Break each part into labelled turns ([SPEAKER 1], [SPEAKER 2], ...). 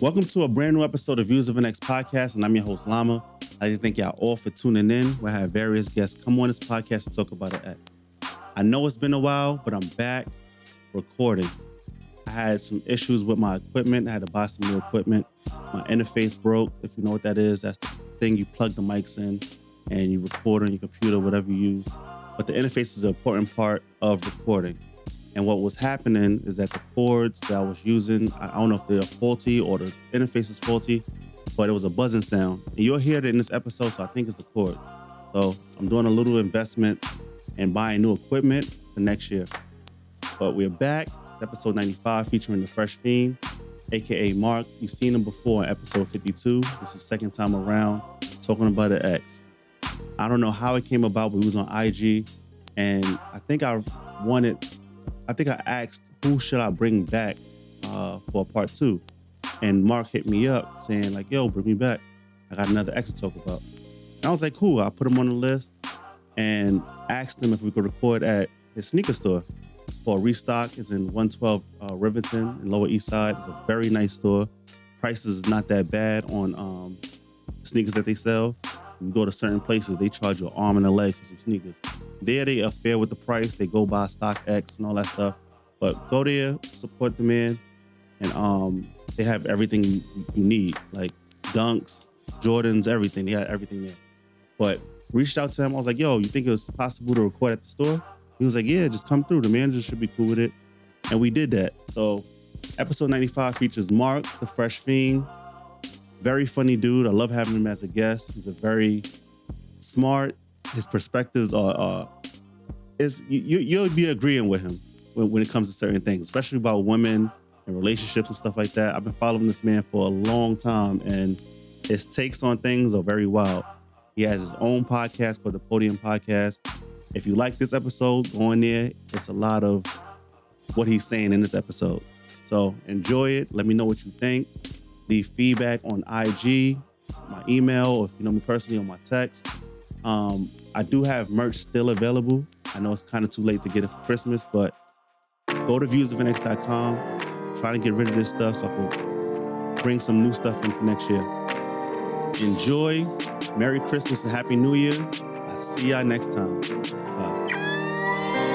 [SPEAKER 1] Welcome to a brand new episode of Views of an X podcast, and I'm your host, Llama. I'd like to thank y'all all for tuning in. We have various guests come on this podcast and talk about an X. I know it's been a while, but I'm back recording. I had some issues with my equipment. I had to buy some new equipment. My interface broke. If you know what that is, that's the thing you plug the mics in and you record on your computer, whatever you use. But the interface is an important part of recording. And what was happening is that the cords that I was using, I I don't know if they're faulty or the interface is faulty, but it was a buzzing sound. And you'll hear it in this episode, so I think it's the cord. So I'm doing a little investment and buying new equipment for next year. But we're back. It's episode 95 featuring the Fresh Fiend, aka Mark. You've seen him before in episode 52. This is second time around talking about an ex. I don't know how it came about, but we was on IG, and I think I wanted, I think I asked who should I bring back uh, for part two, and Mark hit me up saying like, "Yo, bring me back. I got another ex to talk about." And I was like, "Cool." I put him on the list and asked him if we could record at his sneaker store for a restock. It's in 112 uh, Riverton in Lower East Side. It's a very nice store. Prices is not that bad on um, sneakers that they sell. You go to certain places, they charge you an arm and a leg for some sneakers. There, they are fair with the price. They go by stock X and all that stuff. But go there, support the man, and um, they have everything you, you need, like dunks, Jordans, everything. They had everything there. But reached out to him. I was like, "Yo, you think it was possible to record at the store?" He was like, "Yeah, just come through. The manager should be cool with it." And we did that. So, episode ninety-five features Mark, the Fresh Fiend, very funny dude. I love having him as a guest. He's a very smart. His perspectives are, are is you you'll be agreeing with him when, when it comes to certain things, especially about women and relationships and stuff like that. I've been following this man for a long time, and his takes on things are very wild. He has his own podcast called the Podium Podcast. If you like this episode, go in there. It's a lot of what he's saying in this episode. So enjoy it. Let me know what you think. Leave feedback on IG, my email, or if you know me personally on my text. Um, I do have merch still available. I know it's kind of too late to get it for Christmas, but go to viewsofinx.com. Try to get rid of this stuff so I can bring some new stuff in for next year. Enjoy. Merry Christmas and Happy New Year. I see y'all next time. Bye.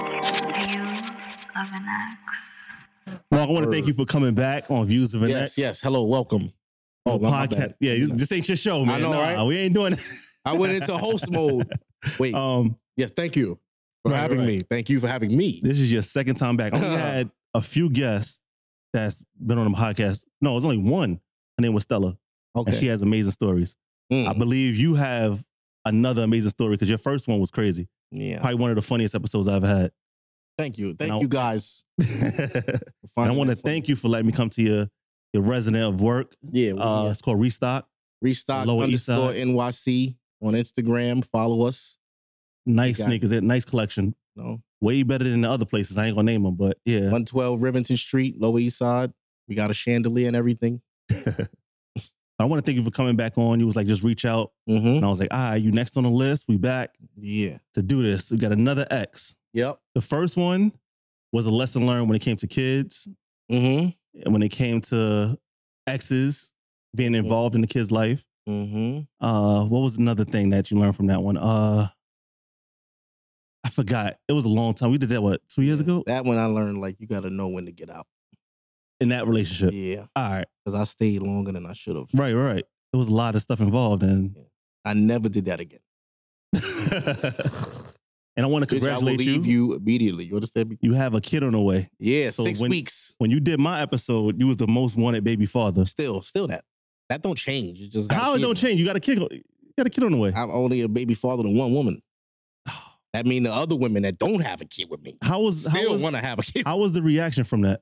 [SPEAKER 2] views of an axe.
[SPEAKER 1] Mark, I want to
[SPEAKER 3] Word.
[SPEAKER 1] thank you for coming back on Views of an
[SPEAKER 3] Yes,
[SPEAKER 1] X.
[SPEAKER 3] yes. Hello, welcome.
[SPEAKER 1] Oh,
[SPEAKER 3] my- my
[SPEAKER 1] podcast.
[SPEAKER 3] bad.
[SPEAKER 1] Yeah, you- this ain't your show, man.
[SPEAKER 3] I know,
[SPEAKER 1] Nah,
[SPEAKER 3] right?
[SPEAKER 1] We ain't doing that.
[SPEAKER 3] I went into host mode. Wait.
[SPEAKER 1] Um,
[SPEAKER 3] yes, thank you for
[SPEAKER 1] Right,
[SPEAKER 3] having
[SPEAKER 1] right.
[SPEAKER 3] me. Thank you for having me.
[SPEAKER 1] this is your second time back. I only had a few guests that's been on the podcast. No, it's only one. Her name was Stella, and she
[SPEAKER 3] Okay.
[SPEAKER 1] has amazing stories.
[SPEAKER 3] Mm,
[SPEAKER 1] I believe you have another amazing story because your first one was crazy.
[SPEAKER 3] yeah.
[SPEAKER 1] Probably one of the funniest episodes I've had.
[SPEAKER 3] Thank you.
[SPEAKER 1] I-
[SPEAKER 3] Thank you guys.
[SPEAKER 1] and
[SPEAKER 3] For
[SPEAKER 1] I
[SPEAKER 3] finding
[SPEAKER 1] want to
[SPEAKER 3] that for me.
[SPEAKER 1] thank you for letting me come to your your resident of work.
[SPEAKER 3] Yeah.
[SPEAKER 1] Uh,
[SPEAKER 3] Oh, yeah.
[SPEAKER 1] It's called Restock.
[SPEAKER 3] Restock
[SPEAKER 1] Lower East
[SPEAKER 3] underscore
[SPEAKER 1] Side.
[SPEAKER 3] NYC on Instagram. Follow us.
[SPEAKER 1] Nice
[SPEAKER 3] You got
[SPEAKER 1] sneakers, nice collection.
[SPEAKER 3] No.
[SPEAKER 1] Way better than the other places. I ain't gonna name them, but yeah.
[SPEAKER 3] 112 Rivington Street, Lower East Side. We got a chandelier and everything.
[SPEAKER 1] I want to thank you for coming back on. You was like, just reach out.
[SPEAKER 3] Mm-hmm.
[SPEAKER 1] And I was like, all right, you next on the list. We back
[SPEAKER 3] Yeah.
[SPEAKER 1] to do this. We got another X.
[SPEAKER 3] Yep.
[SPEAKER 1] The first one was a lesson learned when it came to kids
[SPEAKER 3] Mm-hmm.
[SPEAKER 1] and when it came to exes being involved in the kid's life.
[SPEAKER 3] Mm-hmm.
[SPEAKER 1] Uh, what was another thing that you learned from that one? Uh, I forgot. It was a long time. We did that, what, two years ago?
[SPEAKER 3] That one I learned like you gotta know when to get out.
[SPEAKER 1] In that relationship.
[SPEAKER 3] Yeah.
[SPEAKER 1] All right.
[SPEAKER 3] Because I stayed longer than I should have.
[SPEAKER 1] Right, right. There was a lot of stuff involved. And,
[SPEAKER 3] I never did that again.
[SPEAKER 1] and I want to
[SPEAKER 3] Bitch, I will
[SPEAKER 1] congratulate
[SPEAKER 3] leave
[SPEAKER 1] you.
[SPEAKER 3] you immediately. You understand me?
[SPEAKER 1] You have a kid on the way.
[SPEAKER 3] Yeah,
[SPEAKER 1] So
[SPEAKER 3] six
[SPEAKER 1] when-
[SPEAKER 3] weeks.
[SPEAKER 1] when you did my episode, you was the most wanted baby father.
[SPEAKER 3] Still, still that. That don't change. It just gotta
[SPEAKER 1] How it
[SPEAKER 3] be-
[SPEAKER 1] don't change? You got a kid. You got a kid on the way.
[SPEAKER 3] I'm only a baby father to one woman. That mean the other women that don't have a kid with me
[SPEAKER 1] How was how
[SPEAKER 3] still
[SPEAKER 1] was,
[SPEAKER 3] want to have a kid.
[SPEAKER 1] how was the reaction from that?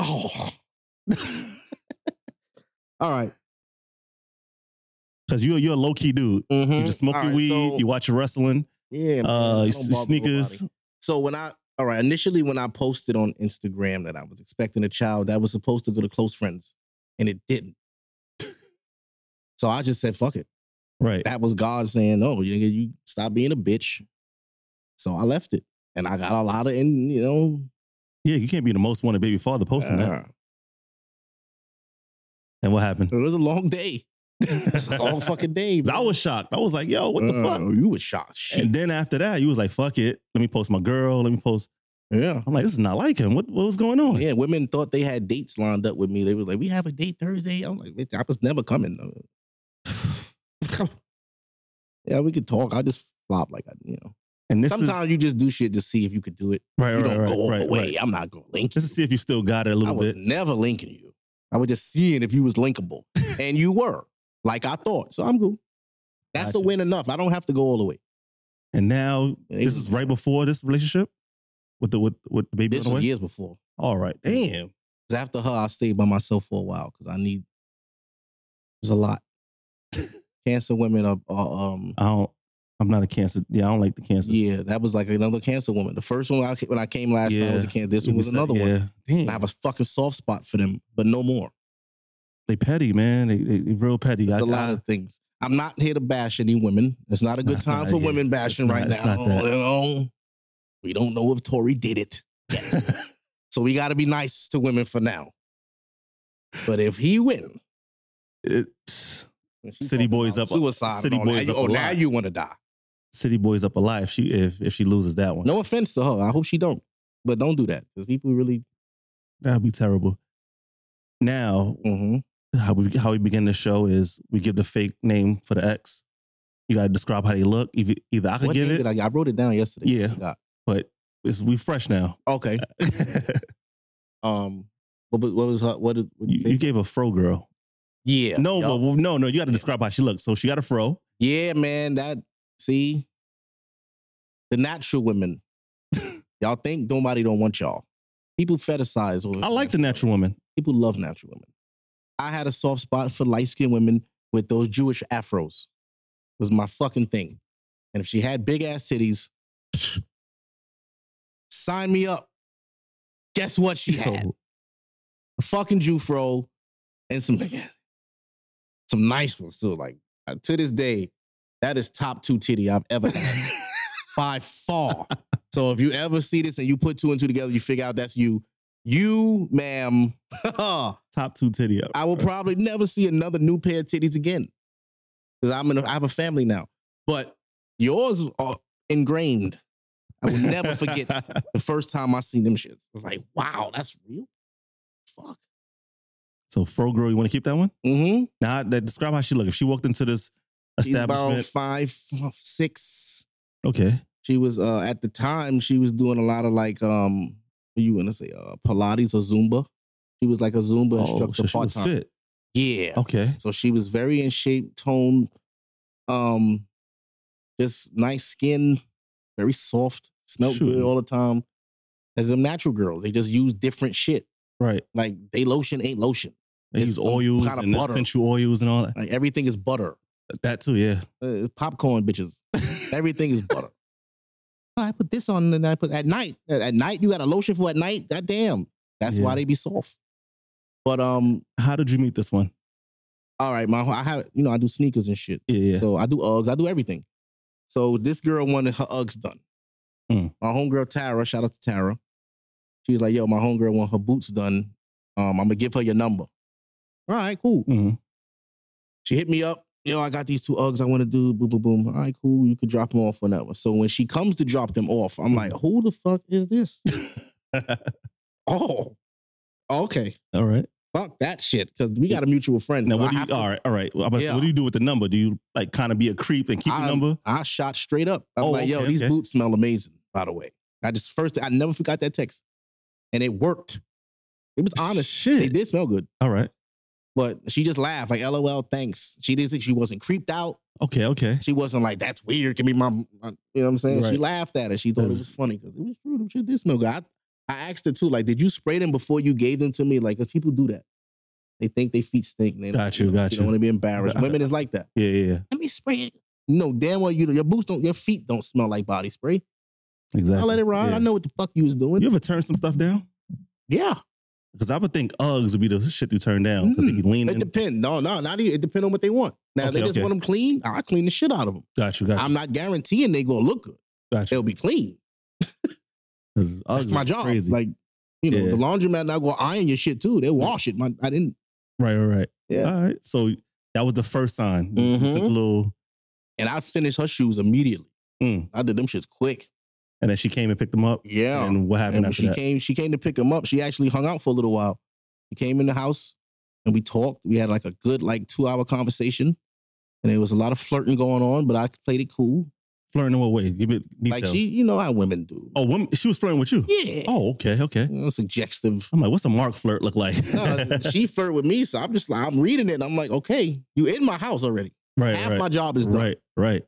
[SPEAKER 3] Oh, all right.
[SPEAKER 1] Because you're you're a low key dude.
[SPEAKER 3] Mm-hmm.
[SPEAKER 1] You just smoke your weed. you watch your wrestling.
[SPEAKER 3] yeah, man,
[SPEAKER 1] uh,
[SPEAKER 3] don't
[SPEAKER 1] your
[SPEAKER 3] bother
[SPEAKER 1] sneakers.
[SPEAKER 3] nobody. So when I all right, initially when I posted on Instagram that I was expecting a child, that was supposed to go to close friends, and it didn't. So I just said, fuck it.
[SPEAKER 1] Right.
[SPEAKER 3] That was God saying, no, you, you stop being a bitch. So I left it. And I got a lot of, in, you know,
[SPEAKER 1] Yeah, you can't be the most wanted baby father posting that.
[SPEAKER 3] uh,
[SPEAKER 1] And what happened?
[SPEAKER 3] it was a long day. It's a long fucking day.
[SPEAKER 1] I was shocked. I was like, yo, what the
[SPEAKER 3] Uh,
[SPEAKER 1] fuck?
[SPEAKER 3] You was shocked. Shit.
[SPEAKER 1] And then after that, you was like, fuck it. Let me post my girl. Let me post.
[SPEAKER 3] Yeah.
[SPEAKER 1] I'm like, this is not like him. What, what was going on?
[SPEAKER 3] Yeah, women thought they had dates lined up with me. They were like, "We have a date Thursday." I was like, "Bitch, "I was never coming." yeah, we could talk. I just flop like I, you know.
[SPEAKER 1] And this
[SPEAKER 3] Sometimes
[SPEAKER 1] is
[SPEAKER 3] you just do shit to see if you could do it.
[SPEAKER 1] right,
[SPEAKER 3] you
[SPEAKER 1] right,
[SPEAKER 3] don't
[SPEAKER 1] right,
[SPEAKER 3] go all
[SPEAKER 1] right,
[SPEAKER 3] the way.
[SPEAKER 1] right.
[SPEAKER 3] I'm not gonna link.
[SPEAKER 1] Just to see
[SPEAKER 3] you.
[SPEAKER 1] if you still got it a
[SPEAKER 3] I
[SPEAKER 1] little
[SPEAKER 3] was
[SPEAKER 1] bit.
[SPEAKER 3] never linking you. I was just seeing if you was linkable, and you were, like I thought. So I'm cool. That's a
[SPEAKER 1] Gotcha.
[SPEAKER 3] win enough. I don't have to go all the way.
[SPEAKER 1] And now
[SPEAKER 3] They-
[SPEAKER 1] this is right before this relationship with the with with the baby
[SPEAKER 3] This
[SPEAKER 1] on the
[SPEAKER 3] was
[SPEAKER 1] way.
[SPEAKER 3] years before.
[SPEAKER 1] All right, damn.
[SPEAKER 3] 'Cause after her, I stayed by myself for a while because I need. There's a lot. cancer women are, are um
[SPEAKER 1] I don't. I'm not a cancer. Yeah, I don't like the cancer.
[SPEAKER 3] yeah. That was like another cancer woman. The first one I, ca- when I came last time was a
[SPEAKER 1] Yeah.
[SPEAKER 3] cancer. This one was another one.
[SPEAKER 1] yeah.
[SPEAKER 3] And I
[SPEAKER 1] Damn,
[SPEAKER 3] have a fucking soft spot for them, but no more.
[SPEAKER 1] they petty, man. They, they, they real petty.
[SPEAKER 3] It's
[SPEAKER 1] I-
[SPEAKER 3] a lot
[SPEAKER 1] I-
[SPEAKER 3] of things. I'm not here to bash any women. It's not a good
[SPEAKER 1] That's
[SPEAKER 3] time
[SPEAKER 1] not-
[SPEAKER 3] for
[SPEAKER 1] yeah,
[SPEAKER 3] women bashing
[SPEAKER 1] it's
[SPEAKER 3] right
[SPEAKER 1] not- it's
[SPEAKER 3] now.
[SPEAKER 1] not that.
[SPEAKER 3] You know? We don't know if Tori did it. So we got to be nice to women for now. But if he win,
[SPEAKER 1] It's- City boys up-
[SPEAKER 3] suicide.
[SPEAKER 1] City
[SPEAKER 3] and all that.
[SPEAKER 1] boys up
[SPEAKER 3] Oh,
[SPEAKER 1] a
[SPEAKER 3] now
[SPEAKER 1] lot.
[SPEAKER 3] you want to die.
[SPEAKER 1] City boys up alive. If she if if she loses that one,
[SPEAKER 3] No offense to her. I hope she don't. But don't do that because people really.
[SPEAKER 1] that'd be terrible. Now
[SPEAKER 3] Mhm.
[SPEAKER 1] how we how we begin the show is we give the fake name for the ex. You gotta describe how they look. Either, either I could
[SPEAKER 3] What
[SPEAKER 1] give
[SPEAKER 3] name
[SPEAKER 1] it,
[SPEAKER 3] did I, I wrote it down yesterday.
[SPEAKER 1] Yeah.
[SPEAKER 3] God.
[SPEAKER 1] it's, we fresh now.
[SPEAKER 3] Okay.
[SPEAKER 1] you,
[SPEAKER 3] Um. What, was- what was her? What did? What did
[SPEAKER 1] you gave a fro girl.
[SPEAKER 3] yeah.
[SPEAKER 1] no,
[SPEAKER 3] Yup.
[SPEAKER 1] but no, no. You gotta describe how she looks. So she got a fro.
[SPEAKER 3] Yeah, man. That see, the natural women. y'all think nobody don't want y'all. People fetishize. Over
[SPEAKER 1] I like the natural woman.
[SPEAKER 3] People love natural women. I had a soft spot for light skinned women with those Jewish afros. Was my fucking thing. And if she had big ass titties, sign me up. Guess what she had?
[SPEAKER 1] Yo,
[SPEAKER 3] a fucking Jufro and some some nice ones too. Like uh, to this day, that is top two titty I've ever had by far. So if you ever see this and you put two and two together, you figure out that's you. You, ma'am, I
[SPEAKER 1] top two titty up.
[SPEAKER 3] will probably never see another new pair of titties again because I'm in. A, I have a family now, but yours are ingrained. I will never forget the first time I seen them shits. I was like, wow, that's real. Fuck.
[SPEAKER 1] so fro girl, you want to keep that one?
[SPEAKER 3] Mm-hmm.
[SPEAKER 1] Now that describe how she looked. If she walked into this
[SPEAKER 3] She's about
[SPEAKER 1] establishment,
[SPEAKER 3] five, six.
[SPEAKER 1] okay,
[SPEAKER 3] She was uh, at the time she was doing a lot of like um, what you want to say uh, Pilates or Zumba. She was like a Zumba
[SPEAKER 1] oh, so
[SPEAKER 3] instructor
[SPEAKER 1] she
[SPEAKER 3] part
[SPEAKER 1] was
[SPEAKER 3] time.
[SPEAKER 1] fit.
[SPEAKER 3] Yeah,
[SPEAKER 1] Okay,
[SPEAKER 3] so she was very in shape, toned, um, just nice skin, very soft, smelled
[SPEAKER 1] Shoot.
[SPEAKER 3] good all the time. As them natural girls, they just use different shit.
[SPEAKER 1] right.
[SPEAKER 3] Like they lotion ain't lotion.
[SPEAKER 1] They
[SPEAKER 3] It's
[SPEAKER 1] use
[SPEAKER 3] some
[SPEAKER 1] oils
[SPEAKER 3] kind of
[SPEAKER 1] and
[SPEAKER 3] butter.
[SPEAKER 1] essential oils and all that.
[SPEAKER 3] Like everything is butter.
[SPEAKER 1] That too, yeah.
[SPEAKER 3] Uh, popcorn bitches. Everything is butter. Oh, I put this on and I put at night. At, at night, you got a lotion for at night. God damn. That's
[SPEAKER 1] Yeah.
[SPEAKER 3] why they be soft. But um,
[SPEAKER 1] How did you meet this one?
[SPEAKER 3] all right, my I have you know, I do sneakers and shit.
[SPEAKER 1] Yeah, yeah.
[SPEAKER 3] So I do Uggs, I do everything. So this girl wanted her Uggs done.
[SPEAKER 1] Mm.
[SPEAKER 3] My homegirl Tara, shout out to Tara. She was like, yo, my homegirl want her boots done. Um, I'm gonna give her your number. All right, cool.
[SPEAKER 1] hmm
[SPEAKER 3] She hit me up. Yo, I got these two Uggs I want to do. Boom, boom, boom. All right, cool. You could drop them off whenever. So when she comes to drop them off, I'm like, who the fuck is this? oh, okay.
[SPEAKER 1] all right.
[SPEAKER 3] Fuck that shit. Because we got a mutual friend.
[SPEAKER 1] Now,
[SPEAKER 3] So I
[SPEAKER 1] what do you?
[SPEAKER 3] have to-
[SPEAKER 1] all right, all right. Well, I'm about to say,
[SPEAKER 3] Yeah.
[SPEAKER 1] What do you do with the number? Do you like kind of be a creep and keep
[SPEAKER 3] I-
[SPEAKER 1] the number?
[SPEAKER 3] I shot straight up. I'm
[SPEAKER 1] Oh,
[SPEAKER 3] like, yo,
[SPEAKER 1] okay,
[SPEAKER 3] these
[SPEAKER 1] okay.
[SPEAKER 3] boots smell amazing, by the way. I just first, I never forgot that text. And it worked. It was honest.
[SPEAKER 1] Shit.
[SPEAKER 3] They did smell good.
[SPEAKER 1] All right.
[SPEAKER 3] But she just laughed, like, LOL, thanks. She didn't think she wasn't creeped out.
[SPEAKER 1] Okay. Okay.
[SPEAKER 3] She wasn't like, that's weird. Give me my, my-" you know what I'm saying? She
[SPEAKER 1] Right.
[SPEAKER 3] laughed at it. She thought it was
[SPEAKER 1] That's-
[SPEAKER 3] funny because it was true. Them shit did smell good. I, I asked her too, like, did you spray them before you gave them to me? Like, because people do that. They think they feet stink. and They don't-
[SPEAKER 1] Got you,
[SPEAKER 3] they don't-
[SPEAKER 1] got
[SPEAKER 3] they
[SPEAKER 1] you.
[SPEAKER 3] don't want to be embarrassed. Women is like that.
[SPEAKER 1] Yeah. Yeah. yeah.
[SPEAKER 3] Let me spray it. No, damn well, you your boots don't, your feet don't smell like body spray.
[SPEAKER 1] Exactly.
[SPEAKER 3] I let it ride.
[SPEAKER 1] Yeah.
[SPEAKER 3] I know what the fuck you was doing.
[SPEAKER 1] You ever turn some stuff down?
[SPEAKER 3] yeah.
[SPEAKER 1] Because I would think Uggs would be the shit you turn down because they be
[SPEAKER 3] It
[SPEAKER 1] leaning.
[SPEAKER 3] depends. No, no, not even. It depends on what they want. Now if they
[SPEAKER 1] Okay,
[SPEAKER 3] just
[SPEAKER 1] okay.
[SPEAKER 3] want them clean. I clean the shit out of them.
[SPEAKER 1] Got you. Got you.
[SPEAKER 3] I'm not guaranteeing they gonna look good.
[SPEAKER 1] Gotcha.
[SPEAKER 3] They'll be clean.
[SPEAKER 1] 'Cause it's
[SPEAKER 3] That's
[SPEAKER 1] ugly,
[SPEAKER 3] my
[SPEAKER 1] it's
[SPEAKER 3] job.
[SPEAKER 1] Crazy.
[SPEAKER 3] Like you know,
[SPEAKER 1] Yeah.
[SPEAKER 3] the laundromat not gonna iron your shit too. They wash it. My, I didn't.
[SPEAKER 1] right. Right. Right.
[SPEAKER 3] Yeah.
[SPEAKER 1] All right. So that was the first sign. You- you took a
[SPEAKER 3] Mhm.
[SPEAKER 1] little,
[SPEAKER 3] And I finished her shoes immediately.
[SPEAKER 1] Mm.
[SPEAKER 3] I did them shits quick.
[SPEAKER 1] and then she came and picked them up.
[SPEAKER 3] Yeah.
[SPEAKER 1] And what happened
[SPEAKER 3] And when
[SPEAKER 1] after
[SPEAKER 3] she
[SPEAKER 1] that?
[SPEAKER 3] came, she came to pick him up. She actually hung out for a little while. She came in the house and we talked. We had like a good like two hour conversation. And there was a lot of flirting going on, but I played it cool.
[SPEAKER 1] Flirting in what way? Give it details.
[SPEAKER 3] Like she, you know how women do.
[SPEAKER 1] oh, women, she was flirting with you.
[SPEAKER 3] Yeah.
[SPEAKER 1] Oh, okay. Okay.
[SPEAKER 3] You know, suggestive.
[SPEAKER 1] I'm like, what's a Mark flirt look like?
[SPEAKER 3] No, she flirt with me, so I'm just like, I'm reading it and I'm like, okay, you in my house already.
[SPEAKER 1] right.
[SPEAKER 3] Half
[SPEAKER 1] Right.
[SPEAKER 3] my job is done.
[SPEAKER 1] Right. Right.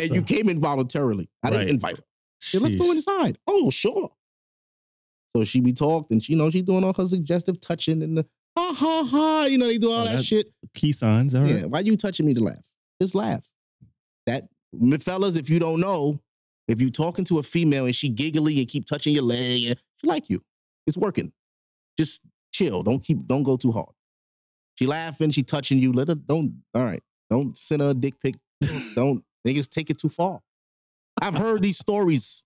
[SPEAKER 3] And you came in voluntarily. I didn't
[SPEAKER 1] Right.
[SPEAKER 3] invite her. Yeah, let's
[SPEAKER 1] Sheesh.
[SPEAKER 3] go inside. Oh, sure. So she be talked and she you know she doing all her suggestive touching and the ha ha ha. You know, they do all
[SPEAKER 1] Oh,
[SPEAKER 3] that,
[SPEAKER 1] that-
[SPEAKER 3] shit.
[SPEAKER 1] Key signs. All right.
[SPEAKER 3] Yeah, why you touching me to laugh? Just laugh. That m- fellas, if you don't know, if you talking to a female and she giggly and keep touching your leg, and she like you. It's working. Just chill. Don't keep. Don't go too hard. She laughing. She touching you. Let her. Don't. All right. Don't send her a dick pic. don't niggas take it too far. I've heard these stories.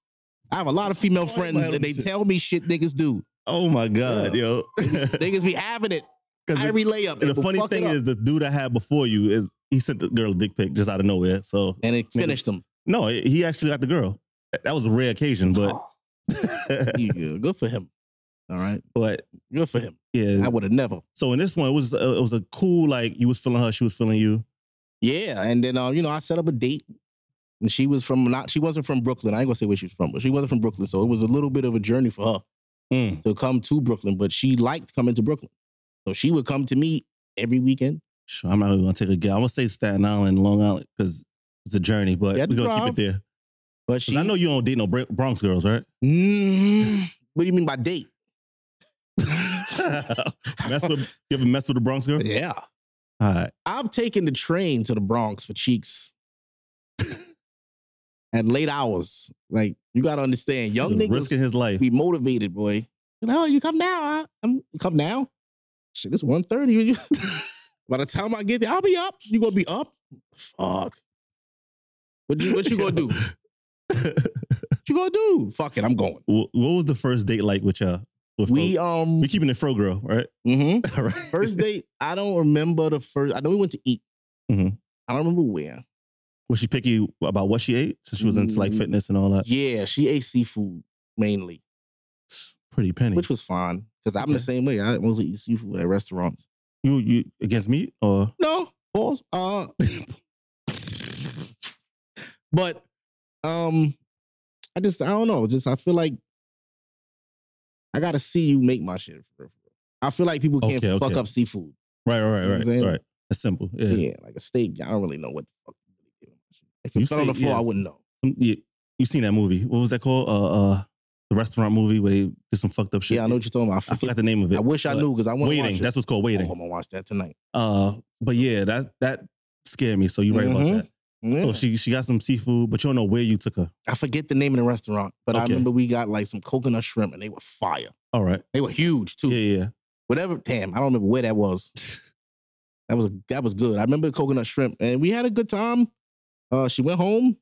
[SPEAKER 3] I have a lot of female
[SPEAKER 1] Oh,
[SPEAKER 3] friends, and they
[SPEAKER 1] shit.
[SPEAKER 3] tell me shit niggas do.
[SPEAKER 1] Oh my God,
[SPEAKER 3] Yeah.
[SPEAKER 1] yo.
[SPEAKER 3] Niggas be having it.
[SPEAKER 1] Because
[SPEAKER 3] Every layup.
[SPEAKER 1] the
[SPEAKER 3] It will
[SPEAKER 1] funny
[SPEAKER 3] fuck it
[SPEAKER 1] thing
[SPEAKER 3] up.
[SPEAKER 1] is, the dude I had before you is he sent the girl a dick pic just out of nowhere. So
[SPEAKER 3] and it finished them.
[SPEAKER 1] no, he actually got the girl. That was a rare occasion, but
[SPEAKER 3] He good. Good for him. All right.
[SPEAKER 1] but
[SPEAKER 3] Good for him. I
[SPEAKER 1] yeah.
[SPEAKER 3] would have never.
[SPEAKER 1] So in this one, it was a, it was a cool like you was feeling her, she was feeling you.
[SPEAKER 3] Yeah. And then uh, you know, I set up a date. And she was from not she wasn't from Brooklyn. I ain't gonna say where she was from, but she wasn't from Brooklyn. So it was a little bit of a journey for her
[SPEAKER 1] Mm.
[SPEAKER 3] to come to Brooklyn, but she liked coming to Brooklyn. So she would come to me every weekend.
[SPEAKER 1] Sure, I'm not even gonna take a guess. I'm gonna say Staten Island, Long Island, because it's a journey. But
[SPEAKER 3] Yeah,
[SPEAKER 1] we're gonna keep
[SPEAKER 3] drive.
[SPEAKER 1] it there.
[SPEAKER 3] But
[SPEAKER 1] 'Cause
[SPEAKER 3] she
[SPEAKER 1] I know you don't date no Bro- Bronx girls, right?
[SPEAKER 3] Mm, what do you mean by date?
[SPEAKER 1] mess with you ever mess with the Bronx girl?
[SPEAKER 3] Yeah.
[SPEAKER 1] All right,
[SPEAKER 3] I've taken the train to the Bronx for cheeks. At late hours. Like, you gotta understand, young
[SPEAKER 1] He was
[SPEAKER 3] niggas
[SPEAKER 1] risking his life.
[SPEAKER 3] be motivated, boy. You know, you come now. I, I'm you come now. Shit, it's 1.30. By the time I get there, I'll be up. You gonna be up? Fuck. What you what you gonna do? what you gonna do? Fuck it, I'm going.
[SPEAKER 1] Wh- What was the first date like with y'all? With
[SPEAKER 3] We um
[SPEAKER 1] We keeping it fro girl, right?
[SPEAKER 3] mhm.
[SPEAKER 1] right.
[SPEAKER 3] first date. I don't remember the first. I know we went to eat.
[SPEAKER 1] Mhm.
[SPEAKER 3] I don't remember where.
[SPEAKER 1] Was she picky about what she ate? So she was into like
[SPEAKER 3] Mm.
[SPEAKER 1] fitness and all that.
[SPEAKER 3] Yeah, she ate seafood mainly,
[SPEAKER 1] Pretty penny.
[SPEAKER 3] which was fine because I'm the
[SPEAKER 1] Okay.
[SPEAKER 3] same way. I mostly eat seafood at restaurants.
[SPEAKER 1] you you against meat or
[SPEAKER 3] No, pause. Uh, but um, I just I don't know. Just I feel like I gotta see you make my shit. For real, for real. I feel like people can't
[SPEAKER 1] Okay,
[SPEAKER 3] fuck
[SPEAKER 1] okay.
[SPEAKER 3] up seafood.
[SPEAKER 1] right,
[SPEAKER 3] You know what I'm
[SPEAKER 1] right, right,
[SPEAKER 3] saying?
[SPEAKER 1] right. That's simple. Yeah.
[SPEAKER 3] Yeah. like a steak. I don't really know what the fuck. you do. If
[SPEAKER 1] You
[SPEAKER 3] it's on the
[SPEAKER 1] steak,
[SPEAKER 3] floor, I
[SPEAKER 1] yes.
[SPEAKER 3] wouldn't know.
[SPEAKER 1] Some- You, you seen that movie? What was that called? Uh, uh, the restaurant movie where they did some fucked up shit.
[SPEAKER 3] Yeah, I know what you're talking about. I,
[SPEAKER 1] I
[SPEAKER 3] forget-
[SPEAKER 1] forgot the name of it.
[SPEAKER 3] I wish I
[SPEAKER 1] but
[SPEAKER 3] knew because I want to watch
[SPEAKER 1] Waiting.
[SPEAKER 3] it. Oh
[SPEAKER 1] That's what's called
[SPEAKER 3] I'm
[SPEAKER 1] waiting.
[SPEAKER 3] gonna watch that tonight.
[SPEAKER 1] Uh, but yeah, that that scared me. So you're right
[SPEAKER 3] Mhm.
[SPEAKER 1] about that.
[SPEAKER 3] Yeah.
[SPEAKER 1] So she she got some seafood, but you don't know where you took her.
[SPEAKER 3] I forget the name of the restaurant, but I
[SPEAKER 1] Okay.
[SPEAKER 3] remember we got like some coconut shrimp and they were fire.
[SPEAKER 1] All right.
[SPEAKER 3] They were huge too.
[SPEAKER 1] Yeah, yeah.
[SPEAKER 3] whatever. Damn, I don't remember where that was. that was that was good. I remember the coconut shrimp, and we had a good time. Uh, she went home,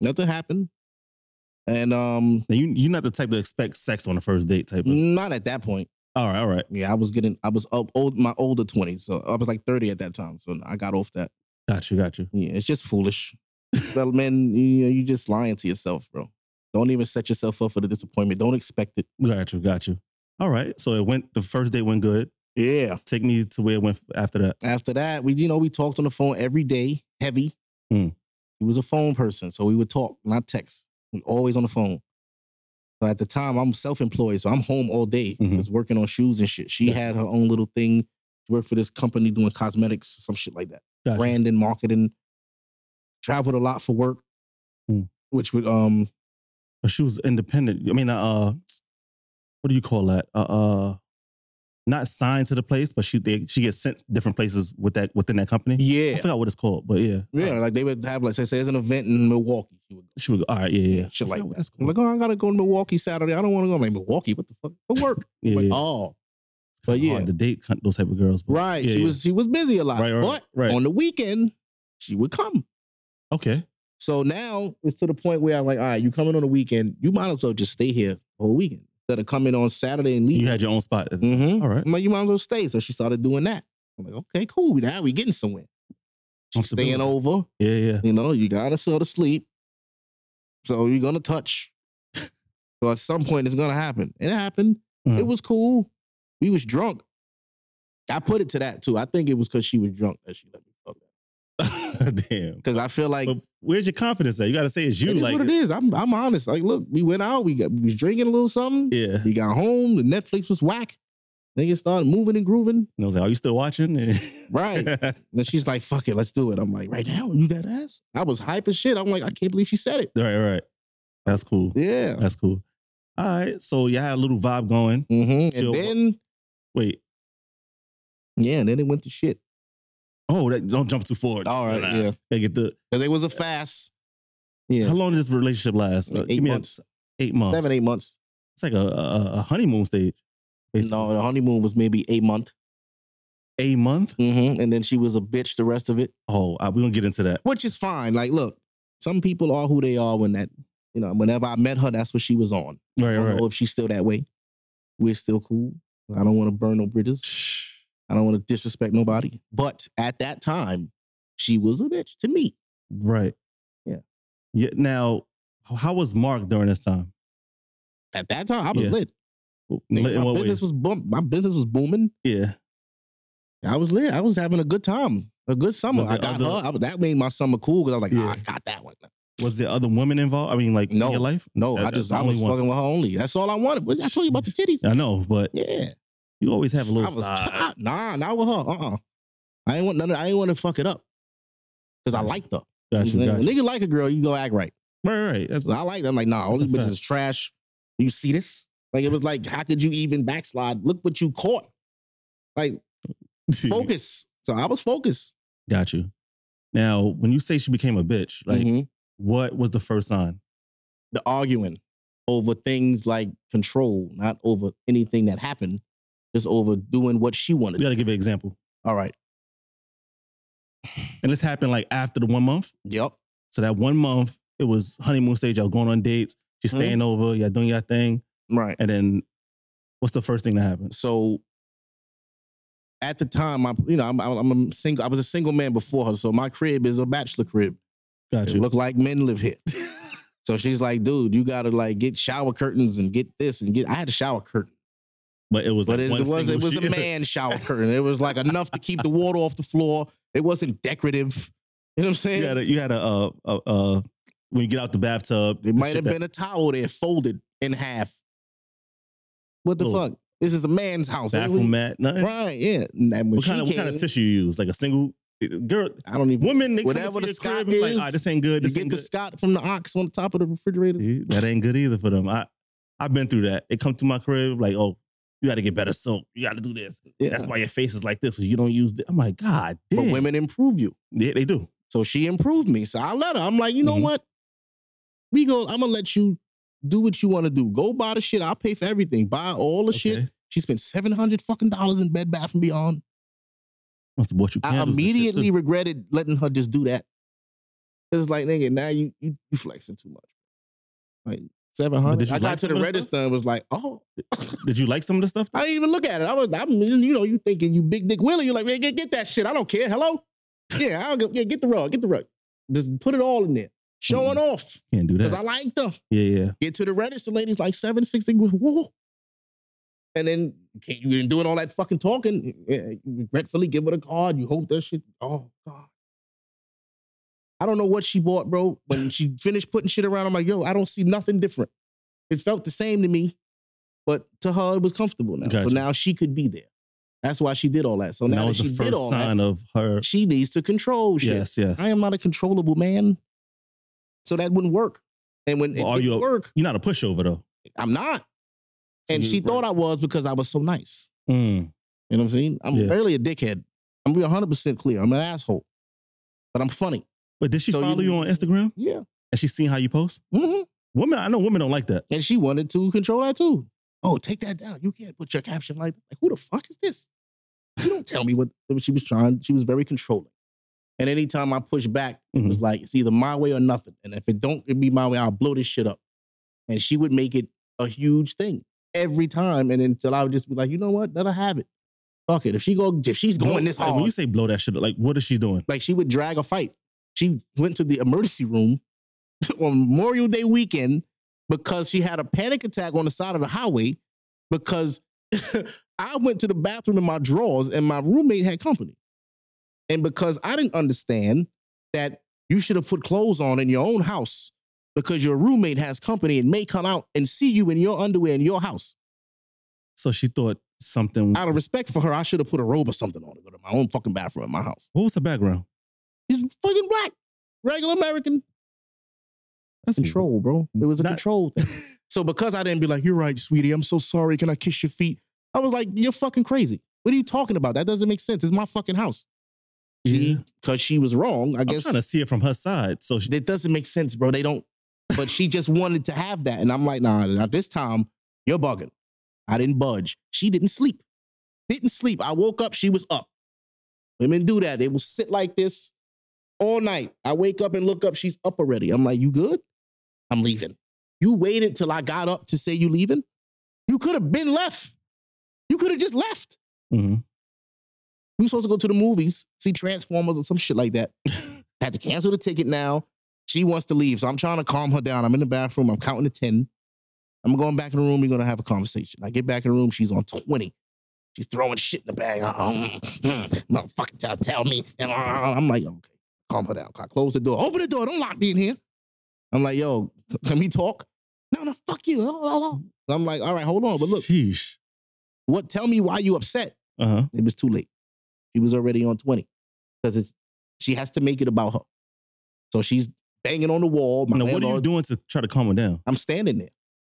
[SPEAKER 3] nothing happened, and um,
[SPEAKER 1] Now you you're not the type to expect sex on the first date type. Of,
[SPEAKER 3] not at that point.
[SPEAKER 1] All right, all right.
[SPEAKER 3] Yeah, I was getting, I was up old, my older twenties, so I was like thirty at that time. So I got off that.
[SPEAKER 1] Got you, got you.
[SPEAKER 3] Yeah, it's just foolish. but man, you you just lying to yourself, bro. Don't even set yourself up for the disappointment. Don't expect it.
[SPEAKER 1] Got you, got you. All right. So it went the first date went good.
[SPEAKER 3] Yeah.
[SPEAKER 1] Take me to where it went after that.
[SPEAKER 3] After that, we you know we talked on the phone every day, heavy.
[SPEAKER 1] Mm.
[SPEAKER 3] He was a phone person, so we would talk, not text. We always on the phone. But at the time, I'm self-employed, so I'm home all day,
[SPEAKER 1] Mhm.
[SPEAKER 3] just working on shoes and shit. She
[SPEAKER 1] Yeah.
[SPEAKER 3] had her own little thing. She worked for this company doing cosmetics, some shit like that.
[SPEAKER 1] Gotcha.
[SPEAKER 3] Branding, marketing. Traveled a lot for work,
[SPEAKER 1] Mm.
[SPEAKER 3] which would um
[SPEAKER 1] But she was independent. I mean, uh, what do you call that? Uh, uh not signed to the place, but she they, she gets sent different places with that within that company. I
[SPEAKER 3] yeah
[SPEAKER 1] forgot what it's called, but yeah,
[SPEAKER 3] yeah like they would have like say there's an event in Milwaukee. She would
[SPEAKER 1] she would go. All right, yeah, yeah,
[SPEAKER 3] shit
[SPEAKER 1] I
[SPEAKER 3] like
[SPEAKER 1] forgot what
[SPEAKER 3] that.
[SPEAKER 1] That's
[SPEAKER 3] I'm
[SPEAKER 1] cool.
[SPEAKER 3] like oh I gotta go to Milwaukee Saturday. I don't want to go. I'm like Milwaukee, what the fuck for work.
[SPEAKER 1] yeah,
[SPEAKER 3] Like,
[SPEAKER 1] yeah.
[SPEAKER 3] oh, But yeah,
[SPEAKER 1] hard to date cunt- those type of girls. but-
[SPEAKER 3] right.
[SPEAKER 1] Yeah,
[SPEAKER 3] she
[SPEAKER 1] yeah.
[SPEAKER 3] was she was busy a lot,
[SPEAKER 1] Right, right,
[SPEAKER 3] but
[SPEAKER 1] right.
[SPEAKER 3] on the weekend she would come.
[SPEAKER 1] okay.
[SPEAKER 3] So now it's to the point where I'm like, all right, you coming on the weekend? You might as well just stay here the whole weekend instead of coming on Saturday and leaving.
[SPEAKER 1] You had your own spot. at the time.
[SPEAKER 3] Mhm.
[SPEAKER 1] All right.
[SPEAKER 3] I'm like, you might as well stay. So she started doing that. I'm like, okay, cool. Now we getting somewhere. She's
[SPEAKER 1] Comfortability.
[SPEAKER 3] Mm-hmm. staying over.
[SPEAKER 1] Yeah, yeah.
[SPEAKER 3] You know, you gotta sell to sleep. So you're gonna touch. so at some point it's gonna happen. It happened.
[SPEAKER 1] Mhm.
[SPEAKER 3] It was cool. We was drunk. I put it to that too. I think it was because she was drunk that she let me fuck her.
[SPEAKER 1] Damn.
[SPEAKER 3] Because I feel like
[SPEAKER 1] But where's your confidence at? You got to say it's you.
[SPEAKER 3] it is
[SPEAKER 1] like,
[SPEAKER 3] what it is. I'm I'm honest. Like, look, we went out, we got we was drinking a little something.
[SPEAKER 1] yeah.
[SPEAKER 3] We got home, the Netflix was whack. Niggas started moving and grooving.
[SPEAKER 1] And I was like, are you still watching?
[SPEAKER 3] Right. And she's like, fuck it, let's do it. I'm like, right now, you that ass? I was hype as shit. I'm like, I can't believe she said it.
[SPEAKER 1] All right, all right. That's cool.
[SPEAKER 3] Yeah.
[SPEAKER 1] That's cool. All right. So y'all had a little vibe going.
[SPEAKER 3] Mm-hmm.
[SPEAKER 1] Chill.
[SPEAKER 3] And then,
[SPEAKER 1] Wait.
[SPEAKER 3] yeah, and then it went to shit.
[SPEAKER 1] Oh, that, don't jump too forward.
[SPEAKER 3] All right,
[SPEAKER 1] Nah.
[SPEAKER 3] yeah.
[SPEAKER 1] Gotta get the.
[SPEAKER 3] Because it was a fast. Yeah.
[SPEAKER 1] How long did this relationship last?
[SPEAKER 3] Like eight
[SPEAKER 1] Give me a-
[SPEAKER 3] months.
[SPEAKER 1] eight months.
[SPEAKER 3] Seven, eight months.
[SPEAKER 1] It's like a, a, a honeymoon stage. basically.
[SPEAKER 3] No, the honeymoon was maybe a month.
[SPEAKER 1] a month.
[SPEAKER 3] Mm-hmm. And then she was a bitch the rest of it,
[SPEAKER 1] Oh, I, we gonna get into that.
[SPEAKER 3] which is fine. Like, look, some people are who they are when that, you know, whenever I met her, that's what she was on.
[SPEAKER 1] Right,
[SPEAKER 3] I don't
[SPEAKER 1] right.
[SPEAKER 3] know if she's still that way. We're still cool. I don't want to burn no bridges.
[SPEAKER 1] Shh.
[SPEAKER 3] I don't want to disrespect nobody. But at that time, she was a bitch to me.
[SPEAKER 1] Right.
[SPEAKER 3] Yeah.
[SPEAKER 1] Yeah. Now, h- how was Mark during this time?
[SPEAKER 3] At that time, I was
[SPEAKER 1] Yeah.
[SPEAKER 3] lit.
[SPEAKER 1] In
[SPEAKER 3] Nigga, my
[SPEAKER 1] what
[SPEAKER 3] business
[SPEAKER 1] ways?
[SPEAKER 3] was boom- my business was booming.
[SPEAKER 1] yeah.
[SPEAKER 3] I was lit. I was having a good time, a good summer.
[SPEAKER 1] Was
[SPEAKER 3] I
[SPEAKER 1] it
[SPEAKER 3] got
[SPEAKER 1] other-
[SPEAKER 3] her. I was- that made my summer cool because I was like,
[SPEAKER 1] Yeah.
[SPEAKER 3] "Ah, I got that one.
[SPEAKER 1] Was there other women involved? I mean, like
[SPEAKER 3] No.
[SPEAKER 1] in your life?
[SPEAKER 3] No,
[SPEAKER 1] That-
[SPEAKER 3] I
[SPEAKER 1] that's
[SPEAKER 3] just
[SPEAKER 1] the
[SPEAKER 3] I was
[SPEAKER 1] only one.
[SPEAKER 3] fucking with her only. That's all I wanted. But I told you about the titties.
[SPEAKER 1] I know, but
[SPEAKER 3] Yeah,
[SPEAKER 1] you always have a
[SPEAKER 3] I
[SPEAKER 1] little
[SPEAKER 3] was
[SPEAKER 1] side.
[SPEAKER 3] tired. nah, not with her. Uh, uh I ain't want none. Of, I ain't want to fuck it up because I liked her.
[SPEAKER 1] Gotcha,
[SPEAKER 3] Nigga-
[SPEAKER 1] gotcha.
[SPEAKER 3] Nigga like a girl, you go act right.
[SPEAKER 1] Right, right. That's
[SPEAKER 3] So I like. That. I'm like, nah, all
[SPEAKER 1] That's a
[SPEAKER 3] these bitches
[SPEAKER 1] fact.
[SPEAKER 3] is trash. You see this? Like it was like, how could you even backslide? Look what you caught. Like focus. so I was focused.
[SPEAKER 1] Got you. Now, when you say she became a bitch, like
[SPEAKER 3] Mhm.
[SPEAKER 1] what was the first sign?
[SPEAKER 3] The arguing over things like control, not over anything that happened, just over doing what she wanted.
[SPEAKER 1] You got to give an example.
[SPEAKER 3] All right.
[SPEAKER 1] And this happened like after the one month.
[SPEAKER 3] Yep.
[SPEAKER 1] So that one month, it was honeymoon stage. Y'all going on dates. She's
[SPEAKER 3] Mhm.
[SPEAKER 1] staying over. Y'all doing your thing.
[SPEAKER 3] Right.
[SPEAKER 1] And then, what's the first thing that happens?
[SPEAKER 3] So at the time, I you know I'm, I'm a single. I was a single man before her, so my crib is a bachelor crib.
[SPEAKER 1] Got
[SPEAKER 3] It
[SPEAKER 1] you.
[SPEAKER 3] look like men live here. so she's like, dude, you gotta like get shower curtains and get this and get. I had a shower curtain,
[SPEAKER 1] but it was
[SPEAKER 3] but
[SPEAKER 1] like
[SPEAKER 3] it,
[SPEAKER 1] one
[SPEAKER 3] it was
[SPEAKER 1] single
[SPEAKER 3] it was a
[SPEAKER 1] sheet.
[SPEAKER 3] man shower curtain. It was like enough to keep the water off the floor. It wasn't decorative. You know what I'm saying?
[SPEAKER 1] you had a you had a uh, uh, uh when you get out the bathtub. the
[SPEAKER 3] It might
[SPEAKER 1] shit
[SPEAKER 3] have
[SPEAKER 1] that-
[SPEAKER 3] been a towel there folded in half. What the
[SPEAKER 1] Little-
[SPEAKER 3] fuck? This is a man's house.
[SPEAKER 1] bathroom mat. Nothing.
[SPEAKER 3] Right? Yeah. And when
[SPEAKER 1] what
[SPEAKER 3] she
[SPEAKER 1] kind of what kind
[SPEAKER 3] came,
[SPEAKER 1] of tissue you use? Like a single girl,
[SPEAKER 3] I don't even.
[SPEAKER 1] woman. They
[SPEAKER 3] Whatever
[SPEAKER 1] Whatever
[SPEAKER 3] the
[SPEAKER 1] the
[SPEAKER 3] Scott
[SPEAKER 1] crib, and like,
[SPEAKER 3] is,
[SPEAKER 1] ah, this ain't good.
[SPEAKER 3] You
[SPEAKER 1] This
[SPEAKER 3] get
[SPEAKER 1] ain't
[SPEAKER 3] the
[SPEAKER 1] good.
[SPEAKER 3] Scott from the ox on the top of the refrigerator.
[SPEAKER 1] See, that ain't good either for them. I I've been through that. It come to my crib like, oh, you got to get better soap. You got to do this.
[SPEAKER 3] Yeah.
[SPEAKER 1] That's why your face is like this. So you don't use. This. I'm like, God
[SPEAKER 3] but
[SPEAKER 1] damn.
[SPEAKER 3] women improve you.
[SPEAKER 1] yeah, they do.
[SPEAKER 3] So she improved me. So I let her. I'm like, you know
[SPEAKER 1] Mhm.
[SPEAKER 3] what? We go, I'm gonna let you do what you want to do. Go buy the shit. I'll pay for everything. Buy all the Oh, shit.
[SPEAKER 1] Okay.
[SPEAKER 3] She spent 700 fucking dollars in Bed Bath and Beyond.
[SPEAKER 1] Must have bought you.
[SPEAKER 3] I
[SPEAKER 1] candles and shit,
[SPEAKER 3] immediately
[SPEAKER 1] too.
[SPEAKER 3] regretted letting her just do that. It's like, nigga, now you you, you flexing too much. Like
[SPEAKER 1] But did
[SPEAKER 3] 700.
[SPEAKER 1] you
[SPEAKER 3] I got
[SPEAKER 1] like
[SPEAKER 3] to the
[SPEAKER 1] some of the
[SPEAKER 3] register and was like, oh,
[SPEAKER 1] Did you like some of the stuff?
[SPEAKER 3] I didn't even look at it. I was, I'm, you know, you thinking you big dick Willie. You're like, man, get, get that shit. I don't care. Hello? Yeah, I don't give, yeah, get the rug, get the rug. Just put it all in there. Showing off.
[SPEAKER 1] Can't do
[SPEAKER 3] Because
[SPEAKER 1] that.
[SPEAKER 3] I like them.
[SPEAKER 1] yeah, yeah.
[SPEAKER 3] Get to the register, ladies, like seven, six, eight, whoa. And then okay, you been doing all that fucking talking. eh, You regretfully give her the card. You hope that shit. Oh God. I don't know what she bought, bro. When she finished putting shit around, I'm like, yo, I don't see nothing different. It felt the same to me, but to her, it was comfortable now. So
[SPEAKER 1] Gotcha.
[SPEAKER 3] now she could be there. That's why she did all that. So
[SPEAKER 1] And
[SPEAKER 3] now
[SPEAKER 1] that
[SPEAKER 3] that
[SPEAKER 1] was the
[SPEAKER 3] she did
[SPEAKER 1] first
[SPEAKER 3] all that,
[SPEAKER 1] sign of her.
[SPEAKER 3] she needs to control shit.
[SPEAKER 1] Yes, yes.
[SPEAKER 3] I am not a controllable man. So that wouldn't work. And when
[SPEAKER 1] Well,
[SPEAKER 3] it
[SPEAKER 1] are
[SPEAKER 3] didn't
[SPEAKER 1] you a-
[SPEAKER 3] work,
[SPEAKER 1] You're not a pushover though.
[SPEAKER 3] I'm not.
[SPEAKER 1] So
[SPEAKER 3] and
[SPEAKER 1] you-
[SPEAKER 3] she thought I was because I was so nice.
[SPEAKER 1] Mm,
[SPEAKER 3] You know what I'm saying? I'm
[SPEAKER 1] Yeah.
[SPEAKER 3] barely a dickhead. I'm gonna be 100% clear. I'm an asshole, but I'm funny.
[SPEAKER 1] But did she
[SPEAKER 3] So you-
[SPEAKER 1] follow you on Instagram?
[SPEAKER 3] Yeah.
[SPEAKER 1] And she seen how you post?
[SPEAKER 3] hmm
[SPEAKER 1] Women, I know women don't like that.
[SPEAKER 3] And she wanted to control that too. oh, take that down. You can't put your caption like that. Like, who the fuck is this? You don't tell me what, what she was trying. She was very controlling. And anytime I push back, it was like, it's either my way or nothing. And if it don't it be my way, I'll blow this shit up. And she would make it a huge thing every time. And until I would just be like, you know what? Let her have it. Fuck it. If she go, if she's going this
[SPEAKER 1] Like,
[SPEAKER 3] hard,
[SPEAKER 1] When you say blow that shit, up, like what is she doing?
[SPEAKER 3] like she would drag a fight. She went to the emergency room on Memorial Day weekend because she had a panic attack on the side of the highway because I went to the bathroom in my drawers and my roommate had company. And because I didn't understand that you should have put clothes on in your own house because your roommate has company and may come out and see you in your underwear in your house.
[SPEAKER 1] So she thought something.
[SPEAKER 3] Out of respect for her, I should have put a robe or something on to go to my own fucking bathroom in my house.
[SPEAKER 1] What was the background?
[SPEAKER 3] He's fucking black, regular American.
[SPEAKER 1] That's
[SPEAKER 3] control, bro. It was a
[SPEAKER 1] Not-
[SPEAKER 3] control thing. Hmm. so because I didn't be like, "You're right, sweetie. I'm so sorry. Can I kiss your feet?" I was like, "You're fucking crazy. What are you talking about? That doesn't make sense. It's my fucking house."
[SPEAKER 1] Yeah.
[SPEAKER 3] Because she was wrong. I
[SPEAKER 1] I'm
[SPEAKER 3] guess
[SPEAKER 1] trying to see it from her side. So she,
[SPEAKER 3] it doesn't make sense, bro. They don't. But she just wanted to have that, and I'm like, "Nah, not this time. You're bugging." I didn't budge. She didn't sleep. Didn't sleep. I woke up. She was up. Women do that. They will sit like this all night. I wake up and look up. She's up already. I'm like, you good? I'm leaving. You waited till I got up to say you leaving? You could have been left. You could have just left. Oh,
[SPEAKER 1] Mhm.
[SPEAKER 3] We were supposed to go to the movies, see Transformers or some shit like that. Had to cancel the ticket now. She wants to leave. So I'm trying to calm her down. I'm in the bathroom. I'm counting to 10. I'm going back in the room. We're going to have a conversation. I get back in the room. She's on 20. She's throwing shit in the bag. Uh, Motherfucker, tell, tell me. And uh, I'm like, okay, calm her down. I close the door. Open the door. Don't lock me in here. I'm like, yo, can we talk? No, no, fuck you. Oh, oh, oh. I'm like, all right, hold on. But look,
[SPEAKER 1] sheesh.
[SPEAKER 3] what? Tell me why you upset.
[SPEAKER 1] Uh huh.
[SPEAKER 3] It was too late. She was already on 20 because it's she has to make it about her. So she's banging on the wall. My
[SPEAKER 1] Now, what are you
[SPEAKER 3] landlord-
[SPEAKER 1] doing to try to calm her down?
[SPEAKER 3] I'm standing there.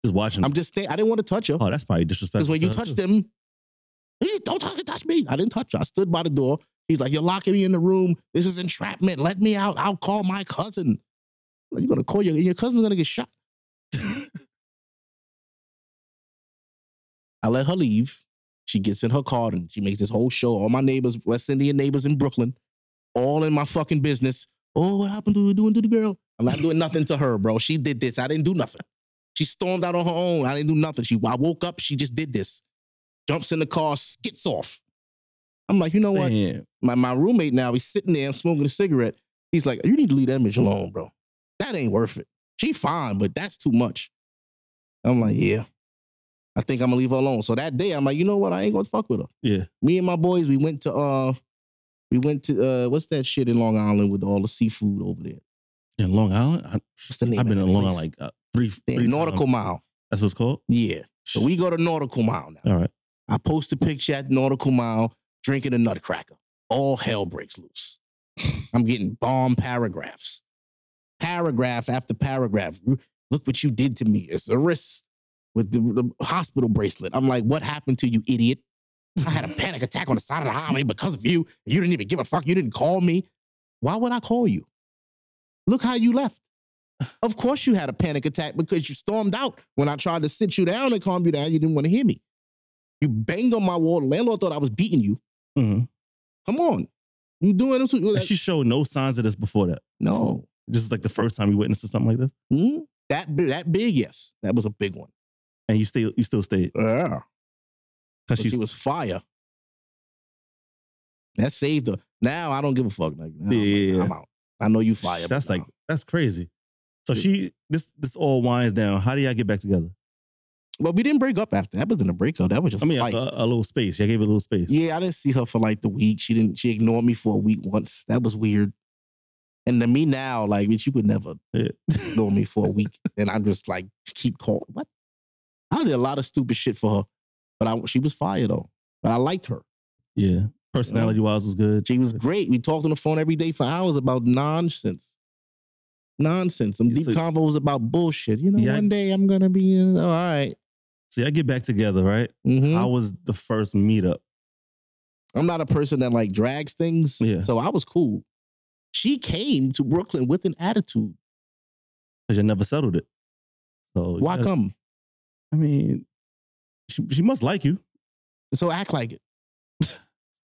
[SPEAKER 1] Just watching.
[SPEAKER 3] I'm just standing. I didn't want to touch her.
[SPEAKER 1] oh, that's probably disrespectful.
[SPEAKER 3] Because when
[SPEAKER 1] to
[SPEAKER 3] you
[SPEAKER 1] her,
[SPEAKER 3] touch
[SPEAKER 1] too.
[SPEAKER 3] them, "Hey, don't touch, touch me. I didn't touch her. I stood by the door. He's like, You're locking me in the room. This is entrapment. Let me out. I'll call my cousin. Like, You're going to call your, your cousin's going to get shot. I let her leave. She gets in her car and she makes this whole show. All my neighbors, West Indian neighbors in Brooklyn, all in my fucking business. Oh, what happened to doing to the girl? I'm not doing nothing to her, bro. She did this. I didn't do nothing. She stormed out on her own. I didn't do nothing. She, I woke up. She just did this. Jumps in the car, skits off. I'm like, you know what?
[SPEAKER 1] Damn.
[SPEAKER 3] My my roommate now, he's sitting there smoking a cigarette. He's like, you need to leave that bitch alone, bro. That ain't worth it. She fine, but that's too much. I'm like, yeah. I think I'm gonna leave her alone. So that day, I'm like, you know what? I ain't gonna fuck with her.
[SPEAKER 1] Yeah.
[SPEAKER 3] Me and my boys, we went to uh, we went to uh, what's that shit in Long Island with all the seafood over there?
[SPEAKER 1] In Long Island, I,
[SPEAKER 3] What's the name?
[SPEAKER 1] I've been
[SPEAKER 3] of
[SPEAKER 1] in
[SPEAKER 3] that
[SPEAKER 1] Long
[SPEAKER 3] place?
[SPEAKER 1] Island like uh, three,
[SPEAKER 3] Yeah,
[SPEAKER 1] three
[SPEAKER 3] Nautical
[SPEAKER 1] times.
[SPEAKER 3] Mile.
[SPEAKER 1] That's what it's called.
[SPEAKER 3] Yeah. So we go to Nautical Mile now.
[SPEAKER 1] All right.
[SPEAKER 3] I post a picture at Nautical Mile drinking a nutcracker. All hell breaks loose. I'm getting bomb paragraphs. Paragraph after paragraph. Look what you did to me. It's a wrist with the, the hospital bracelet. I'm like, what happened to you, idiot? I had a panic attack on the side of the highway because of you. You didn't even give a fuck. You didn't call me. Why would I call you? Look how you left. Of course, you had a panic attack because you stormed out when I tried to sit you down and calm you down. You didn't want to hear me. You banged on my wall. The landlord thought I was beating you.
[SPEAKER 1] hmm
[SPEAKER 3] Come on. You doing this? To,
[SPEAKER 1] And she showed no signs of this before that.
[SPEAKER 3] no.
[SPEAKER 1] This is like the first time you witnessed something like this,
[SPEAKER 3] Hmm? That, bi- that big, yes. That was a big one.
[SPEAKER 1] and you still you still stayed
[SPEAKER 3] Yeah.
[SPEAKER 1] because
[SPEAKER 3] She
[SPEAKER 1] she's
[SPEAKER 3] was fire. That saved her. Now I don't give a fuck. Like, now I'm,
[SPEAKER 1] Yeah.
[SPEAKER 3] I'm out. I know you fire.
[SPEAKER 1] That's
[SPEAKER 3] but
[SPEAKER 1] like
[SPEAKER 3] no.
[SPEAKER 1] that's crazy. So she this this all winds down. How do y'all get back together?
[SPEAKER 3] But we didn't break up after that. Wasn't a breakup. That was just
[SPEAKER 1] I mean, a,
[SPEAKER 3] a fight.
[SPEAKER 1] a, a little space. Y'all gave it a little space.
[SPEAKER 3] Yeah, I didn't see her for like the week. She didn't. She ignored me for a week once. That was weird. And to me now, like, bitch, you could never
[SPEAKER 1] Yeah.
[SPEAKER 3] ignore me for a week. And I'm just like, keep calling. What? I did a lot of stupid shit for her, but I she was fire though. But I liked her.
[SPEAKER 1] Yeah. Personality wise was good.
[SPEAKER 3] She was great. We talked on the phone every day for hours about nonsense. Nonsense. Some deep
[SPEAKER 1] So-
[SPEAKER 3] convos about bullshit. You know,
[SPEAKER 1] Yeah, I-
[SPEAKER 3] one day I'm gonna be. Uh, all right.
[SPEAKER 1] So y'all get back together, right?
[SPEAKER 3] Mhm.
[SPEAKER 1] How was the first meetup?
[SPEAKER 3] I'm not a person that like drags things.
[SPEAKER 1] Yeah.
[SPEAKER 3] So I was cool. She came to Brooklyn with an attitude.
[SPEAKER 1] Because you never settled it. So
[SPEAKER 3] Why
[SPEAKER 1] yeah,
[SPEAKER 3] come?
[SPEAKER 1] I mean, She, she must like you.
[SPEAKER 3] So act like it.
[SPEAKER 1] It's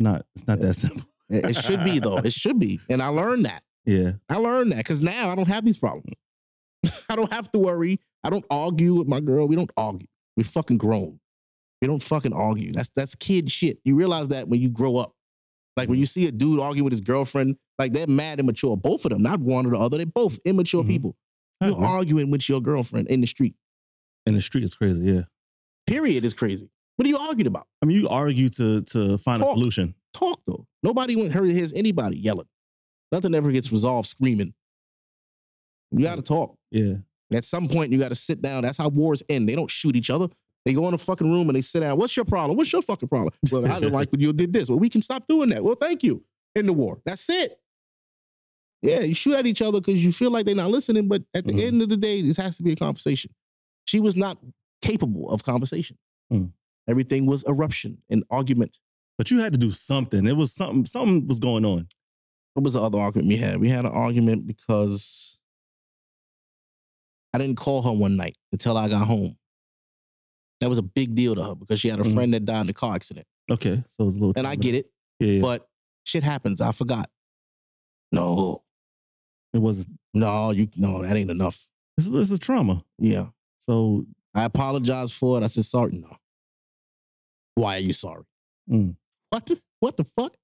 [SPEAKER 1] not. It's not that simple.
[SPEAKER 3] It it should be though. It should be. And I learned that.
[SPEAKER 1] Yeah.
[SPEAKER 3] I learned that because now I don't have these problems. I don't have to worry. I don't argue with my girl. We don't argue. We fucking grown. We don't fucking argue. That's that's kid shit. You realize that when you grow up. Like when you see a dude arguing with his girlfriend, like they're mad immature. Both of them, not one or the other. They're both immature
[SPEAKER 1] Mhm.
[SPEAKER 3] people. You're arguing with your girlfriend in the street.
[SPEAKER 1] In the street, it's crazy. Yeah.
[SPEAKER 3] Period is crazy. What are you arguing about?
[SPEAKER 1] I mean, you argue to to find a
[SPEAKER 3] Talk.
[SPEAKER 1] solution.
[SPEAKER 3] Talk though. Nobody went hurt hears anybody yelling. Nothing ever gets resolved screaming. You gotta talk.
[SPEAKER 1] Yeah.
[SPEAKER 3] At some point, you got to sit down. That's how wars end. They don't shoot each other. They go in a fucking room and they sit down. What's your problem? What's your fucking problem? Well, I didn't like when you did this. Well, we can stop doing that. Well, thank you. In the war. That's it. Yeah, you shoot at each other because you feel like they're not listening. But at the
[SPEAKER 1] Mhm.
[SPEAKER 3] end of the day, this has to be a conversation. She was not capable of conversation.
[SPEAKER 1] Mm.
[SPEAKER 3] Everything was eruption and argument.
[SPEAKER 1] But you had to do something. It was something. Something was going on.
[SPEAKER 3] what was the other argument we had? We had an argument because I didn't call her one night until I got home. That was a big deal to her because she had a
[SPEAKER 1] Mhm.
[SPEAKER 3] friend that died in a car accident.
[SPEAKER 1] Okay. So it was a little.
[SPEAKER 3] And I get it,
[SPEAKER 1] Yeah. yeah.
[SPEAKER 3] but shit happens. I forgot. No,
[SPEAKER 1] it wasn't.
[SPEAKER 3] no, you no, that ain't enough.
[SPEAKER 1] This, is- this is trauma.
[SPEAKER 3] Yeah.
[SPEAKER 1] So
[SPEAKER 3] I apologized for it. I said, sorry. No. Why are you sorry?
[SPEAKER 1] Mm.
[SPEAKER 3] What the, what the fuck?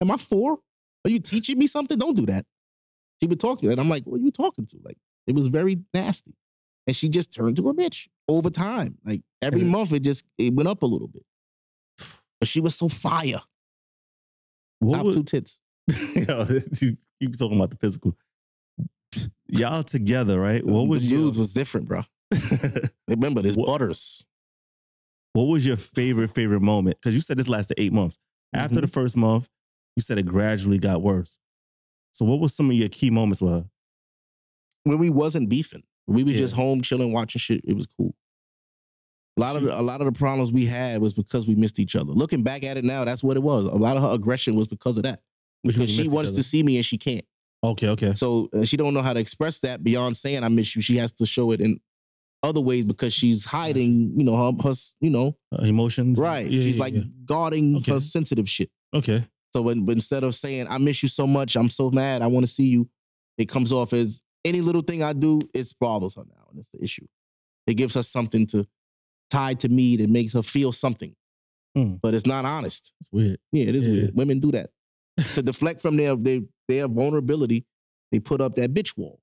[SPEAKER 3] Am I four? Are you teaching me something? Don't do that. She would talk to me. And I'm like, what are you talking to? Like, it was very nasty. And she just turned to a bitch over time. Like every
[SPEAKER 1] And it-
[SPEAKER 3] month it just it went up a little bit. But she was so fire.
[SPEAKER 1] what
[SPEAKER 3] Top
[SPEAKER 1] would-
[SPEAKER 3] two tits.
[SPEAKER 1] Yo, you keep talking about the physical. Y'all together, right? What
[SPEAKER 3] the
[SPEAKER 1] was your,
[SPEAKER 3] dudes was different, bro. Remember, there's
[SPEAKER 1] What-
[SPEAKER 3] butters.
[SPEAKER 1] what was your favorite favorite moment? Because you said this lasted eight months. After
[SPEAKER 3] Mm-hmm.
[SPEAKER 1] the first month, you said it gradually got worse. So what was some of your key moments with her?
[SPEAKER 3] when we wasn't beefing. We was
[SPEAKER 1] Yeah.
[SPEAKER 3] just home chilling, watching shit. It was cool. A lot of the, a lot of the problems we had was because we missed each other. Looking back at it now, that's what it was. A lot of her aggression was because of that.
[SPEAKER 1] Which
[SPEAKER 3] Because she wants to see me and she can't.
[SPEAKER 1] Okay, okay.
[SPEAKER 3] So uh, she don't know how to express that beyond saying I miss you. She has to show it in other ways because she's hiding, you know, her, her s- you know,
[SPEAKER 1] Uh, emotions.
[SPEAKER 3] right.
[SPEAKER 1] Yeah,
[SPEAKER 3] she's
[SPEAKER 1] yeah,
[SPEAKER 3] like
[SPEAKER 1] yeah.
[SPEAKER 3] guarding her
[SPEAKER 1] Okay.
[SPEAKER 3] sensitive shit.
[SPEAKER 1] okay.
[SPEAKER 3] So when, but instead of saying I miss you so much, I'm so mad, I want to see you, it comes off as any little thing I do, it bothers her now, and it's the issue. It gives her something to tie to me that makes her feel something,
[SPEAKER 1] Hmm.
[SPEAKER 3] but it's not honest.
[SPEAKER 1] That's weird.
[SPEAKER 3] Yeah, it is
[SPEAKER 1] Yeah.
[SPEAKER 3] weird. Women do that to deflect from their, their their vulnerability. They put up that bitch wall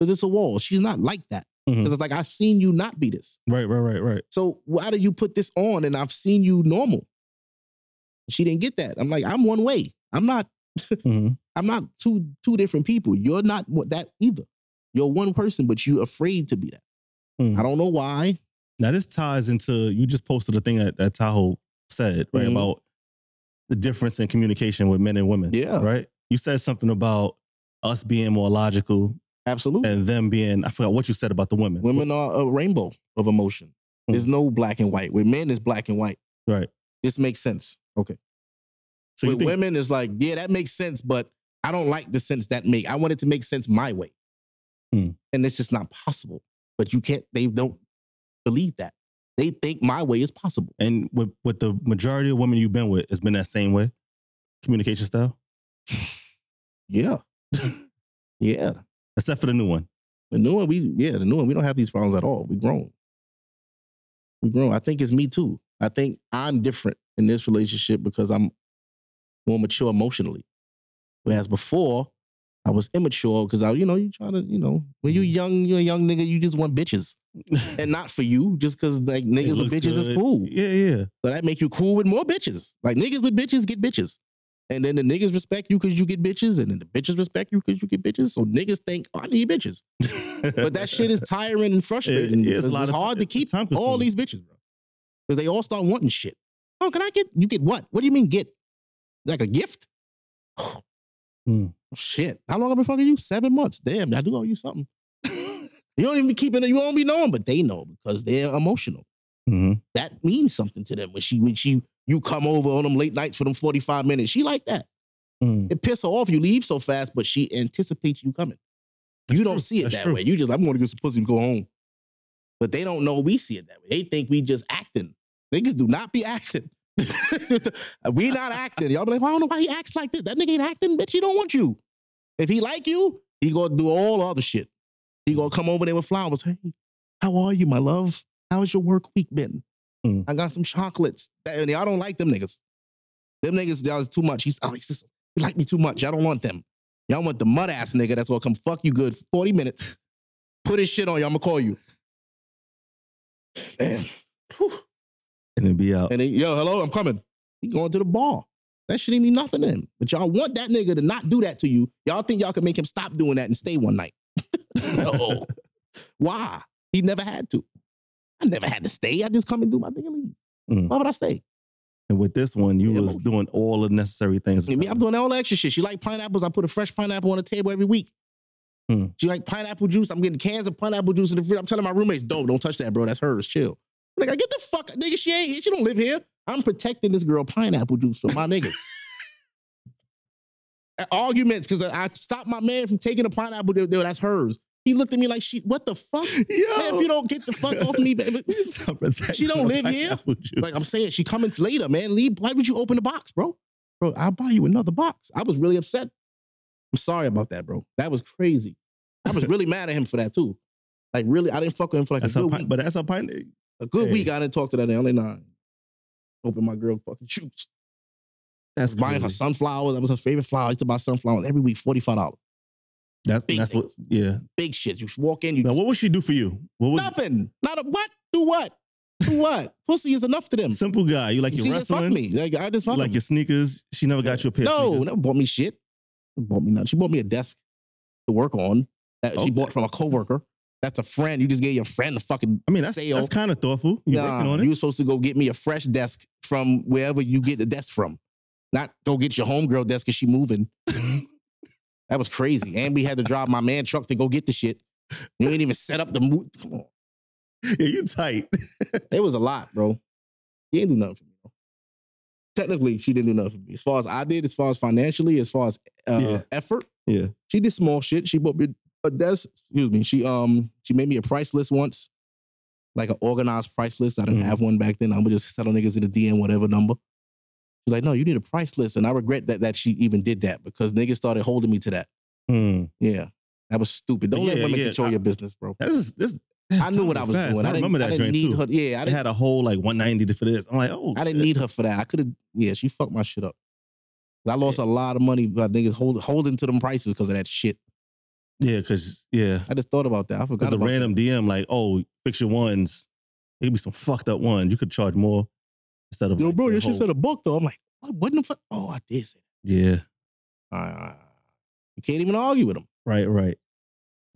[SPEAKER 3] because it's a wall. She's not like that
[SPEAKER 1] Mhm.
[SPEAKER 3] because it's like I've seen you not be this.
[SPEAKER 1] Right, right, right, right.
[SPEAKER 3] So why do you put this on and I've seen you normal? She didn't get that. I'm like, I'm one way. I'm not
[SPEAKER 1] Mhm.
[SPEAKER 3] I'm not two two different people. You're not wha- that either. You're one person, but you're afraid to be that.
[SPEAKER 1] Mm.
[SPEAKER 3] I don't know why.
[SPEAKER 1] Now this ties into you just posted a thing that, that Tahoe said, right?
[SPEAKER 3] Mhm.
[SPEAKER 1] About the difference in communication with men and women.
[SPEAKER 3] Yeah.
[SPEAKER 1] Right? You said something about us being more logical
[SPEAKER 3] Absolutely,
[SPEAKER 1] and them being I forgot what you said about the women.
[SPEAKER 3] women are a rainbow of emotion.
[SPEAKER 1] Mm.
[SPEAKER 3] There's no black and white. With men, it's black and white.
[SPEAKER 1] Right.
[SPEAKER 3] This makes sense. Okay.
[SPEAKER 1] So you
[SPEAKER 3] With
[SPEAKER 1] think,
[SPEAKER 3] women, it's like, yeah, that makes sense, but I don't like the sense that make. I want it to make sense my way,
[SPEAKER 1] Mm.
[SPEAKER 3] and it's just not possible. But you can't. They don't believe that. They think my way is possible.
[SPEAKER 1] and with, with the majority of women you've been with, it's been that same way, communication style,
[SPEAKER 3] Yeah. yeah.
[SPEAKER 1] except for the new one.
[SPEAKER 3] The new one, we yeah, the new one, we don't have these problems at all. We grown. We grown. I think it's me too. I think I'm different in this relationship because I'm more mature emotionally. Whereas before, I was immature because I, you know, you try to, you know, when
[SPEAKER 1] Mm-hmm.
[SPEAKER 3] you young, you're a young nigga, you just want bitches. and not for you, just cause like
[SPEAKER 1] It
[SPEAKER 3] niggas with
[SPEAKER 1] looks
[SPEAKER 3] bitches is
[SPEAKER 1] good.
[SPEAKER 3] cool.
[SPEAKER 1] Yeah, yeah.
[SPEAKER 3] So that make you cool with more bitches. Like niggas with bitches get bitches. And then the niggas respect you because you get bitches, and then the bitches respect you because you get bitches. So niggas think, oh, I need bitches but that shit is tiring and frustrating.
[SPEAKER 1] It- it's a
[SPEAKER 3] because
[SPEAKER 1] lot
[SPEAKER 3] it's
[SPEAKER 1] of-
[SPEAKER 3] hard to
[SPEAKER 1] it's
[SPEAKER 3] keep
[SPEAKER 1] time
[SPEAKER 3] all
[SPEAKER 1] consuming.
[SPEAKER 3] these bitches, bro. Because they all start wanting shit. Oh, can I get you get what? What do you mean get? Like a gift?
[SPEAKER 1] Hmm.
[SPEAKER 3] Shit. How long I been fucking you? Seven months. Damn, I do owe you something. you don't even be keeping it, you won't be knowing, but they know because they're emotional.
[SPEAKER 1] Mhm.
[SPEAKER 3] That means something to them when she when she you come over on them late nights for them 45 minutes. She like that.
[SPEAKER 1] Mm.
[SPEAKER 3] It piss her off. You leave so fast, but she anticipates you coming. You don't
[SPEAKER 1] true.
[SPEAKER 3] see it
[SPEAKER 1] That's
[SPEAKER 3] that
[SPEAKER 1] true.
[SPEAKER 3] way. You just, I'm going to get some pussy and go home. But they don't know we see it that way. They think we just acting. Niggas do not be acting. we not acting. Y'all be like, well, I don't know why he acts like this. That nigga ain't acting, bitch. He don't want you. If he like you, he gonna do all the other shit. He gonna come over there with flowers. Hey, how are you, my love? How's your work week been?
[SPEAKER 1] Mm.
[SPEAKER 3] I got some chocolates. That- And y'all don't like them niggas. Them niggas, y'all is too much. He's, oh, he's just, he like me too much. Y'all don't want them. Y'all want the mud ass nigga that's gonna come fuck you good 40 minutes. Put his shit on you. I'm gonna call you. Man. Whew.
[SPEAKER 1] and then be out.
[SPEAKER 3] And then, yo, hello, I'm coming. He going to the bar. That shit ain't mean nothing to him. But y'all want that nigga to not do that to you. Y'all think y'all can make him stop doing that and stay one night. no. Why? He never had to. I never had to stay. I just come and do my thing and leave.
[SPEAKER 1] Mm.
[SPEAKER 3] Why would I stay?
[SPEAKER 1] And with this one, you
[SPEAKER 3] Yeah,
[SPEAKER 1] was doing all the necessary things.
[SPEAKER 3] Me, I'm doing all the extra shit. She like pineapples. I put a fresh pineapple on the table every week.
[SPEAKER 1] Mm.
[SPEAKER 3] She like pineapple juice. I'm getting cans of pineapple juice in the fridge. I'm telling my roommates, dope, don't touch that, bro. That's hers. Chill. I'm like, get the fuck, nigga. She ain't. here. She don't live here. I'm protecting this girl pineapple juice from my niggas. Uh, Arguments because I I stopped my man from taking a pineapple. Dude, that's hers. He looked at me like, she, what the fuck? Man, if you don't get the fuck off me, baby. She don't live here? Like I'm saying, she coming later, man. Leave. Why would you open the box, bro? Bro, I'll buy you another box. I was really upset. I'm sorry about that, bro. That was crazy. I was really mad at him for that too. Like really, I didn't fuck with him for like
[SPEAKER 1] that's
[SPEAKER 3] a
[SPEAKER 1] a
[SPEAKER 3] good
[SPEAKER 1] pine,
[SPEAKER 3] week.
[SPEAKER 1] but that's a pine.
[SPEAKER 3] A good
[SPEAKER 1] Hey.
[SPEAKER 3] week, I didn't talk to that. I'm like, nah. Open my girl fucking shoes.
[SPEAKER 1] That's
[SPEAKER 3] Buying her
[SPEAKER 1] crazy.
[SPEAKER 3] sunflowers. That was her favorite flower. I used to buy sunflowers every week, forty five dollars.
[SPEAKER 1] That's
[SPEAKER 3] big
[SPEAKER 1] that's what. Yeah.
[SPEAKER 3] Big shit. You walk in, you
[SPEAKER 1] Now, what would she do for you? What was
[SPEAKER 3] nothing. Not a what? Do what? Do what? Pussy is enough to them.
[SPEAKER 1] simple guy? You like your
[SPEAKER 3] she just fucked
[SPEAKER 1] wrestling?
[SPEAKER 3] me. Like, I just
[SPEAKER 1] You
[SPEAKER 3] fucked
[SPEAKER 1] like
[SPEAKER 3] him.
[SPEAKER 1] your sneakers? She never got you a pair.
[SPEAKER 3] No,
[SPEAKER 1] of sneakers.
[SPEAKER 3] never bought me shit. Never Bought me nothing. She bought me a desk to work on that she
[SPEAKER 1] Okay.
[SPEAKER 3] bought from a coworker. That's a friend. You just gave your friend a fucking.
[SPEAKER 1] I mean, that's
[SPEAKER 3] sale.
[SPEAKER 1] that's kind of thoughtful. You
[SPEAKER 3] Nah,
[SPEAKER 1] working on it?
[SPEAKER 3] you were supposed to go get me a fresh desk from wherever you get the desk from, not go get your homegirl desk because she moving. that was crazy. And we had to drive my man truck to go get the shit. You ain't even set up the move. Come on,
[SPEAKER 1] yeah, you tight.
[SPEAKER 3] it was a lot, bro. You ain't do nothing for me. Bro. Technically, she didn't do nothing for me. As far as I did, as far as financially, as far as uh,
[SPEAKER 1] Yeah.
[SPEAKER 3] effort,
[SPEAKER 1] Yeah.
[SPEAKER 3] She did small shit. She bought me a desk. Excuse me. She um she made me a price list once, like an organized price list. I didn't
[SPEAKER 1] Mhm.
[SPEAKER 3] have one back then. I would just settle niggas in the DM whatever number. She's like, no, you need a price list, and I regret that that she even did that because niggas started holding me to that.
[SPEAKER 1] Hmm.
[SPEAKER 3] Yeah, that was stupid. Don't let
[SPEAKER 1] Yeah,
[SPEAKER 3] women
[SPEAKER 1] yeah.
[SPEAKER 3] control
[SPEAKER 1] I-
[SPEAKER 3] your business, bro.
[SPEAKER 1] That's this.
[SPEAKER 3] I knew what I was
[SPEAKER 1] fast.
[SPEAKER 3] doing.
[SPEAKER 1] I,
[SPEAKER 3] I, didn't,
[SPEAKER 1] remember
[SPEAKER 3] I
[SPEAKER 1] that
[SPEAKER 3] didn't
[SPEAKER 1] drink
[SPEAKER 3] need
[SPEAKER 1] too.
[SPEAKER 3] her. Yeah,
[SPEAKER 1] They
[SPEAKER 3] I didn't,
[SPEAKER 1] had a whole like 190 for this. I'm like, oh,
[SPEAKER 3] I didn't need her for that. I could have. Yeah, she fucked my shit up. I lost a lot of money by niggas hold, holding to them prices because of that shit.
[SPEAKER 1] Yeah, because yeah,
[SPEAKER 3] I just thought about that. I
[SPEAKER 1] with
[SPEAKER 3] forgot
[SPEAKER 1] the
[SPEAKER 3] about
[SPEAKER 1] random DM like, oh, fix your ones. It could be some fucked up ones. You could charge more instead of
[SPEAKER 3] Yo,
[SPEAKER 1] like,
[SPEAKER 3] bro,
[SPEAKER 1] the
[SPEAKER 3] your shit
[SPEAKER 1] whole-
[SPEAKER 3] said a book though. I'm like, what? What the fuck? Oh, I did say.
[SPEAKER 1] Yeah,
[SPEAKER 3] that. All right, all right, all right. You can't even argue with him.
[SPEAKER 1] right, right.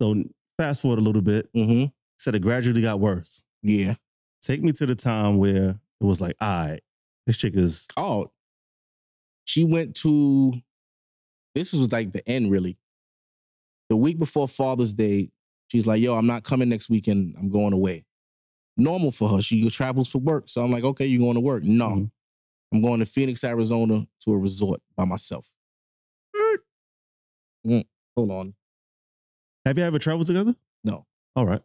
[SPEAKER 1] So fast forward a little bit.
[SPEAKER 3] Mm-hmm.
[SPEAKER 1] Said it gradually got worse.
[SPEAKER 3] Yeah.
[SPEAKER 1] Take me to the time where it was like, all right, this chick is
[SPEAKER 3] Oh, she went to. This was like the end, really. The week before Father's Day, she's like, "Yo, I'm not coming next weekend. I'm going away." Normal for her. She travels for work, so I'm like, "Okay, you going to work?" No,
[SPEAKER 1] Mhm.
[SPEAKER 3] I'm going to Phoenix, Arizona, to a resort by myself. Mm, Hold on.
[SPEAKER 1] Have you ever traveled together?
[SPEAKER 3] No.
[SPEAKER 1] All right.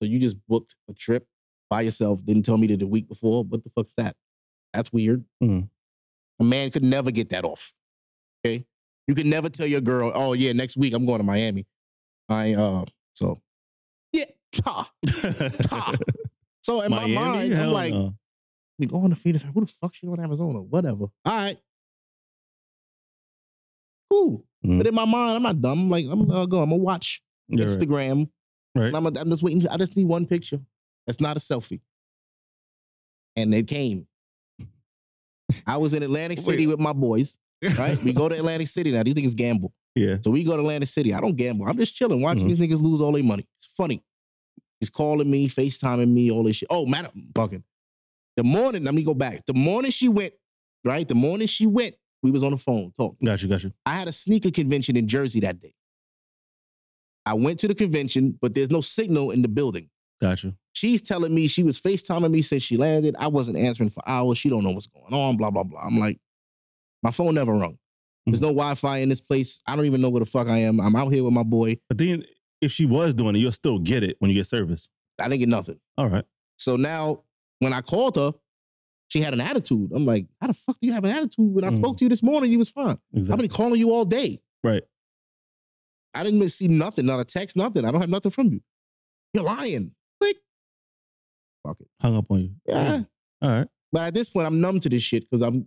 [SPEAKER 3] So you just booked a trip by yourself, didn't tell me that the week before. What the fuck's that? That's weird.
[SPEAKER 1] Mm.
[SPEAKER 3] A man could never get that off. Okay. You could never tell your girl, oh yeah, next week I'm going to Miami. I uh so yeah. ha, ha. So in my mind, I'm
[SPEAKER 1] Hell
[SPEAKER 3] like,
[SPEAKER 1] no.
[SPEAKER 3] we going to Phoenix. Who the fuck she on Arizona? Whatever. All right. Cool.
[SPEAKER 1] Mm.
[SPEAKER 3] But in my mind, I'm not dumb. I'm like, I'm gonna go, I'm gonna watch
[SPEAKER 1] You're right.
[SPEAKER 3] Instagram.
[SPEAKER 1] Right.
[SPEAKER 3] And I'm, I'm just waiting. I just need one picture. That's not a selfie. And it came. I was in Atlantic City with my boys. Right, we go to Atlantic City now. These niggas gamble,
[SPEAKER 1] Yeah. Mm-hmm.
[SPEAKER 3] so we go to Atlantic City. I don't gamble. I'm just chilling, watching these niggas lose all their money. It's funny. He's calling me, FaceTiming me, all this shit. Oh, man, I'm bugging. The morning, let me go back. The morning she went, right? The morning she went, we was on the phone talking.
[SPEAKER 1] Got you, got you.
[SPEAKER 3] I had a sneaker convention in Jersey that day. I went to the convention, but there's no signal in the building.
[SPEAKER 1] Got you.
[SPEAKER 3] She's telling me she was FaceTiming me since she landed. I wasn't answering for hours. She don't know what's going on, blah, blah, blah. I'm like, my phone never rung. There's no Wi-Fi in this place. I don't even know where the fuck I am. I'm out here with my boy.
[SPEAKER 1] But then if she was doing it, you'll still get it when you get service.
[SPEAKER 3] I didn't get nothing.
[SPEAKER 1] All right.
[SPEAKER 3] So now when I called her, she had an attitude. I'm like, how the fuck do you have an attitude? When I spoke to you this morning, you was fine. I've
[SPEAKER 1] Exactly.
[SPEAKER 3] been calling you all day.
[SPEAKER 1] Right.
[SPEAKER 3] I didn't miss- see nothing, not a text, nothing. I don't have nothing from you. You're lying.
[SPEAKER 1] Hung up on you.
[SPEAKER 3] Yeah.
[SPEAKER 1] All right.
[SPEAKER 3] But at this point, I'm numb to this shit because I'm,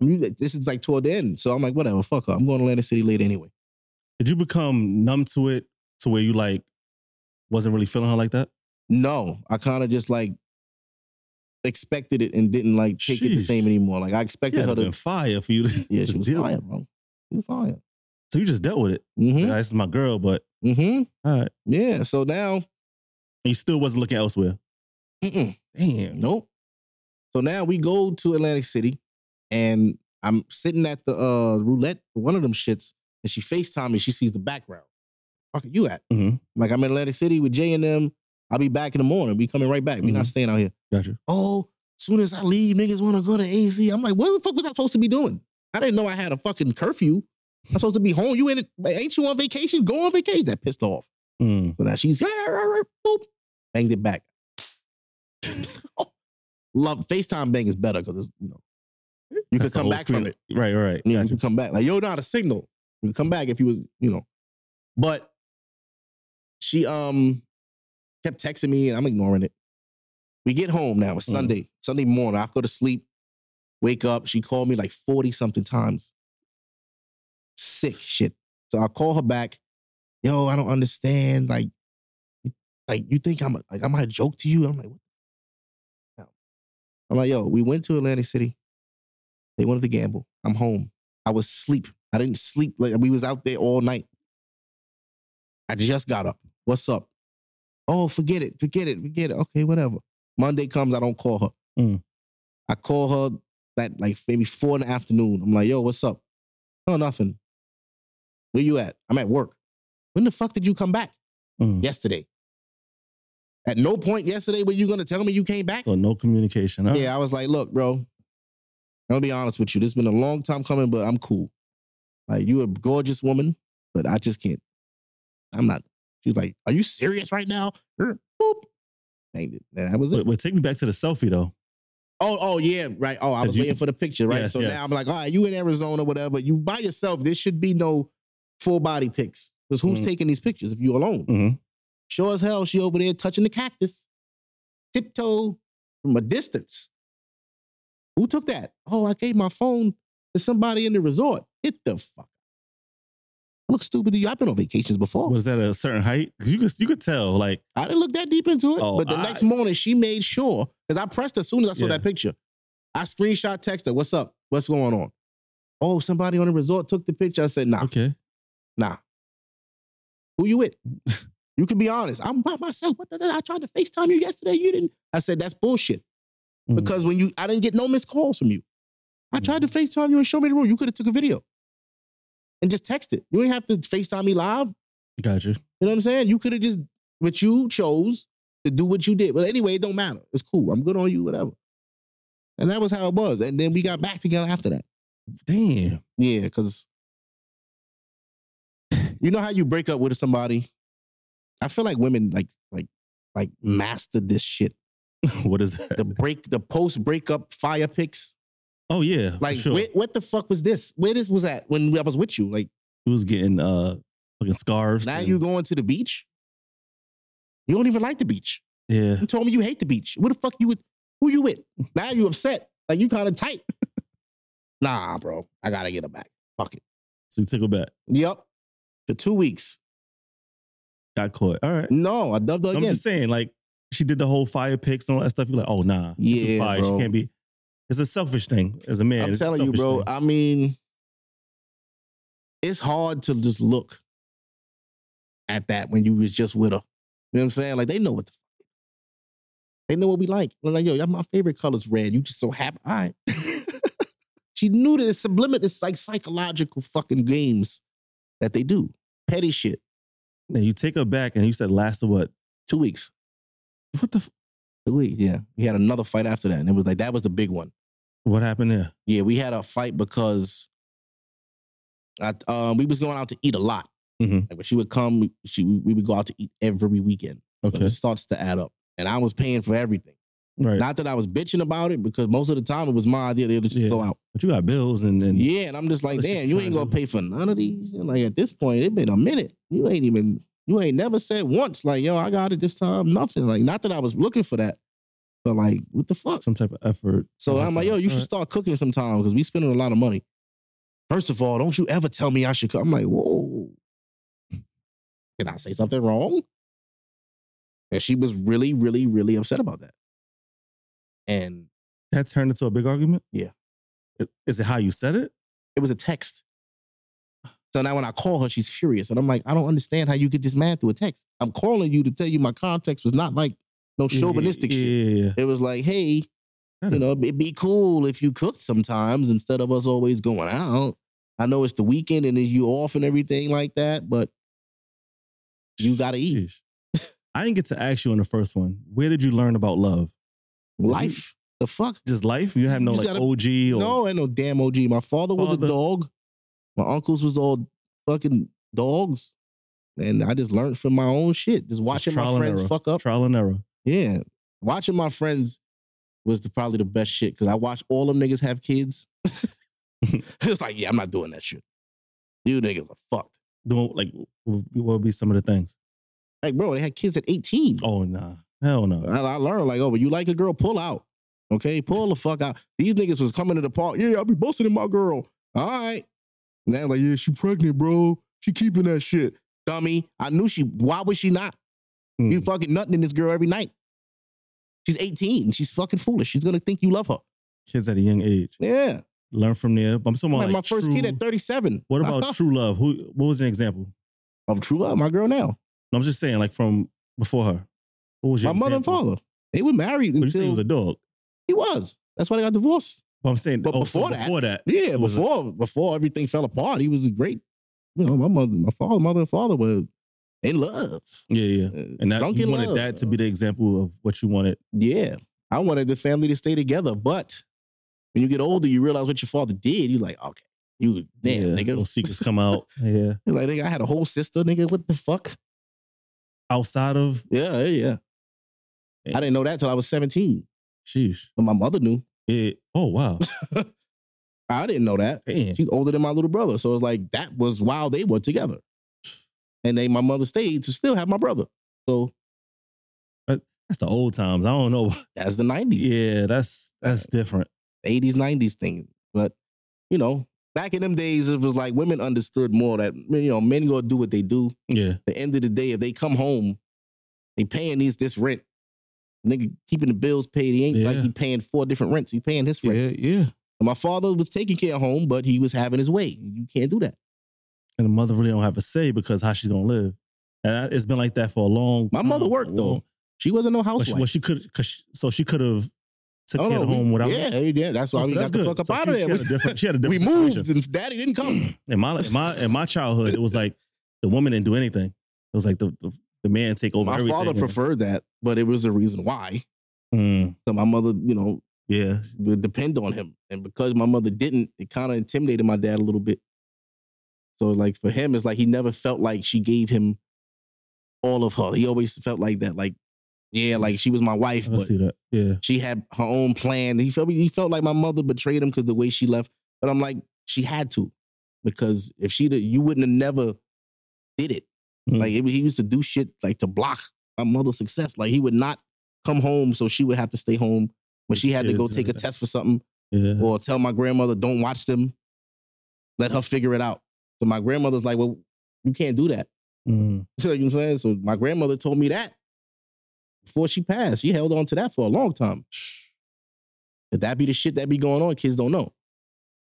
[SPEAKER 3] I'm. This is like toward the end, so I'm like, whatever, fuck her. I'm going to Atlantic City late anyway.
[SPEAKER 1] Did you become numb to it to where you like wasn't really feeling her like that?
[SPEAKER 3] No, I kind of just like expected it and didn't like take it the
[SPEAKER 1] Sheesh.
[SPEAKER 3] same anymore. Like I expected
[SPEAKER 1] Yeah,
[SPEAKER 3] her
[SPEAKER 1] it'd been
[SPEAKER 3] to.
[SPEAKER 1] fire for you to
[SPEAKER 3] Yeah,
[SPEAKER 1] just
[SPEAKER 3] she was
[SPEAKER 1] deal.
[SPEAKER 3] fire, bro. She was fire.
[SPEAKER 1] So you just dealt with it. Like,
[SPEAKER 3] Mm-hmm.
[SPEAKER 1] "Ah, this is my girl, but
[SPEAKER 3] Mm-hmm.
[SPEAKER 1] all right.
[SPEAKER 3] Yeah. So now,
[SPEAKER 1] And you still wasn't looking elsewhere. Damn.
[SPEAKER 3] nope. So now we go to Atlantic City, and I'm sitting at the uh, roulette, one of them shits, and she Facetime me. She sees the background. Fuck are you at?
[SPEAKER 1] Mhm.
[SPEAKER 3] Like I'm in Atlantic City with Jay and them. I'll be back in the morning. We coming right back. We not staying out here.
[SPEAKER 1] Gotcha.
[SPEAKER 3] Oh, soon as I leave, niggas want to go to AC. I'm like, what the fuck was I supposed to be doing? I didn't know I had a fucking curfew. I'm supposed to be home. You in it? like, Ain't you on vacation? Go on vacation. That pissed her off.
[SPEAKER 1] Mm.
[SPEAKER 3] So now she's boop, banged it back. Love FaceTime bang is better because it's you know you
[SPEAKER 1] That's
[SPEAKER 3] could
[SPEAKER 1] the Mm-hmm.
[SPEAKER 3] come
[SPEAKER 1] whole
[SPEAKER 3] back
[SPEAKER 1] screen.
[SPEAKER 3] from it.
[SPEAKER 1] Right, right.
[SPEAKER 3] Yeah, you
[SPEAKER 1] Gotcha.
[SPEAKER 3] could come back. Like yo, not a signal. You could come back if you was you know. But she um kept texting me and I'm ignoring it. We get home now. It's
[SPEAKER 1] Mhm.
[SPEAKER 3] Sunday. Sunday morning. I go to sleep. Wake up. She called me like 40 something times. Sick shit. So I call her back. Yo, I don't understand. Like, like you think I'm a, like I might joke to you? I'm like, what? No. I'm like, yo, we went to Atlantic City. They wanted to gamble. I'm home. I was sleep. I didn't sleep. Like we was out there all night. I just got up. What's up? Oh, forget it. Forget it. Forget it. Okay, whatever. Monday comes, I don't call her.
[SPEAKER 1] Mm.
[SPEAKER 3] I call her that like maybe four in the afternoon. I'm like, yo, what's up? Oh, nothing. Where you at? I'm at work. When the fuck did you come back?
[SPEAKER 1] Mm.
[SPEAKER 3] Yesterday. At no point yesterday were you gonna tell me you came back?
[SPEAKER 1] So no communication. All right.
[SPEAKER 3] Yeah, I was like, look, bro, I'm gonna be honest with you. This has been a long time coming, but I'm cool. Like, you a gorgeous woman, but I just can't. I'm not. She's like, are you serious right now? Er, Boop. Banged it. And that was it.
[SPEAKER 1] Wait, wait, take me back to the selfie though.
[SPEAKER 3] Oh, oh yeah, right. Oh, I
[SPEAKER 1] Did
[SPEAKER 3] was
[SPEAKER 1] you-
[SPEAKER 3] waiting for the picture, right?
[SPEAKER 1] Yes,
[SPEAKER 3] so
[SPEAKER 1] yes.
[SPEAKER 3] now I'm like, all right, you in Arizona, whatever. You by yourself. There should be no full body pics. Because who's
[SPEAKER 1] Mhm.
[SPEAKER 3] taking these pictures if you alone?
[SPEAKER 1] Mhm.
[SPEAKER 3] Sure as hell, she over there touching the cactus, tiptoe from a distance. Who took that? Oh, I gave my phone to somebody in the resort. Hit the fuck. I look stupid to you. I've been on vacations before.
[SPEAKER 1] Was that a certain height? 'Cause You could you could tell like
[SPEAKER 3] I didn't look that deep into it.
[SPEAKER 1] Oh,
[SPEAKER 3] but the
[SPEAKER 1] I-
[SPEAKER 3] next morning, she made sure because I pressed as soon as I saw
[SPEAKER 1] Yeah.
[SPEAKER 3] that picture. I screenshot text her, "What's up? What's going on?" Oh, somebody on the resort took the picture. I said, "Nah,
[SPEAKER 1] okay.
[SPEAKER 3] nah. Who you with? you can be honest. I'm by myself. What the, I tried to Facetime you yesterday. You didn't." I said, "That's bullshit."
[SPEAKER 1] Mhm.
[SPEAKER 3] Because when you, I didn't get no missed calls from you. I tried to
[SPEAKER 1] Hmm.
[SPEAKER 3] Facetime you and show me the room. You could have took a video and just text it. You ain't have to Facetime me live.
[SPEAKER 1] Gotcha.
[SPEAKER 3] You know what I'm saying? You could have just, but you chose to do what you did. But anyway, it don't matter. It's cool. I'm good on you, whatever. And that was how it was. And then we got back together after that.
[SPEAKER 1] Damn.
[SPEAKER 3] Yeah, because you know how you break up with somebody. I feel like women like like like mastered this shit.
[SPEAKER 1] what is that?
[SPEAKER 3] The break, the post breakup fire pics.
[SPEAKER 1] Oh yeah. Like
[SPEAKER 3] Like,
[SPEAKER 1] sure.
[SPEAKER 3] where, what the fuck was this? Where this was at when I was with you? Like,
[SPEAKER 1] he was getting uh fucking scarves.
[SPEAKER 3] now
[SPEAKER 1] and-
[SPEAKER 3] you going to the beach? You don't even like the beach.
[SPEAKER 1] Yeah.
[SPEAKER 3] You told me you hate the beach. What the fuck you with? Who you with? Now you upset. Like you kind of tight. nah, bro. I gotta get her back. Fuck it.
[SPEAKER 1] So you took her back.
[SPEAKER 3] Yep. For two weeks.
[SPEAKER 1] Got caught. All right.
[SPEAKER 3] No, I dubbed her
[SPEAKER 1] I'm
[SPEAKER 3] again.
[SPEAKER 1] just saying, like, she did the whole fire pics and all that stuff. You're like, oh nah. It's too
[SPEAKER 3] Yeah,
[SPEAKER 1] fire.
[SPEAKER 3] bro.
[SPEAKER 1] She can't be. It's a selfish thing as a man.
[SPEAKER 3] I'm
[SPEAKER 1] It's a
[SPEAKER 3] telling you,
[SPEAKER 1] selfish
[SPEAKER 3] bro.
[SPEAKER 1] thing.
[SPEAKER 3] I mean, it's hard to just look at that when you was just with her. You know what I'm saying? Like they know what the fuck. They know what we like. They're like, yo, y'all- my favorite color's red. You just so happy. All right. she knew that it's subliminal. It's like psychological fucking games that they do. Petty shit.
[SPEAKER 1] Now you take her back and you said last of what?
[SPEAKER 3] Two weeks.
[SPEAKER 1] What the? F-
[SPEAKER 3] Two weeks. Yeah. We had another fight after that. And it was like, that was the big one.
[SPEAKER 1] what happened there?
[SPEAKER 3] Yeah, we had a fight because I, um, we was going out to eat a lot.
[SPEAKER 1] Mhm.
[SPEAKER 3] Like when she would come, we- she we would go out to eat every weekend. So
[SPEAKER 1] Okay.
[SPEAKER 3] it starts to add up, and I was paying for everything.
[SPEAKER 1] Right.
[SPEAKER 3] Not that I was bitching about it because most of the time it was my idea. They'll just
[SPEAKER 1] Yeah.
[SPEAKER 3] go out.
[SPEAKER 1] but you got bills and then
[SPEAKER 3] Yeah, and I'm just like,
[SPEAKER 1] Let's
[SPEAKER 3] damn,
[SPEAKER 1] just
[SPEAKER 3] you
[SPEAKER 1] try
[SPEAKER 3] ain't gonna
[SPEAKER 1] to-
[SPEAKER 3] pay for none of these. And like at this point, it been a minute. You ain't even, you ain't never said once, like, yo, I got it this time. Nothing. Like, not that I was looking for that, but like, what the fuck?
[SPEAKER 1] some type of effort.
[SPEAKER 3] So I'm like, yo, you should start cooking sometime because we spending a lot of money. First of all, don't you ever tell me I should cook. I'm like, whoa. Did I say something wrong? And she was really, really, really upset about that. And
[SPEAKER 1] that turned into a big argument.
[SPEAKER 3] Yeah.
[SPEAKER 1] I- Is it how you said it?
[SPEAKER 3] It was a text. So now when I call her, she's furious. And I'm like, I don't understand how you get this mad through a text. I'm calling you to tell you my context was not like no chauvinistic
[SPEAKER 1] yeah,
[SPEAKER 3] shit.
[SPEAKER 1] Yeah, yeah, yeah.
[SPEAKER 3] It was like, hey,
[SPEAKER 1] That
[SPEAKER 3] you
[SPEAKER 1] is-
[SPEAKER 3] know, it'd be cool if you cooked sometimes instead of us always going out. I know it's the weekend and then you off and everything like that, but you gotta eat.
[SPEAKER 1] Sheesh. I didn't get to ask you in the first one. Where did you learn about love?
[SPEAKER 3] Life. The fuck?
[SPEAKER 1] Just life? You had no
[SPEAKER 3] You
[SPEAKER 1] like
[SPEAKER 3] gotta-
[SPEAKER 1] OG or
[SPEAKER 3] No, ain't no damn OG. My father was
[SPEAKER 1] Father.
[SPEAKER 3] a dog. My uncles was all fucking dogs. And I just learned from my own shit. Just watching
[SPEAKER 1] trial
[SPEAKER 3] my
[SPEAKER 1] and
[SPEAKER 3] friends
[SPEAKER 1] error.
[SPEAKER 3] fuck up.
[SPEAKER 1] trial and error.
[SPEAKER 3] Yeah. Watching my friends was the, probably the best shit because I watched all them niggas have kids. it's like, yeah, I'm not doing that shit. You niggas are fucked.
[SPEAKER 1] Doing like what would be some of the things?
[SPEAKER 3] Like, bro, they had kids at 18.
[SPEAKER 1] Oh nah. Hell no.
[SPEAKER 3] And I learned, like, oh, but you like a girl, pull out. Okay, pull the fuck out. These niggas was coming to the park. Yeah, I'll be busting in my girl. All right. Now, like, yeah, she pregnant, bro. She keeping that shit. Dummy. I knew she, why was she not? You
[SPEAKER 1] Mm.
[SPEAKER 3] fucking nutting in this girl every night. She's 18. She's fucking foolish. She's gonna think you love her.
[SPEAKER 1] Kids at a young age.
[SPEAKER 3] Yeah.
[SPEAKER 1] Learn from there. I'm talking about
[SPEAKER 3] Like,
[SPEAKER 1] like,
[SPEAKER 3] my first
[SPEAKER 1] true-
[SPEAKER 3] kid at 37.
[SPEAKER 1] What about true love? Who what was an example?
[SPEAKER 3] of true love? My girl now.
[SPEAKER 1] I'm just saying, like from before her. What was
[SPEAKER 3] My
[SPEAKER 1] your
[SPEAKER 3] mother and
[SPEAKER 1] example?
[SPEAKER 3] father. They were married
[SPEAKER 1] But Oh,
[SPEAKER 3] until
[SPEAKER 1] you said he was a dog.
[SPEAKER 3] he was. That's why they got divorced.
[SPEAKER 1] But I'm saying
[SPEAKER 3] But
[SPEAKER 1] oh, so
[SPEAKER 3] before that-
[SPEAKER 1] before that.
[SPEAKER 3] Yeah,
[SPEAKER 1] It was a-
[SPEAKER 3] before before everything fell apart, he was a great. You know, my mother, my father, mother and father were in love.
[SPEAKER 1] Yeah, yeah.
[SPEAKER 3] Uh,
[SPEAKER 1] And that
[SPEAKER 3] drunk
[SPEAKER 1] you
[SPEAKER 3] in
[SPEAKER 1] wanted
[SPEAKER 3] love.
[SPEAKER 1] that to be the example of what you wanted.
[SPEAKER 3] Yeah, I wanted the family to stay together, but when you get older, you realize what your father did. You're like, okay, you damn
[SPEAKER 1] yeah,
[SPEAKER 3] nigga.
[SPEAKER 1] Little secrets come out. yeah.
[SPEAKER 3] You're like, nigga, I had a whole sister, nigga. What the fuck?
[SPEAKER 1] Outside of
[SPEAKER 3] Yeah, yeah, yeah. I didn't know that till I was 17,
[SPEAKER 1] sheesh.
[SPEAKER 3] but my mother knew.
[SPEAKER 1] Yeah. Oh wow.
[SPEAKER 3] I didn't know that.
[SPEAKER 1] Damn.
[SPEAKER 3] She's older than my little brother. So it's like that was while they were together. And they my mother stayed to still have my brother. So
[SPEAKER 1] That's the old times. I don't know.
[SPEAKER 3] that's the 90s,
[SPEAKER 1] Yeah, that's that's different.
[SPEAKER 3] 80s, 90s thing. But you know, back in them days, it was like women understood more that you know, men gonna do what they do.
[SPEAKER 1] Yeah.
[SPEAKER 3] the end of the day, if they come home, they paying these this rent. Nigga keeping the bills paid. He ain't like
[SPEAKER 1] Yeah.
[SPEAKER 3] he paying four different rents. He paying his rent.
[SPEAKER 1] Yeah, yeah.
[SPEAKER 3] And my father was taking care of home, but he was having his way. You can't do that.
[SPEAKER 1] And the mother really don't have a say because how she's gonna live. And I, it's been like that for a long
[SPEAKER 3] My mother
[SPEAKER 1] time.
[SPEAKER 3] worked, though.
[SPEAKER 1] Long-
[SPEAKER 3] She wasn't no
[SPEAKER 1] Oh, But
[SPEAKER 3] housewife.
[SPEAKER 1] she, well, she could cause she, so she could have took
[SPEAKER 3] Oh,
[SPEAKER 1] care
[SPEAKER 3] no,
[SPEAKER 1] of
[SPEAKER 3] we-
[SPEAKER 1] home without
[SPEAKER 3] Yeah, yeah, that's why
[SPEAKER 1] Oh, so
[SPEAKER 3] we
[SPEAKER 1] that's
[SPEAKER 3] got the
[SPEAKER 1] good.
[SPEAKER 3] fuck up
[SPEAKER 1] So
[SPEAKER 3] out
[SPEAKER 1] she-
[SPEAKER 3] of there.
[SPEAKER 1] She had a different, she had a
[SPEAKER 3] we
[SPEAKER 1] different situation.
[SPEAKER 3] moved and daddy didn't come.
[SPEAKER 1] in my in my in my childhood, it was like the woman didn't do anything. It was like the the, the man take over.
[SPEAKER 3] my
[SPEAKER 1] everything
[SPEAKER 3] father
[SPEAKER 1] and-
[SPEAKER 3] preferred that, but it was a reason why.
[SPEAKER 1] Mm,
[SPEAKER 3] So my mother, you know,
[SPEAKER 1] yeah,
[SPEAKER 3] would depend on him. And because my mother didn't, it kind of intimidated my dad a little bit. So like for him, it's like he never felt like she gave him all of her. He always felt like that, like, yeah, like she was my
[SPEAKER 1] I
[SPEAKER 3] wife,
[SPEAKER 1] can
[SPEAKER 3] but
[SPEAKER 1] see that. Yeah,
[SPEAKER 3] she had her own plan. He felt he felt like my mother betrayed him because the way she left. But I'm like, she had to, because if she did, you wouldn't have never did it.
[SPEAKER 1] Mhm.
[SPEAKER 3] Like it, he used to do shit like to block my mother's success. Like he would not come home, so she would have to stay home when she had to go
[SPEAKER 1] Kids and
[SPEAKER 3] take a
[SPEAKER 1] everything.
[SPEAKER 3] test for something
[SPEAKER 1] yeah.
[SPEAKER 3] or tell my grandmother, don't watch them. Let her figure it out. So my grandmother's like, well, you can't do that.
[SPEAKER 1] Mm,
[SPEAKER 3] You know what I'm saying? So my grandmother told me that before she passed. She held on to that for a long time. If that be the shit that be going on, kids don't know.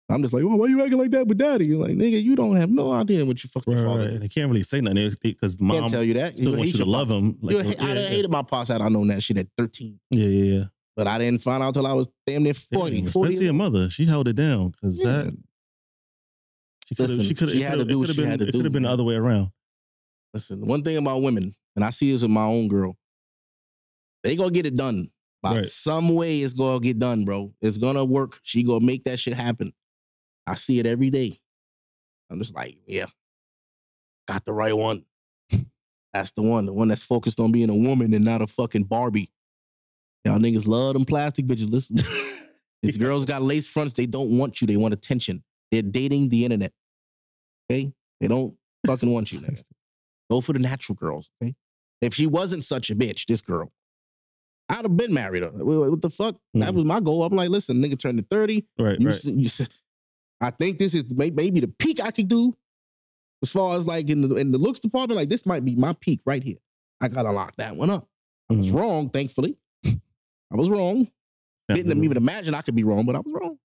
[SPEAKER 3] I'm just like, well, why you acting like that with daddy? You're like, nigga, you don't have no idea what your fucking
[SPEAKER 1] right, right,
[SPEAKER 3] father
[SPEAKER 1] right.
[SPEAKER 3] did.
[SPEAKER 1] And they can't really say nothing because
[SPEAKER 3] Can't
[SPEAKER 1] mom
[SPEAKER 3] tell you that.
[SPEAKER 1] still
[SPEAKER 3] You'll
[SPEAKER 1] wants
[SPEAKER 3] hate
[SPEAKER 1] you to
[SPEAKER 3] your
[SPEAKER 1] love
[SPEAKER 3] pops.
[SPEAKER 1] him. Like,
[SPEAKER 3] You'll hate- I
[SPEAKER 1] yeah,
[SPEAKER 3] done
[SPEAKER 1] yeah.
[SPEAKER 3] hated my pops had I known that shit at 13.
[SPEAKER 1] Yeah, yeah, yeah.
[SPEAKER 3] But I didn't find out till I was damn near
[SPEAKER 1] Damn,
[SPEAKER 3] 40.
[SPEAKER 1] respect
[SPEAKER 3] 40
[SPEAKER 1] to your mother. She held it down because
[SPEAKER 3] Yeah.
[SPEAKER 1] that she could have.
[SPEAKER 3] Listen,
[SPEAKER 1] She could have.
[SPEAKER 3] she had to do what
[SPEAKER 1] It
[SPEAKER 3] she had to
[SPEAKER 1] could
[SPEAKER 3] do,
[SPEAKER 1] have been the
[SPEAKER 3] man.
[SPEAKER 1] other way around.
[SPEAKER 3] Listen, one thing about women, and I see this with my own girl, they gonna get it done. By
[SPEAKER 1] Right.
[SPEAKER 3] some way, it's gonna get done, bro. It's gonna work. She gonna make that shit happen. I see it every day. I'm just like, yeah, got the right one. That's the one, the one that's focused on being a woman and not a fucking Barbie. Y'all niggas love them plastic bitches. Listen, these girls got lace fronts. They don't want you. They want attention. They're dating the internet. Okay, they don't fucking want you. Nigga. Go for the natural girls. Okay, if she wasn't such a bitch, this girl, I'd have been married. Her. What what the fuck? That
[SPEAKER 1] Mhm.
[SPEAKER 3] was my goal. I'm like, listen, nigga, turned to thirty.
[SPEAKER 1] Right,
[SPEAKER 3] You,
[SPEAKER 1] right.
[SPEAKER 3] s- you s- I think this is may- maybe the peak I could do as far as like in the in the looks department. Like this might be my peak right here. I gotta lock that one up. I was
[SPEAKER 1] Mhm.
[SPEAKER 3] wrong, thankfully. I was wrong. Didn't even imagine I could be wrong, but I was wrong.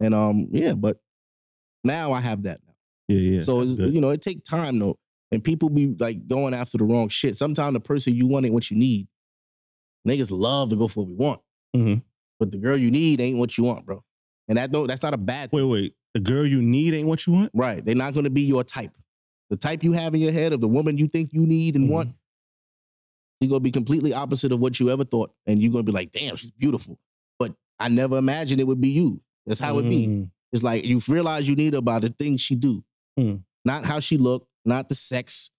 [SPEAKER 3] And um, yeah, but now I have that. Now.
[SPEAKER 1] Yeah, yeah.
[SPEAKER 3] so
[SPEAKER 1] that's
[SPEAKER 3] it's,
[SPEAKER 1] good.
[SPEAKER 3] you know, it take time though, and people be like going after the wrong shit. Sometimes the person you want ain't what you need. Niggas love to go for what we want,
[SPEAKER 1] Mhm.
[SPEAKER 3] but the girl you need ain't what you want, bro. And that don't, that's not a bad
[SPEAKER 1] wait, wait. The girl you need ain't what you want.
[SPEAKER 3] Right. They're not going to be your type. The type you have in your head of the woman you think you need and want,
[SPEAKER 1] Mm-hmm.
[SPEAKER 3] you're going to be completely opposite of what you ever thought. And you're going to be like, damn, she's beautiful. But I never imagined it would be you. That's how it be.
[SPEAKER 1] Mm.
[SPEAKER 3] It's like you realize you need her by the things she do.
[SPEAKER 1] Mm.
[SPEAKER 3] Not how she look, not the sex.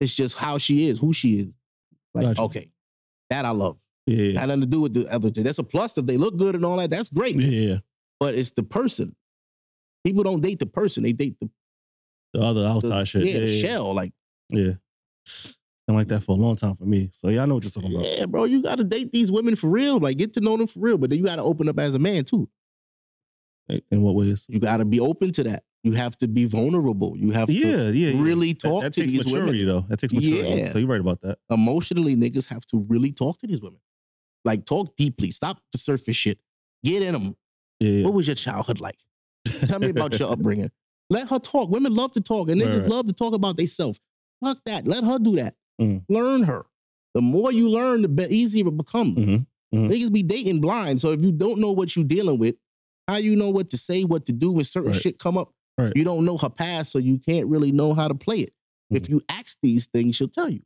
[SPEAKER 3] It's just how she is, who she is. Like,
[SPEAKER 1] Gotcha.
[SPEAKER 3] okay. That I love.
[SPEAKER 1] Yeah, yeah.
[SPEAKER 3] Had nothing to do with the other thing. That's a plus. If they look good and all that, that's great.
[SPEAKER 1] yeah, yeah.
[SPEAKER 3] But it's the person. People don't date the person. They date the,
[SPEAKER 1] The other
[SPEAKER 3] the-
[SPEAKER 1] outside shit.
[SPEAKER 3] yeah,
[SPEAKER 1] Yeah,
[SPEAKER 3] the
[SPEAKER 1] yeah, yeah.
[SPEAKER 3] shell. Like,
[SPEAKER 1] yeah. Been like that for a long time for me. So y'all know what you're talking about.
[SPEAKER 3] Yeah, bro, you gotta date these women for real. Like, get to know them for real. But then you gotta open up as a man too.
[SPEAKER 1] In- In what ways?
[SPEAKER 3] You gotta be open to that. You have to be vulnerable. You have to
[SPEAKER 1] Yeah, yeah. yeah.
[SPEAKER 3] really
[SPEAKER 1] That-
[SPEAKER 3] talk
[SPEAKER 1] that,
[SPEAKER 3] to
[SPEAKER 1] takes
[SPEAKER 3] these women.
[SPEAKER 1] maturity though. That takes maturity.
[SPEAKER 3] Yeah.
[SPEAKER 1] So you're right about that.
[SPEAKER 3] Emotionally, niggas have to really talk to these women. Like, talk deeply. Stop the surface shit. Get in them.
[SPEAKER 1] Yeah, yeah.
[SPEAKER 3] What was your childhood like? Tell me about your upbringing. Let her talk. Women love to talk, and
[SPEAKER 1] Right,
[SPEAKER 3] niggas
[SPEAKER 1] right.
[SPEAKER 3] love to talk about themselves. Fuck that. Let her do that.
[SPEAKER 1] Mm.
[SPEAKER 3] Learn her. The more you learn, the be- easier it becomes.
[SPEAKER 1] Mhm, mhm.
[SPEAKER 3] Niggas be dating blind, so if you don't know what you're dealing with, how you know what to say, what to do when certain
[SPEAKER 1] Right.
[SPEAKER 3] shit come up?
[SPEAKER 1] Right.
[SPEAKER 3] You don't know her past, so you can't really know how to play it.
[SPEAKER 1] Mm-hmm.
[SPEAKER 3] If you ask these things, she'll tell you.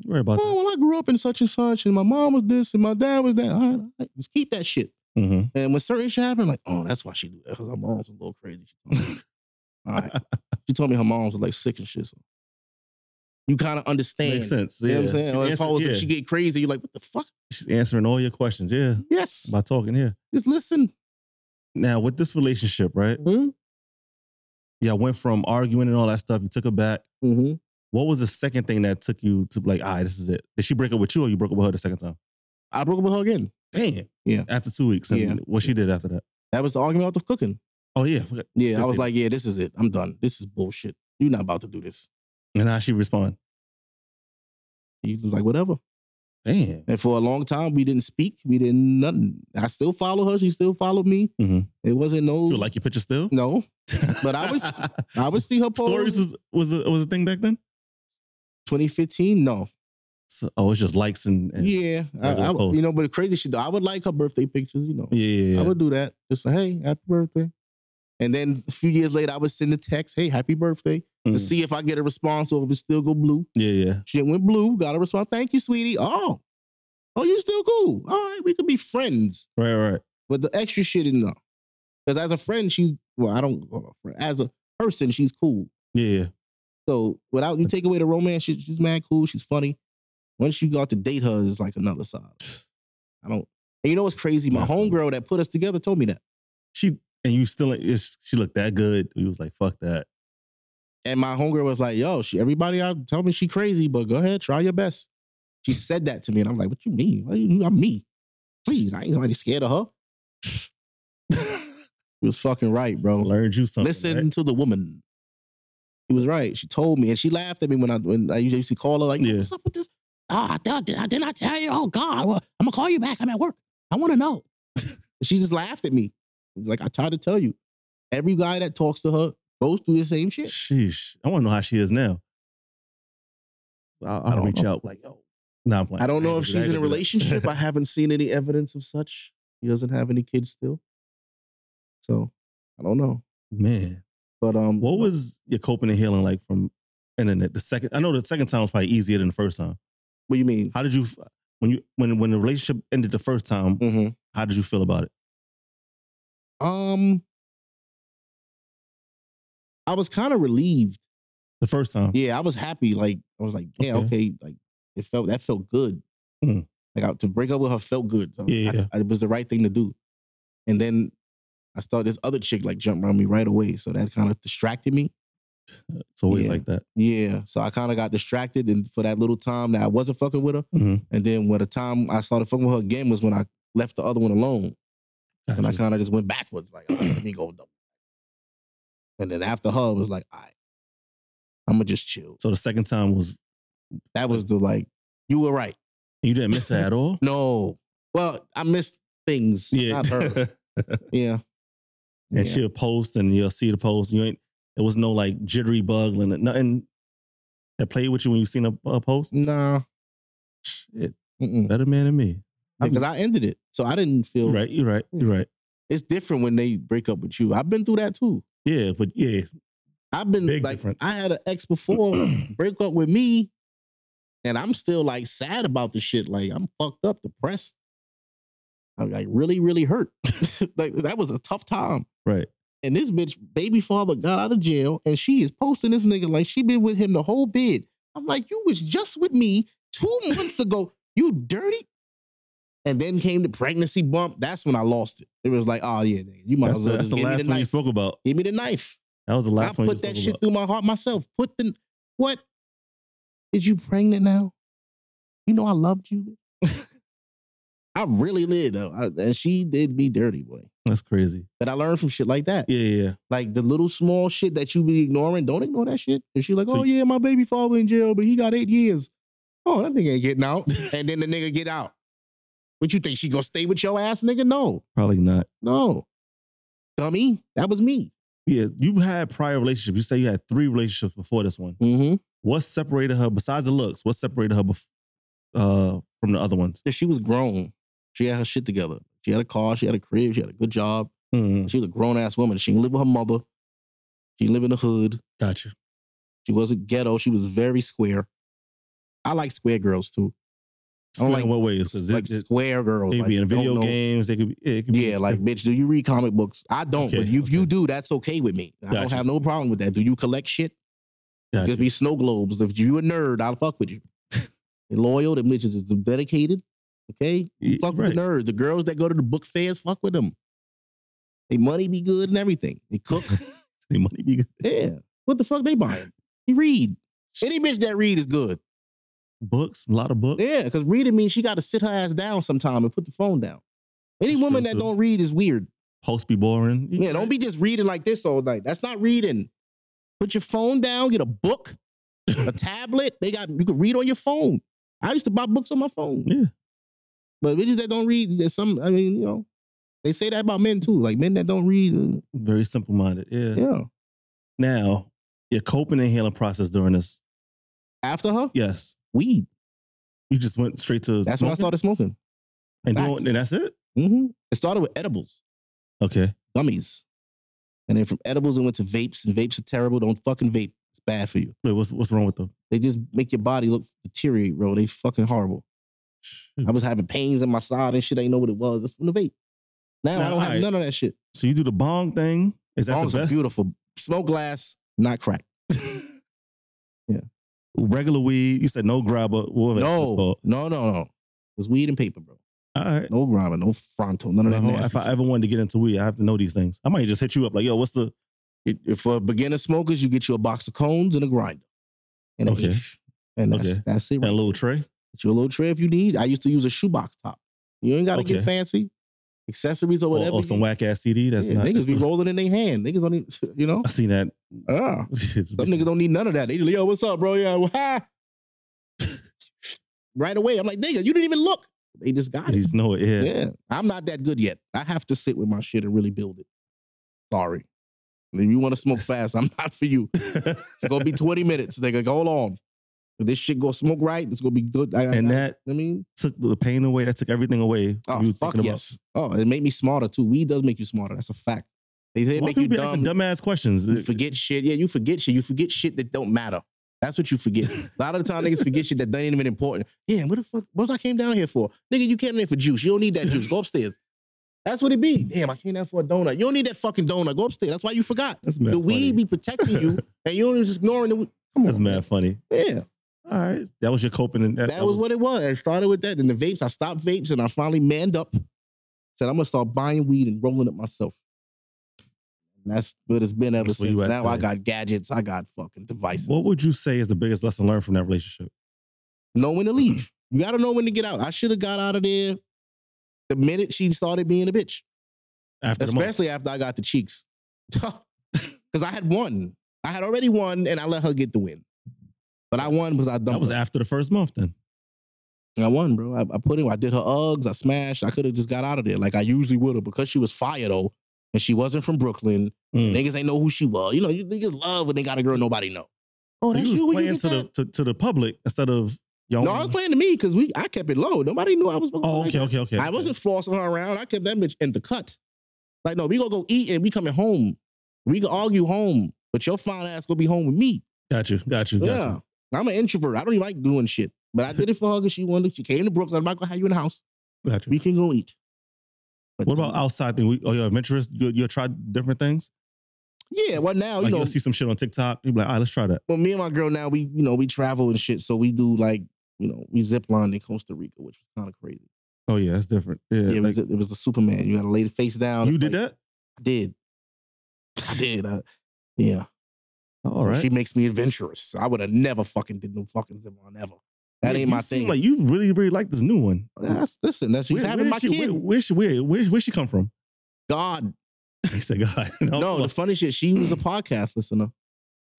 [SPEAKER 1] You're right about
[SPEAKER 3] Oh, well, I grew up in such and such, and my mom was this, and my dad was that. All right, all right. Just keep that shit.
[SPEAKER 1] that. hmm
[SPEAKER 3] And when certain shit happened, like, oh, that's why she do that. Because her mom's a little crazy. She told me. All right. She told me her mom's was like sick and shit. So you kind of understand.
[SPEAKER 1] Makes sense.
[SPEAKER 3] You
[SPEAKER 1] Yeah.
[SPEAKER 3] know what I'm saying?
[SPEAKER 1] She
[SPEAKER 3] Or if, I
[SPEAKER 1] answer-
[SPEAKER 3] was,
[SPEAKER 1] yeah.
[SPEAKER 3] if she get crazy, you're like, what the fuck?
[SPEAKER 1] She's answering all your questions. Yeah.
[SPEAKER 3] Yes.
[SPEAKER 1] By talking. Yeah.
[SPEAKER 3] Just listen.
[SPEAKER 1] Now with this relationship, right?
[SPEAKER 3] Mm-hmm.
[SPEAKER 1] Y'all went from arguing and all that stuff. You took her back.
[SPEAKER 3] Mm-hmm.
[SPEAKER 1] What was the second thing that took you to like, all right, this is it? Did she break up with you or you broke up with her the second time?
[SPEAKER 3] I broke up with her again.
[SPEAKER 1] Damn.
[SPEAKER 3] Yeah.
[SPEAKER 1] After two weeks. And
[SPEAKER 3] Yeah.
[SPEAKER 1] what she did after that.
[SPEAKER 3] That was the argument about the cooking.
[SPEAKER 1] Oh yeah. I forgot.
[SPEAKER 3] Yeah, I
[SPEAKER 1] Just
[SPEAKER 3] was
[SPEAKER 1] say-
[SPEAKER 3] like, yeah, this is it. I'm done. This is bullshit. You're not about to do this.
[SPEAKER 1] And how she respond?
[SPEAKER 3] He was like, whatever.
[SPEAKER 1] Damn.
[SPEAKER 3] And for a long time, we didn't speak. We didn't nothing. I still follow her. She still followed me.
[SPEAKER 1] Mhm.
[SPEAKER 3] It wasn't no.
[SPEAKER 1] You like your picture still?
[SPEAKER 3] no. But I was- I would see her post.
[SPEAKER 1] stories was was a, was a thing back then.
[SPEAKER 3] 2015? No.
[SPEAKER 1] So, oh, it's just likes and, and yeah,
[SPEAKER 3] Yeah. I,
[SPEAKER 1] Regular
[SPEAKER 3] I-
[SPEAKER 1] post.
[SPEAKER 3] you know, but the crazy shit, though, I would like her birthday pictures, you know.
[SPEAKER 1] yeah, yeah.
[SPEAKER 3] I would do that. Just say, hey, happy birthday. And then a few years later, I would send a text, hey, happy birthday, to
[SPEAKER 1] Mm.
[SPEAKER 3] see if I get a response or if it still go blue.
[SPEAKER 1] yeah, yeah.
[SPEAKER 3] She went blue, got a response, thank you, sweetie. Oh, oh, you still cool. All right, we could be friends.
[SPEAKER 1] Right, right.
[SPEAKER 3] But the extra shit is no. Because as a friend, she's, well, I don't, hold on, friend. as a person, she's cool.
[SPEAKER 1] Yeah, yeah.
[SPEAKER 3] So without you take away the romance, she, she's mad cool. She's funny. Once you got to date her, it's like another side. I don't. And you know what's crazy? My
[SPEAKER 1] Yeah.
[SPEAKER 3] homegirl that put us together told me that.
[SPEAKER 1] She and you still. It's, she looked that good. You was like, fuck that.
[SPEAKER 3] And my homegirl was like, "Yo, she, everybody out tell me she crazy, but go ahead, try your best." She said that to me, and I'm like, "What you mean? What you- I'm me. Please, I ain't nobody scared of her." She was fucking right, bro.
[SPEAKER 1] Learned you something.
[SPEAKER 3] Listen
[SPEAKER 1] right?
[SPEAKER 3] to the woman. He was right. She told me, and she laughed at me when I when I used to call her like,
[SPEAKER 1] Yeah.
[SPEAKER 3] "What's up with this? Oh, I thought- did, I did not tell you. Oh God, well, I'm gonna call you back. I'm at work. I want to know." she just laughed at me, like I tried to tell you. Every guy that talks to her goes through the same shit.
[SPEAKER 1] Sheesh. I want to know how she is now. I'll, I'll
[SPEAKER 3] I don't
[SPEAKER 1] reach
[SPEAKER 3] know.
[SPEAKER 1] out like, yo. Nah, I'm playing.
[SPEAKER 3] I don't know
[SPEAKER 1] ain't gonna do
[SPEAKER 3] if
[SPEAKER 1] that.
[SPEAKER 3] she's
[SPEAKER 1] ain't gonna
[SPEAKER 3] in a
[SPEAKER 1] do that.
[SPEAKER 3] relationship. I haven't seen any evidence of such. He doesn't have any kids still, so I don't know.
[SPEAKER 1] Man,
[SPEAKER 3] But um,
[SPEAKER 1] what was your coping and healing like from internet? The second, I know the second time was probably easier than the first time.
[SPEAKER 3] what do you mean?
[SPEAKER 1] How did you f- when you when when the relationship ended the first time?
[SPEAKER 3] Mm-hmm.
[SPEAKER 1] How did you feel about it?
[SPEAKER 3] Um, I was kind of relieved.
[SPEAKER 1] The first time.
[SPEAKER 3] Yeah, I was happy. Like I was like, yeah, okay.
[SPEAKER 1] Okay.
[SPEAKER 3] Like it felt that felt good.
[SPEAKER 1] Mhm.
[SPEAKER 3] Like I, to break up with her felt good. So
[SPEAKER 1] Yeah,
[SPEAKER 3] I-
[SPEAKER 1] yeah.
[SPEAKER 3] I- it was the right thing to do. And then I started this other chick like jump around me right away, so that kind of distracted me.
[SPEAKER 1] It's always
[SPEAKER 3] Yeah.
[SPEAKER 1] like that.
[SPEAKER 3] Yeah, so I kind of got distracted, and for that little time that I wasn't fucking with her,
[SPEAKER 1] Mhm.
[SPEAKER 3] and then when the time I started fucking with her again was when I left the other one alone, and I
[SPEAKER 1] Gotcha.
[SPEAKER 3] kind of just went backwards, like "All right, let me go. double." And then after her, it was like, all right, I'm gonna just chill.
[SPEAKER 1] So the second time was
[SPEAKER 3] That was the like, you were right.
[SPEAKER 1] you didn't miss it at all.
[SPEAKER 3] No, well, I missed things.
[SPEAKER 1] Yeah,
[SPEAKER 3] not her.
[SPEAKER 1] and
[SPEAKER 3] Yeah, yeah.
[SPEAKER 1] she'll post, and you'll see the post. You ain't. It was no like jittery bug, and nothing that played with you when you seen a, a post.
[SPEAKER 3] nah,
[SPEAKER 1] Shit,
[SPEAKER 3] Mm-mm.
[SPEAKER 1] better man than me. I'm-
[SPEAKER 3] because I ended it, so I didn't feel
[SPEAKER 1] You're right. You're right. You're right.
[SPEAKER 3] It's different when they break up with you. I've been through that too.
[SPEAKER 1] Yeah, but yeah,
[SPEAKER 3] I've been
[SPEAKER 1] Big
[SPEAKER 3] like,
[SPEAKER 1] difference.
[SPEAKER 3] I had an ex before break up with me, and I'm still like sad about the shit. Like I'm fucked up, depressed. I'm like really, really hurt. like that was a tough time.
[SPEAKER 1] Right.
[SPEAKER 3] And this bitch, baby father, got out of jail, and she is posting this nigga like she been with him the whole bid. I'm like, you was just with me two months ago. You dirty. And then came the pregnancy bump. That's when I lost it. It was like, oh yeah, nigga, you might
[SPEAKER 1] that's
[SPEAKER 3] as
[SPEAKER 1] the,
[SPEAKER 3] well
[SPEAKER 1] that's
[SPEAKER 3] just
[SPEAKER 1] the
[SPEAKER 3] give me
[SPEAKER 1] last
[SPEAKER 3] the
[SPEAKER 1] one you
[SPEAKER 3] knife.
[SPEAKER 1] spoke about.
[SPEAKER 3] Give me the knife.
[SPEAKER 1] That was the last
[SPEAKER 3] I
[SPEAKER 1] one you
[SPEAKER 3] put
[SPEAKER 1] spoke
[SPEAKER 3] that shit
[SPEAKER 1] about.
[SPEAKER 3] through my heart myself. Put the what? Is you pregnant now? You know I loved you. I really did though, I- and she did me dirty, boy.
[SPEAKER 1] That's crazy.
[SPEAKER 3] But I learned from shit like that,
[SPEAKER 1] Yeah, yeah. yeah.
[SPEAKER 3] like the little small shit that you be ignoring. Don't ignore that shit. And she like,
[SPEAKER 1] So
[SPEAKER 3] oh yeah, my baby father in jail, but he got eight years. Oh, that nigga ain't getting out. and then the nigga get out. What you think she gonna stay with your ass, nigga? No,
[SPEAKER 1] Probably not.
[SPEAKER 3] no, dummy. That was me.
[SPEAKER 1] Yeah, you had prior relationships. You say you had three relationships before this one.
[SPEAKER 3] Mm-hmm.
[SPEAKER 1] What separated her besides the looks? What separated her bef- uh, from the other ones?
[SPEAKER 3] that she was grown. She had her shit together. She had a car. She had a crib. She had a good job.
[SPEAKER 1] Mm,
[SPEAKER 3] She was a grown ass woman. She didn't live with her mother. She didn't live in the hood.
[SPEAKER 1] gotcha.
[SPEAKER 3] She wasn't ghetto. She was very square. I like square girls too. I don't
[SPEAKER 1] Explain
[SPEAKER 3] like-
[SPEAKER 1] what ways? 'cause
[SPEAKER 3] like
[SPEAKER 1] it, it,
[SPEAKER 3] square girls.
[SPEAKER 1] they
[SPEAKER 3] like,
[SPEAKER 1] be in
[SPEAKER 3] don't
[SPEAKER 1] video
[SPEAKER 3] know-
[SPEAKER 1] games. They could be, it could be
[SPEAKER 3] Yeah, like bitch, do you read comic books? I don't, but
[SPEAKER 1] Okay,
[SPEAKER 3] if you
[SPEAKER 1] okay.
[SPEAKER 3] do, that's okay with me. I don't
[SPEAKER 1] Gotcha.
[SPEAKER 3] have no problem with that. Do you collect shit?
[SPEAKER 1] Gotcha.
[SPEAKER 3] Just be snow globes. If you a nerd, I'll fuck with you. They loyal, the bitches is dedicated. Okay,
[SPEAKER 1] Yeah,
[SPEAKER 3] Fuck
[SPEAKER 1] right.
[SPEAKER 3] with the nerds. The girls that go to the book fairs, fuck with them. They money be good and everything. They cook.
[SPEAKER 1] Any money be good.
[SPEAKER 3] yeah. What the fuck they buying? He read. Any bitch that read is good.
[SPEAKER 1] Books, a lot of books.
[SPEAKER 3] Yeah, because reading means she got to sit her ass down sometime and put the phone down. Any
[SPEAKER 1] That's
[SPEAKER 3] woman
[SPEAKER 1] true, too.
[SPEAKER 3] that don't read is weird.
[SPEAKER 1] Posts be boring.
[SPEAKER 3] Yeah, don't be just reading like this all night. That's not reading. Put your phone down. Get a book, a tablet. They got you can read on your phone. I used to buy books on my phone.
[SPEAKER 1] Yeah.
[SPEAKER 3] But bitches that don't read, there's some. I mean, you know, they say that about men too. Like men that don't read, uh,
[SPEAKER 1] Very simple minded. Yeah.
[SPEAKER 3] yeah.
[SPEAKER 1] Now, your coping and healing process during this.
[SPEAKER 3] After her,
[SPEAKER 1] Yes.
[SPEAKER 3] weed.
[SPEAKER 1] You just went straight to
[SPEAKER 3] That's when I
[SPEAKER 1] smoking
[SPEAKER 3] started smoking.
[SPEAKER 1] and,
[SPEAKER 3] Facts.
[SPEAKER 1] doing, and that's it.
[SPEAKER 3] hmm It started with edibles,
[SPEAKER 1] Okay.
[SPEAKER 3] gummies, and then from edibles it went to vapes. And vapes are terrible. Don't fucking vape. It's bad for you.
[SPEAKER 1] Wait, what's what's wrong with them?
[SPEAKER 3] They just make your body look deteriorate, bro. They fucking horrible. I
[SPEAKER 1] Hmm.
[SPEAKER 3] was having pains in my side and shit. I didn't know what it was. That's from the vape. Now
[SPEAKER 1] Now,
[SPEAKER 3] I don't have
[SPEAKER 1] alright.
[SPEAKER 3] none of that shit.
[SPEAKER 1] So you do the bong thing. Is that
[SPEAKER 3] Bongs
[SPEAKER 1] the
[SPEAKER 3] are
[SPEAKER 1] best?
[SPEAKER 3] beautiful. Smoke glass, not crack.
[SPEAKER 1] Regular weed. You said no grabber. What was that
[SPEAKER 3] No,
[SPEAKER 1] called?
[SPEAKER 3] no, no, no. It was weed and paper, bro.
[SPEAKER 1] All right.
[SPEAKER 3] No grime, no fronto, none of that.
[SPEAKER 1] No,
[SPEAKER 3] nasty
[SPEAKER 1] if I ever wanted to get into weed, I have to know these things. I might just hit you up like, yo, what's the
[SPEAKER 3] It, it- for beginner smokers, you get you a box of cones and a grinder. And
[SPEAKER 1] Okay.
[SPEAKER 3] okay. And that's,
[SPEAKER 1] Okay.
[SPEAKER 3] that's it.
[SPEAKER 1] and a
[SPEAKER 3] Right?
[SPEAKER 1] little tray?
[SPEAKER 3] Get you a little tray if you need. I used to use a shoebox top. You ain't got to get
[SPEAKER 1] Okay.
[SPEAKER 3] fancy. Accessories or
[SPEAKER 1] Or,
[SPEAKER 3] whatever.
[SPEAKER 1] or some
[SPEAKER 3] you-
[SPEAKER 1] whack ass CD? That's
[SPEAKER 3] Yeah,
[SPEAKER 1] not.
[SPEAKER 3] niggas
[SPEAKER 1] that's
[SPEAKER 3] be
[SPEAKER 1] not-
[SPEAKER 3] rolling in their hand. Niggas don't even, you know?
[SPEAKER 1] I seen that.
[SPEAKER 3] Uh,
[SPEAKER 1] Shit.
[SPEAKER 3] some niggas don't need none of that. They just, yo, what's up, bro? Yeah, ha. right away. I'm like, nigga, you didn't even look. They just got it.
[SPEAKER 1] He's know it. Yeah.
[SPEAKER 3] Yeah. I'm not that good yet. I have to sit with my shit and really build it. Sorry. If you want to smoke fast, I'm not for you. It's gonna be 20 minutes, nigga. Go on. If this shit go smoke right, it's gonna be good. I, I-
[SPEAKER 1] and
[SPEAKER 3] I-
[SPEAKER 1] that
[SPEAKER 3] I mean,
[SPEAKER 1] took the pain away. That took everything away.
[SPEAKER 3] oh
[SPEAKER 1] you were
[SPEAKER 3] fuck
[SPEAKER 1] thinking about.
[SPEAKER 3] yes. Oh, it made me smarter too. Weed does make you smarter. That's a fact. They, they
[SPEAKER 1] Why
[SPEAKER 3] make
[SPEAKER 1] people
[SPEAKER 3] you
[SPEAKER 1] be asking
[SPEAKER 3] dumb.
[SPEAKER 1] dumbass questions?
[SPEAKER 3] You forget shit. Yeah, you forget shit. You forget shit that don't matter. That's what you forget. a lot of the time, niggas forget shit that ain't even important. Yeah, what the fuck? What was I came down here for? Nigga, you came in for juice. You don't need that juice. Go upstairs. That's what it be. Damn, I came down for a donut. You don't need that fucking donut. Go upstairs. That's why you forgot.
[SPEAKER 1] That's
[SPEAKER 3] The
[SPEAKER 1] mad funny.
[SPEAKER 3] weed be protecting you, and you only just ignoring the. weed. Come on.
[SPEAKER 1] That's mad funny.
[SPEAKER 3] Yeah.
[SPEAKER 1] All right, that was your coping. And
[SPEAKER 3] That, was, what it was. I started with that. And the vapes, I stopped vapes and I finally manned up. Said, I'm gonna start buying weed and rolling it myself. And that's what it's been ever
[SPEAKER 1] That's where
[SPEAKER 3] since.
[SPEAKER 1] you at
[SPEAKER 3] Now I
[SPEAKER 1] today.
[SPEAKER 3] got gadgets, I got fucking devices.
[SPEAKER 1] What would you say is the biggest lesson learned from that relationship?
[SPEAKER 3] know when to leave. You gotta know when to get out. I should have got out of there the minute she started being a bitch.
[SPEAKER 1] After the month,
[SPEAKER 3] Especially after I got the cheeks. Because I had won. I had already won and I let her get the win. But I won because I dumped
[SPEAKER 1] that was
[SPEAKER 3] her.
[SPEAKER 1] after the first month. Then
[SPEAKER 3] I won, bro. I, I put in. I did her Uggs. I smashed. I could have just got out of there like I usually would have because she was fire though, and she wasn't from Brooklyn.
[SPEAKER 1] Mm.
[SPEAKER 3] Niggas ain't know who she was. You know, you niggas love when they got a girl nobody know. Oh,
[SPEAKER 1] so
[SPEAKER 3] that's
[SPEAKER 1] you was
[SPEAKER 3] you. when you
[SPEAKER 1] playing
[SPEAKER 3] get
[SPEAKER 1] to the
[SPEAKER 3] that?
[SPEAKER 1] to, to the public instead of your own.
[SPEAKER 3] No, I was playing to me because we. I kept it low. Nobody knew I was. fucking
[SPEAKER 1] oh,
[SPEAKER 3] like
[SPEAKER 1] okay,
[SPEAKER 3] that.
[SPEAKER 1] okay, okay.
[SPEAKER 3] I wasn't flossing her around. I kept that bitch in the cut. Like, no, we gonna go eat and we coming home. We can argue home, but your fine ass gonna be home with me.
[SPEAKER 1] Got you, got you, got
[SPEAKER 3] Yeah.
[SPEAKER 1] you.
[SPEAKER 3] I'm an introvert. I don't even like doing shit. But I did it for her because she wanted. She came to Brooklyn. I'm not gonna have you in the house.
[SPEAKER 1] Got you.
[SPEAKER 3] We can go eat. But
[SPEAKER 1] What about outside thing? We- Oh, you're adventurous. You you try different things.
[SPEAKER 3] Yeah, well now
[SPEAKER 1] Like
[SPEAKER 3] Oh, you know.
[SPEAKER 1] you'll see some shit on TikTok. You be like, all right, let's try that.
[SPEAKER 3] Well, me and my girl now we you know we travel and shit, so we do like you know we zip line in Costa Rica, which was kind of crazy.
[SPEAKER 1] Oh yeah, that's different. Yeah,
[SPEAKER 3] Yeah, it,
[SPEAKER 1] like,
[SPEAKER 3] was, it was the Superman. You had to lay the face down.
[SPEAKER 1] you
[SPEAKER 3] It's
[SPEAKER 1] did
[SPEAKER 3] like-
[SPEAKER 1] that.
[SPEAKER 3] I did. I did. I, yeah.
[SPEAKER 1] Oh, All
[SPEAKER 3] So
[SPEAKER 1] right.
[SPEAKER 3] She makes me adventurous. I would have never fucking did no fucking zip line ever. That
[SPEAKER 1] Yeah,
[SPEAKER 3] ain't my
[SPEAKER 1] you seem
[SPEAKER 3] thing.
[SPEAKER 1] Like you really, really like this new one.
[SPEAKER 3] that's, listen, that's she's
[SPEAKER 1] Where-
[SPEAKER 3] having
[SPEAKER 1] where
[SPEAKER 3] my
[SPEAKER 1] she,
[SPEAKER 3] kid.
[SPEAKER 1] Where, where she where, where where she come from?
[SPEAKER 3] God,
[SPEAKER 1] He said, God.
[SPEAKER 3] no. The funny shit, she was a podcast listener.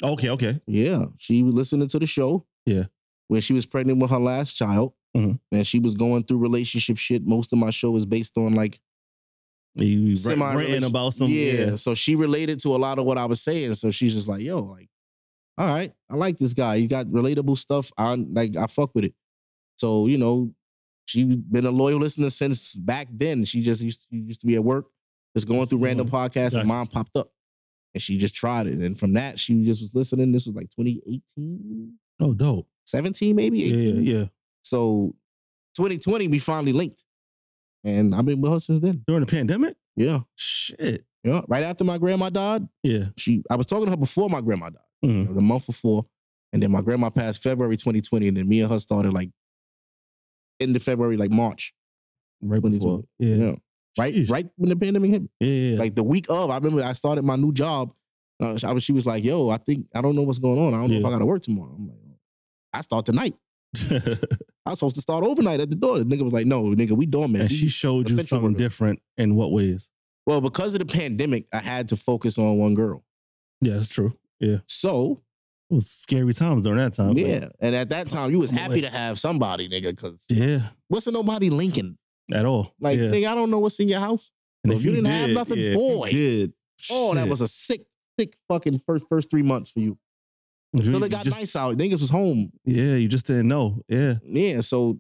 [SPEAKER 1] okay, okay.
[SPEAKER 3] Yeah, she was listening to the show.
[SPEAKER 1] Yeah.
[SPEAKER 3] where she was pregnant with her last child,
[SPEAKER 1] Mhm.
[SPEAKER 3] and she was going through relationship shit. Most of my show is based on like
[SPEAKER 1] You
[SPEAKER 3] Semi-
[SPEAKER 1] ranting about some.
[SPEAKER 3] yeah.
[SPEAKER 1] Yeah.
[SPEAKER 3] So she related to a lot of what I was saying. So she's just like, yo, like, all right, I like this guy. You got relatable stuff. I like I fuck with it. So, you know, she been a loyal listener since back then. She just used she used to be at work, just going through random podcasts,
[SPEAKER 1] Gotcha.
[SPEAKER 3] and mine popped up. And she just tried it. And from that, she just was listening. This was like 2018,
[SPEAKER 1] Oh, dope.
[SPEAKER 3] 17, maybe?
[SPEAKER 1] Yeah,
[SPEAKER 3] 18.
[SPEAKER 1] yeah. yeah.
[SPEAKER 3] So 2020, we finally linked. And I've been with her since then.
[SPEAKER 1] During the pandemic.
[SPEAKER 3] Yeah.
[SPEAKER 1] Shit.
[SPEAKER 3] Yeah. Right after my grandma died,
[SPEAKER 1] Yeah.
[SPEAKER 3] she I was talking to her before my grandma died,
[SPEAKER 1] Mm.
[SPEAKER 3] the month before. And then my grandma passed February 2020, and then me and her started like end of February, like March.
[SPEAKER 1] Right
[SPEAKER 3] What did
[SPEAKER 1] before.
[SPEAKER 3] you-
[SPEAKER 1] Yeah.
[SPEAKER 3] Yeah. Right,
[SPEAKER 1] Jeez.
[SPEAKER 3] right when the pandemic hit.
[SPEAKER 1] Yeah. yeah.
[SPEAKER 3] Like the week of, I remember I started my new job. Uh, I was, she was like, yo, I think I don't know what's going on. I don't know
[SPEAKER 1] Yeah.
[SPEAKER 3] if I gotta work tomorrow. I'm like, I start tonight. I was supposed to start overnight at the door. The nigga was like, no, nigga, we dormant.
[SPEAKER 1] and
[SPEAKER 3] We-
[SPEAKER 1] she showed you
[SPEAKER 3] essential
[SPEAKER 1] something
[SPEAKER 3] worker.
[SPEAKER 1] different in what ways?
[SPEAKER 3] well, because of the pandemic, I had to focus on one girl.
[SPEAKER 1] Yeah, that's true.
[SPEAKER 3] So
[SPEAKER 1] It was scary times during that time. like,
[SPEAKER 3] yeah. And at that time, you was
[SPEAKER 1] I'm
[SPEAKER 3] happy
[SPEAKER 1] like-
[SPEAKER 3] to have somebody, nigga, cause
[SPEAKER 1] yeah.
[SPEAKER 3] what's a nobody linking?
[SPEAKER 1] At all.
[SPEAKER 3] Like,
[SPEAKER 1] yeah.
[SPEAKER 3] nigga, I don't know what's in your house.
[SPEAKER 1] and
[SPEAKER 3] if you didn't have nothing,
[SPEAKER 1] if you
[SPEAKER 3] boy.
[SPEAKER 1] Did,
[SPEAKER 3] Oh, that
[SPEAKER 1] shit.
[SPEAKER 3] was a sick, sick fucking first first three months for you.
[SPEAKER 1] You-
[SPEAKER 3] Till
[SPEAKER 1] you
[SPEAKER 3] it got
[SPEAKER 1] just-
[SPEAKER 3] nice out. Niggas was home.
[SPEAKER 1] Yeah, you just didn't know. Yeah.
[SPEAKER 3] Yeah, so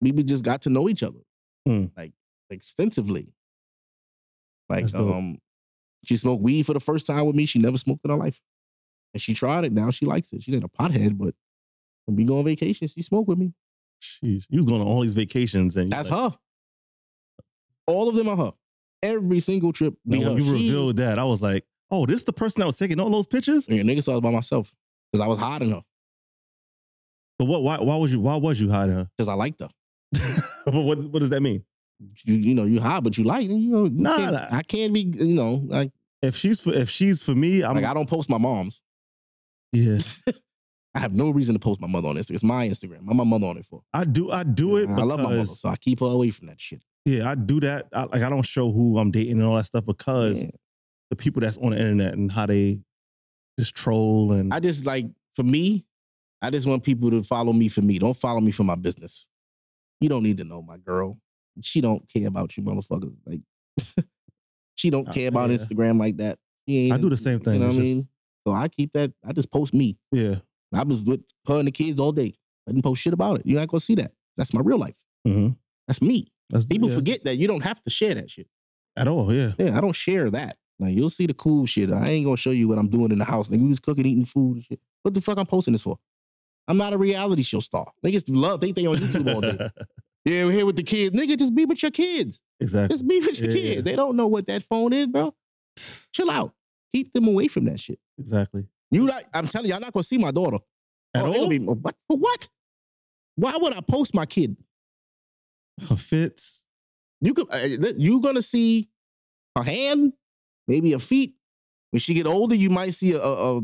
[SPEAKER 3] we we just got to know each other.
[SPEAKER 1] Hmm.
[SPEAKER 3] Like extensively. Like
[SPEAKER 1] That's dope.
[SPEAKER 3] um she smoked weed for the first time with me. She never smoked in her life. And she tried it. Now she likes it. She ain't a pothead, but when we go on vacation, she smoked with me.
[SPEAKER 1] Jeez. You was going on all these vacations and you
[SPEAKER 3] That's
[SPEAKER 1] like,
[SPEAKER 3] her. All of them are her. Every single trip
[SPEAKER 1] now,
[SPEAKER 3] be her.
[SPEAKER 1] when you
[SPEAKER 3] She-
[SPEAKER 1] revealed that, I was like, oh, this the person that was taking all those pictures?
[SPEAKER 3] Yeah, niggas thought I was by myself because I was hiding her
[SPEAKER 1] But what why why was you why was you hiding her?
[SPEAKER 3] because I liked her.
[SPEAKER 1] what what does that mean?
[SPEAKER 3] You, you know, you hide, but you like. You know, you
[SPEAKER 1] Nah,
[SPEAKER 3] can't-
[SPEAKER 1] nah.
[SPEAKER 3] I can't be. You know, like,
[SPEAKER 1] If she's for if she's for me, I'm
[SPEAKER 3] like I don't post my mom's.
[SPEAKER 1] yeah.
[SPEAKER 3] I have no reason to post my mother on Instagram. It's my Instagram. I'm my mother on it for.
[SPEAKER 1] I do I do it
[SPEAKER 3] And
[SPEAKER 1] because
[SPEAKER 3] I love my mother, so I keep her away from that shit.
[SPEAKER 1] yeah, I do that. I, like I don't show who I'm dating and all that stuff because
[SPEAKER 3] Yeah.
[SPEAKER 1] the people that's on the internet and how they just troll and
[SPEAKER 3] I just like for me, I just want people to follow me for me. Don't follow me for my business. You don't need to know my girl. She don't care about you, motherfuckers. Like, she don't
[SPEAKER 1] Uh,
[SPEAKER 3] care about
[SPEAKER 1] yeah.
[SPEAKER 3] Instagram like that. She ain't-
[SPEAKER 1] I do the same thing.
[SPEAKER 3] You know what
[SPEAKER 1] It's
[SPEAKER 3] I mean?
[SPEAKER 1] just-
[SPEAKER 3] So I keep that. I just post me.
[SPEAKER 1] yeah.
[SPEAKER 3] I was with her and the kids all day. I didn't post shit about it. You're not gonna see that. That's my real life.
[SPEAKER 1] hmm
[SPEAKER 3] That's me.
[SPEAKER 1] That's,
[SPEAKER 3] People
[SPEAKER 1] yeah,
[SPEAKER 3] forget that you don't have to share that shit.
[SPEAKER 1] at all. Yeah.
[SPEAKER 3] Yeah, I don't share that. Now you'll see the cool shit. I ain't gonna show you what I'm doing in the house. Nigga, we was cooking, eating food and shit. What the fuck I'm posting this for? I'm not a reality show star. Niggas love think they on YouTube all day. yeah, we're here with the kids. Nigga, just be with your kids.
[SPEAKER 1] exactly.
[SPEAKER 3] Just be with your
[SPEAKER 1] Yeah,
[SPEAKER 3] kids.
[SPEAKER 1] yeah.
[SPEAKER 3] They don't know what that phone is, bro. Chill out. Keep them away from that shit.
[SPEAKER 1] Exactly.
[SPEAKER 3] You not, I'm telling you, I'm not gonna see my daughter.
[SPEAKER 1] At
[SPEAKER 3] Oh, it'll
[SPEAKER 1] all?
[SPEAKER 3] be- what? For what? Why would I post my kid?
[SPEAKER 1] Her fits.
[SPEAKER 3] You could. Uh, th- you gonna see a hand, maybe a feet. When she get older, you might see a, a, a-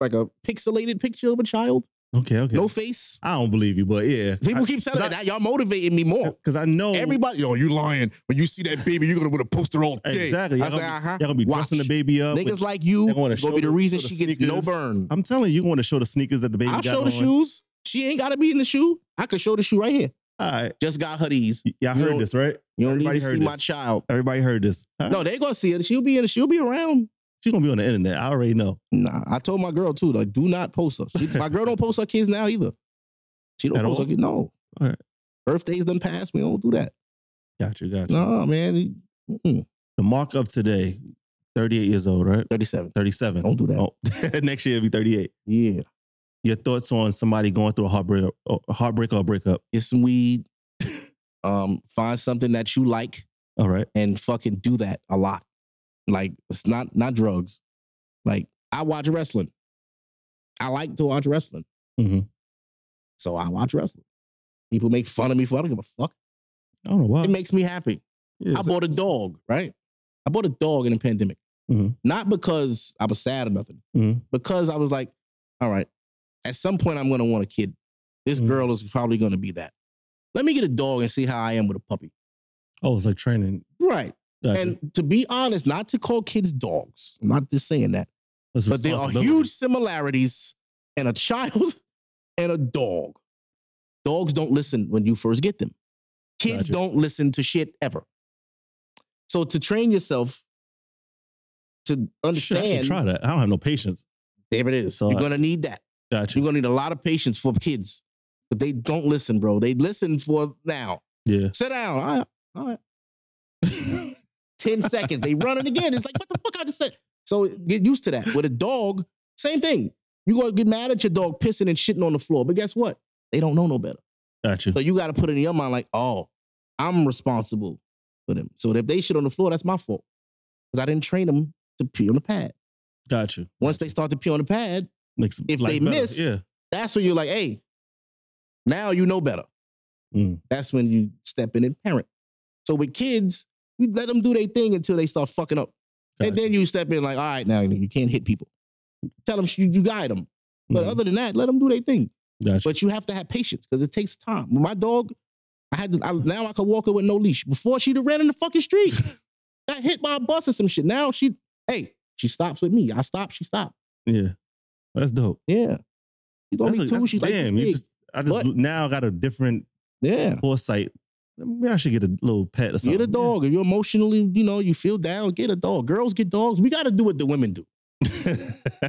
[SPEAKER 3] like a pixelated picture of a child,
[SPEAKER 1] Okay, okay.
[SPEAKER 3] no face.
[SPEAKER 1] I don't believe you, but yeah.
[SPEAKER 3] People keep telling me
[SPEAKER 1] I-
[SPEAKER 3] that y'all motivating me more.
[SPEAKER 1] Because I know
[SPEAKER 3] Everybody, oh, you lying. When you see that baby, you're gonna want to poster all day.
[SPEAKER 1] exactly.
[SPEAKER 3] I
[SPEAKER 1] Y'all
[SPEAKER 3] say,
[SPEAKER 1] gonna, be-
[SPEAKER 3] uh-huh.
[SPEAKER 1] y'all gonna be dressing the
[SPEAKER 3] Watch.
[SPEAKER 1] baby up.
[SPEAKER 3] Niggas
[SPEAKER 1] with-
[SPEAKER 3] like you
[SPEAKER 1] They wanna
[SPEAKER 3] is gonna
[SPEAKER 1] show
[SPEAKER 3] be the
[SPEAKER 1] the-
[SPEAKER 3] reason
[SPEAKER 1] show the
[SPEAKER 3] she gets no
[SPEAKER 1] sneakers.
[SPEAKER 3] burn.
[SPEAKER 1] I'm telling you, you want to show the sneakers that the baby
[SPEAKER 3] I'll
[SPEAKER 1] got
[SPEAKER 3] show the
[SPEAKER 1] on.
[SPEAKER 3] shoes. She ain't gotta be in the shoe. I could show the shoe right here.
[SPEAKER 1] All right,
[SPEAKER 3] Just got her these.
[SPEAKER 1] Y- y'all
[SPEAKER 3] You
[SPEAKER 1] heard
[SPEAKER 3] know-
[SPEAKER 1] this, right?
[SPEAKER 3] You don't
[SPEAKER 1] Everybody
[SPEAKER 3] need to
[SPEAKER 1] heard
[SPEAKER 3] see my
[SPEAKER 1] this.
[SPEAKER 3] child.
[SPEAKER 1] Everybody heard this. Huh?
[SPEAKER 3] No, they gonna see it. She'll be in. She'll be around.
[SPEAKER 1] She's gonna be on the internet. I already know.
[SPEAKER 3] Nah, I told my girl too. Like, do not post her. She- my girl don't post her kids now either. She don't
[SPEAKER 1] At
[SPEAKER 3] post
[SPEAKER 1] all?
[SPEAKER 3] her kids. No.
[SPEAKER 1] All right.
[SPEAKER 3] Birthdays done passed. We don't do that.
[SPEAKER 1] Got you, got you.
[SPEAKER 3] No, man. Mm-mm.
[SPEAKER 1] The mark of today, 38 years old, right?
[SPEAKER 3] Thirty-seven.
[SPEAKER 1] 37.
[SPEAKER 3] Don't do that.
[SPEAKER 1] Oh, next year it'll be 38.
[SPEAKER 3] Yeah.
[SPEAKER 1] Your thoughts on somebody going through a heartbreak, or- heartbreak or a breakup?
[SPEAKER 3] Get some weed. um, find something that you like.
[SPEAKER 1] All right.
[SPEAKER 3] and fucking do that a lot. Like it's not not drugs. Like I watch wrestling. I like to watch wrestling.
[SPEAKER 1] Mhm.
[SPEAKER 3] So I watch wrestling. People make fun of me for I don't give a fuck.
[SPEAKER 1] I don't know why.
[SPEAKER 3] It makes me happy.
[SPEAKER 1] Yeah,
[SPEAKER 3] I
[SPEAKER 1] it's-
[SPEAKER 3] bought a dog, right? I bought a dog in a pandemic.
[SPEAKER 1] Mhm.
[SPEAKER 3] Not because I was sad or nothing.
[SPEAKER 1] Mhm.
[SPEAKER 3] Because I was like, all right, at some point I'm gonna want a kid. This
[SPEAKER 1] Mhm.
[SPEAKER 3] girl is probably gonna be that. Let me get a dog and see how I am with a puppy.
[SPEAKER 1] oh, it's like training.
[SPEAKER 3] Right.
[SPEAKER 1] Gotcha.
[SPEAKER 3] And to be honest, not to call kids dogs, I'm not just saying that,
[SPEAKER 1] It's
[SPEAKER 3] but there are
[SPEAKER 1] responsibility.
[SPEAKER 3] huge similarities in a child and a dog. Dogs don't listen when you first get them, kids
[SPEAKER 1] Gotcha.
[SPEAKER 3] don't listen to shit ever. So to train yourself to
[SPEAKER 1] Shit, I
[SPEAKER 3] understand,
[SPEAKER 1] should try that. I don't have no patience.
[SPEAKER 3] there it is.
[SPEAKER 1] So
[SPEAKER 3] You're
[SPEAKER 1] I-
[SPEAKER 3] going to need that.
[SPEAKER 1] Got
[SPEAKER 3] You're
[SPEAKER 1] you.
[SPEAKER 3] going to need a lot of patience for kids, but they don't listen, bro. They listen for now.
[SPEAKER 1] Yeah.
[SPEAKER 3] Sit down. All right. All right. 10 seconds. They run it again. It's like, what the fuck I just said? So get used to that. With a dog, same thing. You're going to get mad at your dog pissing and shitting on the floor. But guess what? They don't know no better.
[SPEAKER 1] Got you.
[SPEAKER 3] So you got to put it in your mind like, oh, I'm responsible for them. So if they shit on the floor, that's my fault. Because I didn't train them to pee on the pad.
[SPEAKER 1] Got you.
[SPEAKER 3] Once they start to pee on the pad,
[SPEAKER 1] Makes
[SPEAKER 3] if
[SPEAKER 1] life
[SPEAKER 3] they
[SPEAKER 1] better.
[SPEAKER 3] miss-
[SPEAKER 1] yeah,
[SPEAKER 3] that's when you're like, hey, now you know better.
[SPEAKER 1] Mm.
[SPEAKER 3] That's when you step in and parent. So with kids, you let them do their thing until they start fucking up.
[SPEAKER 1] got
[SPEAKER 3] And then you step in like, all right, now you can't hit people. Tell them you, you guide them. But
[SPEAKER 1] Mhm.
[SPEAKER 3] other than that, let them do their thing.
[SPEAKER 1] got you.
[SPEAKER 3] But you have to have patience because it takes time. With my dog, I had to, I, now I could walk her with no leash. Before she'd have ran in the fucking street, got hit by a bus or some shit. Now she, hey, she stops with me. I stop, she stopped.
[SPEAKER 1] yeah, that's dope.
[SPEAKER 3] Yeah. She's on
[SPEAKER 1] That's
[SPEAKER 3] me
[SPEAKER 1] a-
[SPEAKER 3] too.
[SPEAKER 1] that's-
[SPEAKER 3] She's like, this
[SPEAKER 1] damn, you
[SPEAKER 3] big.
[SPEAKER 1] just I just
[SPEAKER 3] But-
[SPEAKER 1] now got a different
[SPEAKER 3] yeah.
[SPEAKER 1] foresight. Maybe I should get a little pet or something.
[SPEAKER 3] Get a dog. If you're emotionally, you know, you feel down, get a dog. Girls get dogs. We got to do what the women do.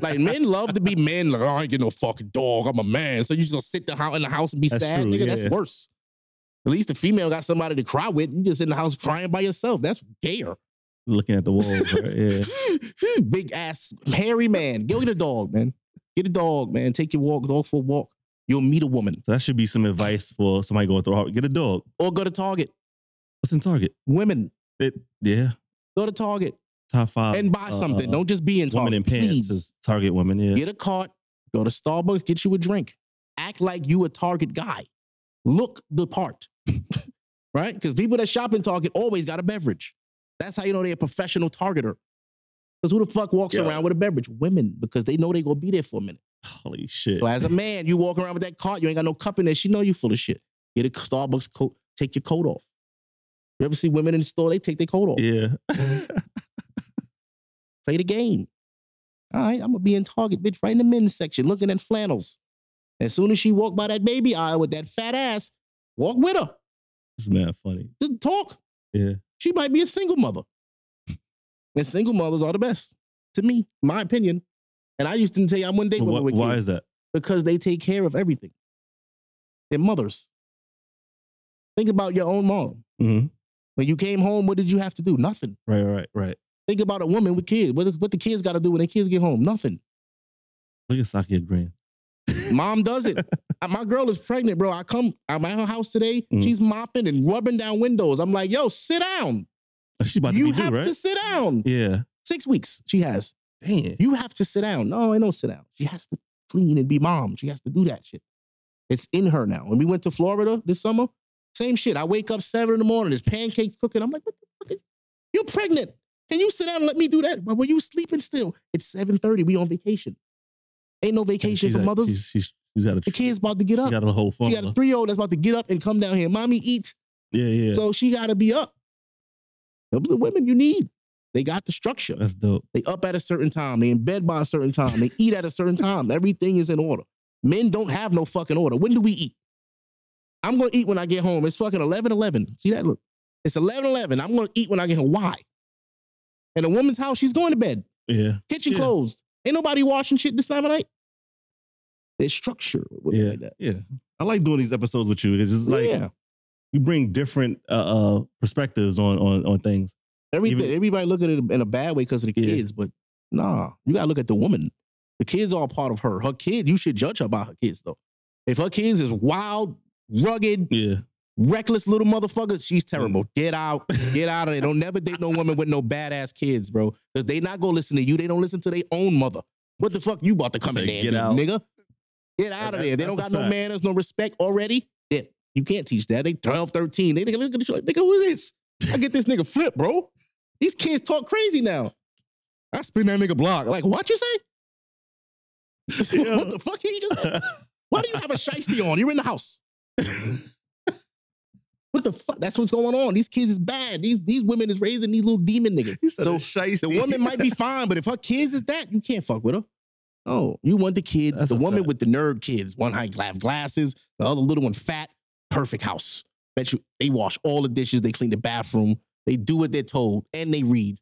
[SPEAKER 3] Like men love to be men. Like oh, I ain't get no fucking dog. I'm a man. So you just gonna sit the house in the house and be
[SPEAKER 1] That's
[SPEAKER 3] sad,
[SPEAKER 1] true,
[SPEAKER 3] nigga. That's
[SPEAKER 1] yeah.
[SPEAKER 3] worse. At least the female got somebody to cry with. You just in the house crying by yourself. That's gayer.
[SPEAKER 1] Looking at the walls, right? Yeah,
[SPEAKER 3] Big ass hairy man. Go get a dog, man. Get a dog, man. Take your walk, dog for a walk. You'll meet a woman
[SPEAKER 1] so that should be some advice for somebody going through. a heart- Get a dog.
[SPEAKER 3] or go to Target.
[SPEAKER 1] What's in Target?
[SPEAKER 3] Women
[SPEAKER 1] It, yeah,
[SPEAKER 3] go to Target
[SPEAKER 1] top five
[SPEAKER 3] and buy
[SPEAKER 1] uh,
[SPEAKER 3] something.
[SPEAKER 1] uh,
[SPEAKER 3] Don't just be in Target.
[SPEAKER 1] women in pants
[SPEAKER 3] please.
[SPEAKER 1] is Target women. Yeah,
[SPEAKER 3] Get a cart, go to Starbucks, get you a drink. Act like you a Target guy. Look the part. right? Because people that shop in Target always got a beverage. That's how you know they're a professional targeter. Because who the fuck walks
[SPEAKER 1] Yeah.
[SPEAKER 3] around with a beverage? Women, because they know they gonna be there for a minute.
[SPEAKER 1] holy shit.
[SPEAKER 3] So as a man, you walk around with that cart, you ain't got no cup in there. She know you full of shit. Get a Starbucks coat, take your coat off. You ever see women in the store? They take their coat off.
[SPEAKER 1] yeah,
[SPEAKER 3] Play the game. All right, I'm gonna be in Target, bitch, right in the men's section, looking at flannels. As soon as she walked by that baby aisle with that fat ass, walk with her.
[SPEAKER 1] it's mad funny.
[SPEAKER 3] Just talk.
[SPEAKER 1] Yeah.
[SPEAKER 3] She might be a single mother. And single mothers are the best, to me, my opinion. And I used to tell you I wouldn't date women
[SPEAKER 1] Why-
[SPEAKER 3] with
[SPEAKER 1] why
[SPEAKER 3] kids
[SPEAKER 1] is that?
[SPEAKER 3] because they take care of everything. They're mothers. Think about your own mom.
[SPEAKER 1] hmm
[SPEAKER 3] When you came home, what did you have to do? Nothing.
[SPEAKER 1] Right, right, right.
[SPEAKER 3] Think about a woman with kids. What, what the kids got to do when their kids get home? Nothing.
[SPEAKER 1] Look at Sakia Green.
[SPEAKER 3] Mom does it. Uh, My girl is pregnant, bro. I come, I'm at her house today.
[SPEAKER 1] Mhm.
[SPEAKER 3] She's mopping and rubbing down windows. I'm like, yo, sit down.
[SPEAKER 1] Oh, She's about
[SPEAKER 3] You
[SPEAKER 1] to be
[SPEAKER 3] have
[SPEAKER 1] due, right?
[SPEAKER 3] to sit down.
[SPEAKER 1] yeah.
[SPEAKER 3] Six weeks she has.
[SPEAKER 1] Damn.
[SPEAKER 3] You have to sit down. No, I don't sit down. She has to clean and be mom. She has to do that shit. It's in her now. When we went to Florida this summer, same shit. I wake up seven in the morning. There's pancakes cooking. I'm like, what the fuck? Is, you're pregnant. Can you sit down and let me do that? But were you sleeping still? It's seven thirty. We on vacation. Ain't no vacation
[SPEAKER 1] She's
[SPEAKER 3] for
[SPEAKER 1] at-
[SPEAKER 3] mothers.
[SPEAKER 1] She's, she's, she's got a,
[SPEAKER 3] the kid's about to get
[SPEAKER 1] she
[SPEAKER 3] up.
[SPEAKER 1] got a whole
[SPEAKER 3] She
[SPEAKER 1] formula.
[SPEAKER 3] got a three year old that's about to get up and come down here. Mommy eat.
[SPEAKER 1] yeah, yeah.
[SPEAKER 3] So she got to be up. Those are the women you need. They got the structure.
[SPEAKER 1] That's dope.
[SPEAKER 3] They up at a certain time. They in bed by a certain time. They eat at a certain time. Everything is in order. Men don't have no fucking order. When do we eat? I'm going to eat when I get home. It's fucking 11 11. See that? Look. It's 11 11. I'm going to eat when I get home. Why? In a woman's house, she's going to bed.
[SPEAKER 1] Yeah.
[SPEAKER 3] Kitchen
[SPEAKER 1] Yeah.
[SPEAKER 3] closed. Ain't nobody washing shit this time of night. There's structure. with women
[SPEAKER 1] Yeah.
[SPEAKER 3] Like that.
[SPEAKER 1] Yeah. I like doing these episodes with you. It's just like
[SPEAKER 3] yeah.
[SPEAKER 1] you bring different uh, uh perspectives on on on things.
[SPEAKER 3] Everything,
[SPEAKER 1] Even-
[SPEAKER 3] everybody look at it in a bad way because of the
[SPEAKER 1] Yeah.
[SPEAKER 3] kids, but nah, you gotta look at the woman. The kids are part of her. Her kid, you should judge her by her kids though. If her kids is wild, rugged,
[SPEAKER 1] Yeah.
[SPEAKER 3] reckless little motherfuckers, she's
[SPEAKER 1] Mm-hmm.
[SPEAKER 3] terrible. Get out, get out of there. Don't never date no woman with no badass kids, bro. Because they not gonna listen to you. They don't listen to their own mother. What the fuck you about to come
[SPEAKER 1] Say,
[SPEAKER 3] in there,
[SPEAKER 1] get
[SPEAKER 3] and do,
[SPEAKER 1] out.
[SPEAKER 3] nigga? Get out of
[SPEAKER 1] that-
[SPEAKER 3] there. They
[SPEAKER 1] that's
[SPEAKER 3] don't
[SPEAKER 1] a
[SPEAKER 3] got no
[SPEAKER 1] fact.
[SPEAKER 3] manners, no respect already. Yeah, you can't teach that. They 12, 13. They nigga, look at the shit, nigga, who is this? I get this nigga flip, bro. These kids talk crazy now. I spin that nigga block. Like, what you say? what the fuck did he just say? Why do you have a shiesty on? You're in the house. what the fuck? That's what's going on. These kids is bad. These these women is raising these little demon niggas. So
[SPEAKER 1] shiesty.
[SPEAKER 3] the woman might be fine, but if her kids is that, you can't fuck with her. Oh, you want the kid,
[SPEAKER 1] That's
[SPEAKER 3] the
[SPEAKER 1] a
[SPEAKER 3] woman
[SPEAKER 1] fact.
[SPEAKER 3] with the nerd kids. One high gla- glasses, the other little one fat. Perfect house. Bet you they wash all the dishes, they clean the bathroom, they do what they're told, and they read.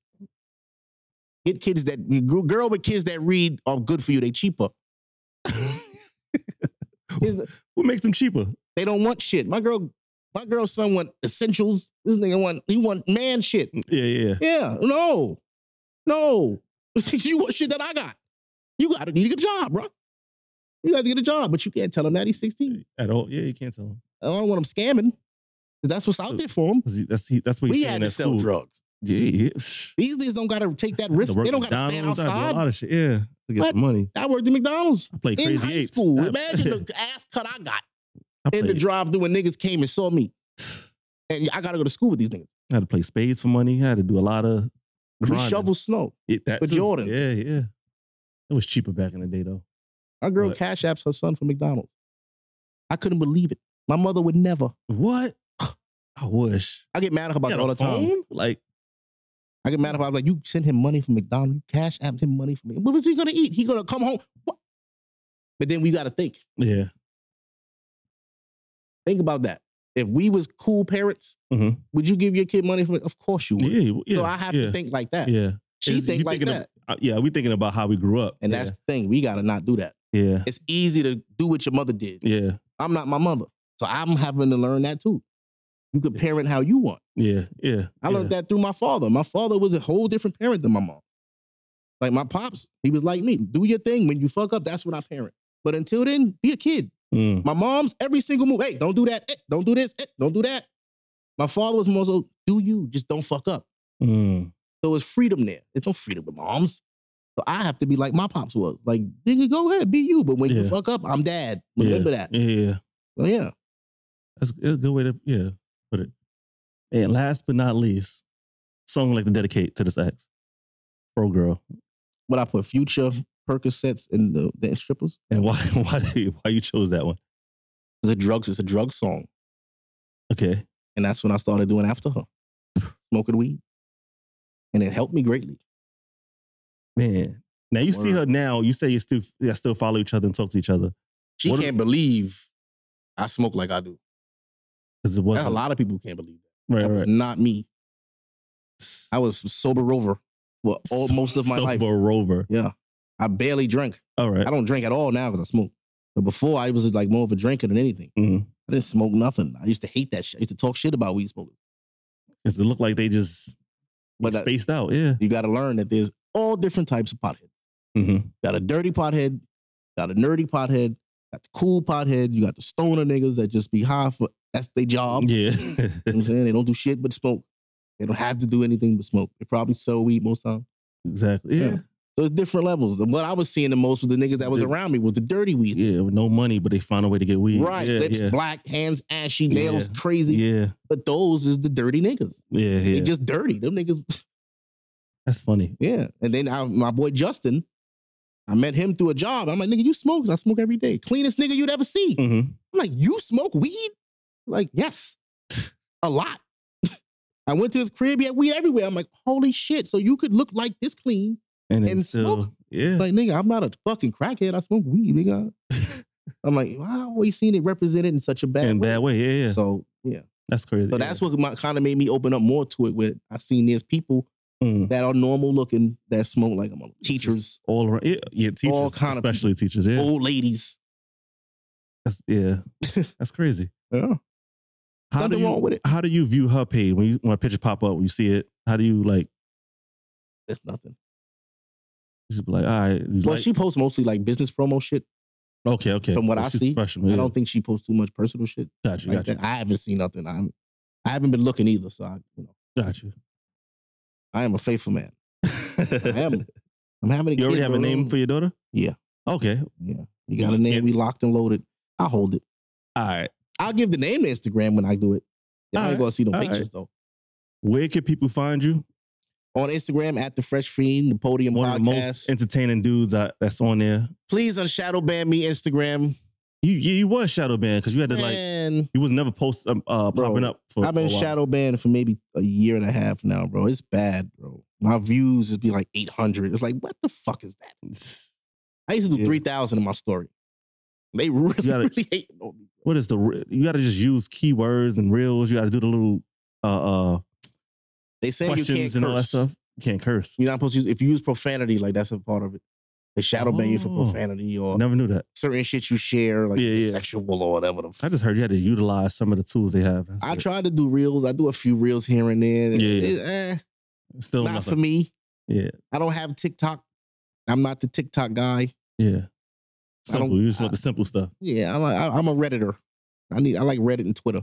[SPEAKER 3] Get kids that gr- girl with kids that read are good for you. They cheaper. Kids-
[SPEAKER 1] what makes them cheaper?
[SPEAKER 3] They don't want shit. My girl, my girl son want essentials. This nigga want he want man shit.
[SPEAKER 1] Yeah, yeah.
[SPEAKER 3] Yeah, no, no. you want shit that I got. You got to need a job, bro. You got to get a job, but you can't tell him that he's 16.
[SPEAKER 1] At all. Yeah, you can't tell him.
[SPEAKER 3] I don't want him scamming. 'cause That's what's out there for him.
[SPEAKER 1] 'Cause he- That's he, that's what he's
[SPEAKER 3] We
[SPEAKER 1] saying
[SPEAKER 3] had to
[SPEAKER 1] at
[SPEAKER 3] sell
[SPEAKER 1] school.
[SPEAKER 3] drugs.
[SPEAKER 1] Yeah, yeah.
[SPEAKER 3] These niggas don't got to take that risk.
[SPEAKER 1] Had to work
[SPEAKER 3] They don't got to stand
[SPEAKER 1] McDonald's, I did A
[SPEAKER 3] outside.
[SPEAKER 1] lot of shit. Yeah, to get
[SPEAKER 3] What?
[SPEAKER 1] some money.
[SPEAKER 3] I worked at McDonald's
[SPEAKER 1] I played
[SPEAKER 3] in
[SPEAKER 1] crazy
[SPEAKER 3] high
[SPEAKER 1] eights.
[SPEAKER 3] school.
[SPEAKER 1] I-
[SPEAKER 3] Imagine the ass cut I got
[SPEAKER 1] I
[SPEAKER 3] in the
[SPEAKER 1] played-
[SPEAKER 3] drive-thru when niggas came and saw me. And I got to go to school with these niggas.
[SPEAKER 1] I had to play spades for money. I had to do a lot of.
[SPEAKER 3] We
[SPEAKER 1] grinding.
[SPEAKER 3] shovel snow.
[SPEAKER 1] It, that
[SPEAKER 3] with
[SPEAKER 1] too.
[SPEAKER 3] Jordans.
[SPEAKER 1] Yeah, yeah. It was cheaper back in the day though.
[SPEAKER 3] My girl
[SPEAKER 1] But-
[SPEAKER 3] cash apps her son for McDonald's. I couldn't believe it. My mother would never.
[SPEAKER 1] What? I wish.
[SPEAKER 3] I get mad at her about
[SPEAKER 1] You
[SPEAKER 3] it
[SPEAKER 1] got
[SPEAKER 3] all
[SPEAKER 1] a
[SPEAKER 3] the time.
[SPEAKER 1] phone? Like
[SPEAKER 3] I get mad about it. like you send him money from McDonald's, you cash app him money from me. What was he gonna eat? He gonna come home. What? But then we gotta think.
[SPEAKER 1] yeah.
[SPEAKER 3] Think about that. If we was cool parents,
[SPEAKER 1] Mhm.
[SPEAKER 3] would you give your kid money from? Of course you would.
[SPEAKER 1] Yeah, yeah.
[SPEAKER 3] so I have
[SPEAKER 1] yeah,
[SPEAKER 3] to think like that.
[SPEAKER 1] Yeah.
[SPEAKER 3] She
[SPEAKER 1] Is-
[SPEAKER 3] think
[SPEAKER 1] you
[SPEAKER 3] like
[SPEAKER 1] thinking
[SPEAKER 3] that,
[SPEAKER 1] of- Uh, yeah, we thinking about how we grew up.
[SPEAKER 3] and that's the thing. We gotta not do that.
[SPEAKER 1] yeah.
[SPEAKER 3] It's easy to do what your mother did.
[SPEAKER 1] Yeah. Yeah.
[SPEAKER 3] I'm not my mother, so I'm having to learn that too. You could parent how you want.
[SPEAKER 1] Yeah. Yeah.
[SPEAKER 3] I learned that through my father. My father was a whole different parent than my mom. Like my pops, he was like me. Do your thing. When you fuck up, that's when I parent. But until then, be a kid.
[SPEAKER 1] Mm.
[SPEAKER 3] My mom's every single move. Hey, don't do that. Eh, don't do this. Eh, don't do that. My father was more so, do you. Just don't fuck up.
[SPEAKER 1] Mm.
[SPEAKER 3] So it's freedom there. It's no freedom with moms. So I have to be like my pops was. Like, nigga, go ahead, be you. But when you
[SPEAKER 1] Yeah.
[SPEAKER 3] fuck up, I'm dad. Remember that.
[SPEAKER 1] Yeah. yeah.
[SPEAKER 3] So yeah.
[SPEAKER 1] That's that's a good way to yeah put it. And last but not least, song I'd like to dedicate to this ex, Pro Girl.
[SPEAKER 3] What I put future Percocets and the, the strippers.
[SPEAKER 1] And why why do you, why you chose that one?
[SPEAKER 3] It's a drugs, it's a drug song.
[SPEAKER 1] Okay.
[SPEAKER 3] And that's when I started doing after her, smoking weed. And it helped me greatly.
[SPEAKER 1] Man. Now you see
[SPEAKER 3] Word.
[SPEAKER 1] her now. You say you still you still follow each other and talk to each other
[SPEAKER 3] She
[SPEAKER 1] What-
[SPEAKER 3] can't believe I smoke like I do.
[SPEAKER 1] because it
[SPEAKER 3] That's
[SPEAKER 1] wasn't
[SPEAKER 3] a lot of people can't believe that.
[SPEAKER 1] right
[SPEAKER 3] That was
[SPEAKER 1] right.
[SPEAKER 3] not me. I was sober rover for all, most of my
[SPEAKER 1] Sober
[SPEAKER 3] life.
[SPEAKER 1] Rover.
[SPEAKER 3] Yeah. I barely drank.
[SPEAKER 1] All right.
[SPEAKER 3] I don't drink at all now because I smoke. But before I was like more of a drinker than anything.
[SPEAKER 1] Mhm.
[SPEAKER 3] I didn't smoke nothing. I used to hate that shit. I used to talk shit about weed smokers.
[SPEAKER 1] Because it looked like they just
[SPEAKER 3] But that-
[SPEAKER 1] spaced out. Yeah.
[SPEAKER 3] You gotta learn that there's all different types of potheads.
[SPEAKER 1] Mm-hmm.
[SPEAKER 3] Got a dirty pothead, got a nerdy pothead, got the cool pothead, you got the stoner niggas that just be high for that's their job. You
[SPEAKER 1] Yeah.
[SPEAKER 3] know what I'm saying? They don't do shit but smoke. They don't have to do anything but smoke. They probably sell weed most time.
[SPEAKER 1] exactly. Yeah.
[SPEAKER 3] Yeah. There's different levels. And What I was seeing the most with the niggas that was
[SPEAKER 1] The-
[SPEAKER 3] around me was the dirty weed.
[SPEAKER 1] Yeah, with no money, but they found a way to get weed.
[SPEAKER 3] Right.
[SPEAKER 1] Yeah,
[SPEAKER 3] Lips
[SPEAKER 1] yeah.
[SPEAKER 3] black, hands ashy, nails
[SPEAKER 1] Yeah.
[SPEAKER 3] crazy.
[SPEAKER 1] yeah,
[SPEAKER 3] But those is the dirty niggas.
[SPEAKER 1] yeah,
[SPEAKER 3] They
[SPEAKER 1] yeah.
[SPEAKER 3] just dirty. Them niggas,
[SPEAKER 1] That's funny.
[SPEAKER 3] yeah. And then I, my boy Justin, I met him through a job. I'm like, nigga, you smoke? 'Cause I smoke every day. Cleanest nigga you'd ever see.
[SPEAKER 1] hmm
[SPEAKER 3] I'm like, you smoke weed? Like, yes, a lot. I went to his crib, he had weed everywhere. I'm like, holy shit. So you could look like this clean.
[SPEAKER 1] And,
[SPEAKER 3] And
[SPEAKER 1] it's still,
[SPEAKER 3] smoke.
[SPEAKER 1] yeah,
[SPEAKER 3] Like, nigga, I'm not a fucking crackhead. I smoke weed, nigga. I'm like, wow, I always seen it represented in such a bad
[SPEAKER 1] in a
[SPEAKER 3] way.
[SPEAKER 1] bad way. Yeah, yeah.
[SPEAKER 3] So, yeah.
[SPEAKER 1] that's crazy.
[SPEAKER 3] So that's what my, kind of made me open up more to it. Where I seen there's people
[SPEAKER 1] yeah. Mm.
[SPEAKER 3] that are normal looking that smoke like I'm
[SPEAKER 1] Just
[SPEAKER 3] teachers,
[SPEAKER 1] all around. Yeah, yeah teachers,
[SPEAKER 3] All Oh. kind of
[SPEAKER 1] especially teachers. Yeah,
[SPEAKER 3] old ladies.
[SPEAKER 1] that's, yeah, that's crazy.
[SPEAKER 3] Yeah.
[SPEAKER 1] How
[SPEAKER 3] Nothing
[SPEAKER 1] do you,
[SPEAKER 3] wrong with it.
[SPEAKER 1] How do you view her page when you when a picture pop up when you see it? How do you like?
[SPEAKER 3] That's nothing.
[SPEAKER 1] You should be like, all right. you
[SPEAKER 3] Well,
[SPEAKER 1] like-
[SPEAKER 3] she posts mostly like business promo shit.
[SPEAKER 1] okay, okay.
[SPEAKER 3] from what I
[SPEAKER 1] she's
[SPEAKER 3] see,
[SPEAKER 1] professional, yeah.
[SPEAKER 3] I don't think she posts too much personal shit.
[SPEAKER 1] got you,
[SPEAKER 3] like
[SPEAKER 1] got you,
[SPEAKER 3] that. I haven't seen nothing. I'm, I haven't been looking either. So I, you know,
[SPEAKER 1] got you.
[SPEAKER 3] I am a faithful man. I am. I'm having.
[SPEAKER 1] You already have a name for your daughter?
[SPEAKER 3] Yeah.
[SPEAKER 1] Okay.
[SPEAKER 3] Yeah, you got a name. We locked and loaded. I hold it.
[SPEAKER 1] All right.
[SPEAKER 3] I'll give the name to Instagram when I do it. Y'all all ain't
[SPEAKER 1] Alright,
[SPEAKER 3] gonna see no
[SPEAKER 1] alright.
[SPEAKER 3] pictures though.
[SPEAKER 1] Where can people find you?
[SPEAKER 3] On Instagram at the Fresh Fiend, the Podium
[SPEAKER 1] One of the
[SPEAKER 3] Podcast.
[SPEAKER 1] most entertaining dudes I, that's on there.
[SPEAKER 3] Please unshadow ban me Instagram.
[SPEAKER 1] You you, you was shadow banned because you had to like
[SPEAKER 3] Man,
[SPEAKER 1] you was never post um, uh,
[SPEAKER 3] Bro,
[SPEAKER 1] popping up. For
[SPEAKER 3] I've been
[SPEAKER 1] a while.
[SPEAKER 3] shadow banned for maybe a year and a half now, bro. It's bad, bro. My views is be like 800. It's like, what the fuck is that? I used to do
[SPEAKER 1] Yeah.
[SPEAKER 3] 3,000 in my story. They really,
[SPEAKER 1] gotta-
[SPEAKER 3] really hate on me.
[SPEAKER 1] What is the? re- You got to just use keywords and reels. You got to do the little uh, uh
[SPEAKER 3] They say you can't
[SPEAKER 1] questions
[SPEAKER 3] curse.
[SPEAKER 1] and all that stuff. You can't curse.
[SPEAKER 3] You're not supposed to use, if you use profanity, like that's a part of it. They shadow ban you for
[SPEAKER 1] Oh.
[SPEAKER 3] profanity or
[SPEAKER 1] Never knew that.
[SPEAKER 3] certain shit you share, like
[SPEAKER 1] Yeah, yeah.
[SPEAKER 3] sexual or whatever. The f-
[SPEAKER 1] I just heard you had to utilize some of the tools they have. That's
[SPEAKER 3] I
[SPEAKER 1] it.
[SPEAKER 3] try to do reels. I do a few reels here and there.
[SPEAKER 1] Yeah, yeah.
[SPEAKER 3] It- eh,
[SPEAKER 1] Still
[SPEAKER 3] not
[SPEAKER 1] nothing.
[SPEAKER 3] for me.
[SPEAKER 1] Yeah.
[SPEAKER 3] I don't have TikTok. I'm not the TikTok guy.
[SPEAKER 1] Yeah. Simple.
[SPEAKER 3] don't-
[SPEAKER 1] You just want the simple stuff.
[SPEAKER 3] Yeah, I'm a, I, I'm a redditor. I need. I like Reddit and Twitter.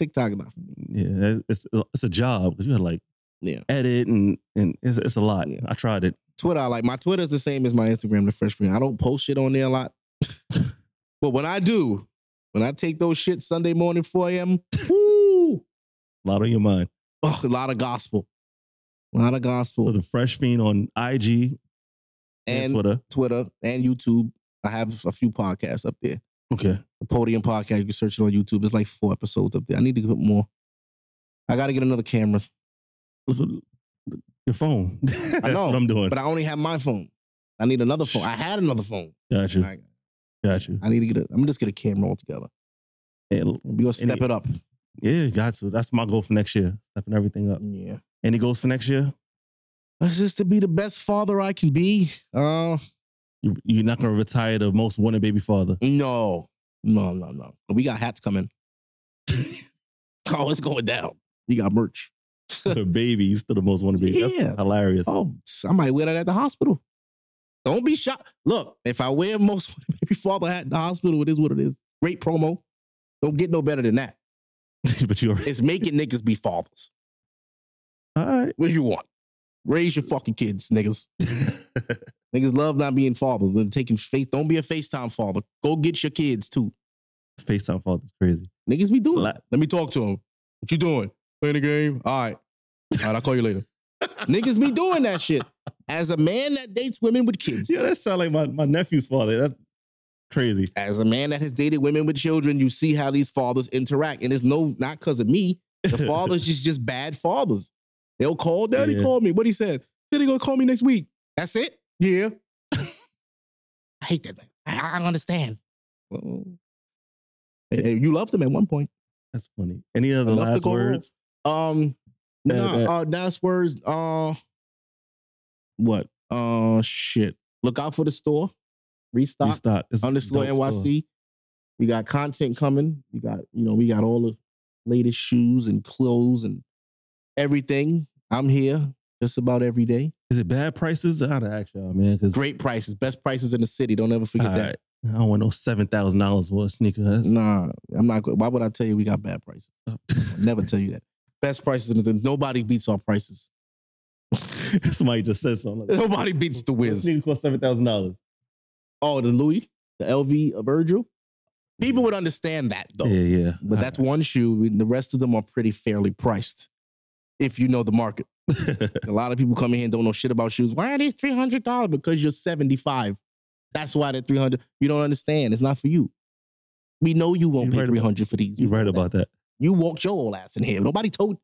[SPEAKER 3] TikTok, no.
[SPEAKER 1] Yeah. It's it's a job 'cause you had to like
[SPEAKER 3] Yeah.
[SPEAKER 1] edit and and it's, it's a lot.
[SPEAKER 3] Yeah.
[SPEAKER 1] I tried it.
[SPEAKER 3] Twitter, I like my Twitter is the same as my Instagram, the Fresh Green. I don't post shit on there a lot. but when I do, when I take those shit Sunday morning, 4 a.m., woo,
[SPEAKER 1] A lot on your mind.
[SPEAKER 3] oh, a lot of gospel. A lot of
[SPEAKER 1] So
[SPEAKER 3] gospel.
[SPEAKER 1] the fresh fiend on IG and,
[SPEAKER 3] And Twitter.
[SPEAKER 1] Twitter.
[SPEAKER 3] and YouTube. I have a few podcasts up there.
[SPEAKER 1] Okay.
[SPEAKER 3] The Podium Podcast, you can search it on YouTube. It's like four episodes up there. I need to put more. I got to get another camera,
[SPEAKER 1] Your phone. That's
[SPEAKER 3] know,
[SPEAKER 1] what I'm doing.
[SPEAKER 3] but I only have my phone. I need another phone. I had another phone.
[SPEAKER 1] got you.
[SPEAKER 3] I,
[SPEAKER 1] Got you.
[SPEAKER 3] I need to get a, I'm just get a camera altogether.
[SPEAKER 1] And-
[SPEAKER 3] We're going to step
[SPEAKER 1] Any-
[SPEAKER 3] it up.
[SPEAKER 1] yeah, got to. That's my goal for next year. Stepping everything up.
[SPEAKER 3] Yeah.
[SPEAKER 1] Any goals for next year?
[SPEAKER 3] That's just to be the best father I can be. Uh,
[SPEAKER 1] You, you're not gonna retire the most wanted baby father.
[SPEAKER 3] no, no, no, no. We got hats coming. oh, it's going down. We got merch.
[SPEAKER 1] the baby, you still the most wanted baby. That's
[SPEAKER 3] Yeah.
[SPEAKER 1] hilarious.
[SPEAKER 3] Oh, I might wear that at the hospital. Don't be shocked. Look, if I wear most baby father hat in the hospital, it is what it is. Great promo. Don't get no better than that.
[SPEAKER 1] but you already
[SPEAKER 3] It's making niggas be fathers.
[SPEAKER 1] all right.
[SPEAKER 3] What do you want? Raise your fucking kids, niggas. niggas love not being fathers. Then taking face. Don't be a FaceTime father. Go get your kids too.
[SPEAKER 1] FaceTime fault is crazy.
[SPEAKER 3] Niggas be doing.
[SPEAKER 1] Like-
[SPEAKER 3] Let me talk to him. What you doing? Playing a game? All right. All right, I'll call you later. Niggas be doing that shit. As a man that dates women with kids,
[SPEAKER 1] Yeah, that sounds like my, my nephew's father. That's crazy.
[SPEAKER 3] as a man that has dated women with children, you see how these fathers interact. And it's no, not because of me. The fathers is just bad fathers. They'll call, daddy
[SPEAKER 1] Yeah.
[SPEAKER 3] called me. What he said? Said he gonna call me next week. That's it? Yeah. I hate that man. I, I don't understand. Well, hey, hey, you loved him at one point.
[SPEAKER 1] That's funny. Any other
[SPEAKER 3] Enough to
[SPEAKER 1] last
[SPEAKER 3] go on.
[SPEAKER 1] words?
[SPEAKER 3] Um,
[SPEAKER 1] Yeah,
[SPEAKER 3] no,
[SPEAKER 1] that-
[SPEAKER 3] uh, that's words. Uh, what? Uh, shit. Look out for the store. Restock
[SPEAKER 1] Restock. It's
[SPEAKER 3] underscore
[SPEAKER 1] dope
[SPEAKER 3] NYC.
[SPEAKER 1] store.
[SPEAKER 3] We got content coming. We got you know we got all the latest shoes and clothes and everything. I'm here just about every day.
[SPEAKER 1] Is it bad prices? I gotta ask y'all, man. Cause
[SPEAKER 3] Great prices, best prices in the city. Don't ever forget
[SPEAKER 1] all
[SPEAKER 3] that.
[SPEAKER 1] right, I don't want no seven thousand dollars for a sneaker. That's,
[SPEAKER 3] Nah, I'm not. good. Why would I tell you we got bad
[SPEAKER 1] Oh.
[SPEAKER 3] prices? I'll never tell you that. Best prices in the nobody beats our prices.
[SPEAKER 1] Somebody just said something. Like,
[SPEAKER 3] Nobody beats the
[SPEAKER 1] this
[SPEAKER 3] Wiz.
[SPEAKER 1] nigga cost seven thousand dollars.
[SPEAKER 3] Oh, the Louis, the LV, of Virgil. People would understand that though.
[SPEAKER 1] Yeah, yeah.
[SPEAKER 3] But that's
[SPEAKER 1] Uh-huh.
[SPEAKER 3] one shoe. The rest of them are pretty fairly priced, if you know the market. a lot of people come in here and don't know shit about shoes. Why are these three hundred dollars? Because you're seventy five. That's why they're three hundred. You don't understand. It's not for you. We know you won't
[SPEAKER 1] You're
[SPEAKER 3] pay
[SPEAKER 1] right about-
[SPEAKER 3] three hundred for these.
[SPEAKER 1] you right about that.
[SPEAKER 3] You walked your old ass in here. Nobody told. you.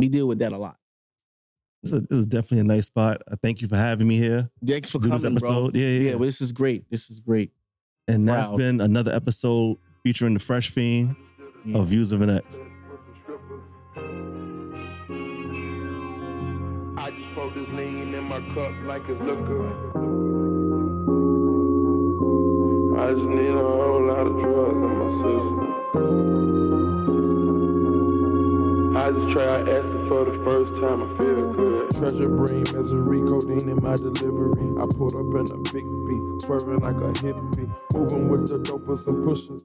[SPEAKER 3] We deal with that a lot.
[SPEAKER 1] This is, this is definitely a nice spot. I thank you for having me here.
[SPEAKER 3] Thanks for
[SPEAKER 1] Do
[SPEAKER 3] coming,
[SPEAKER 1] this episode.
[SPEAKER 3] bro.
[SPEAKER 1] Yeah, yeah,
[SPEAKER 3] Yeah,
[SPEAKER 1] yeah.
[SPEAKER 3] well, this is great. This is great.
[SPEAKER 1] and that's
[SPEAKER 3] proud.
[SPEAKER 1] been another episode featuring the Fresh Fiend
[SPEAKER 3] Yeah.
[SPEAKER 1] of Views of an X.
[SPEAKER 4] I just pour this lean in my cup like a liquor. I just need a whole lot of drugs in my system. I just tried acid for the first time. I feel good.
[SPEAKER 5] Treasure brain, misery, codeine in my delivery. I pulled up in a big beat, swerving like a hippie, moving with the dopers and pushers.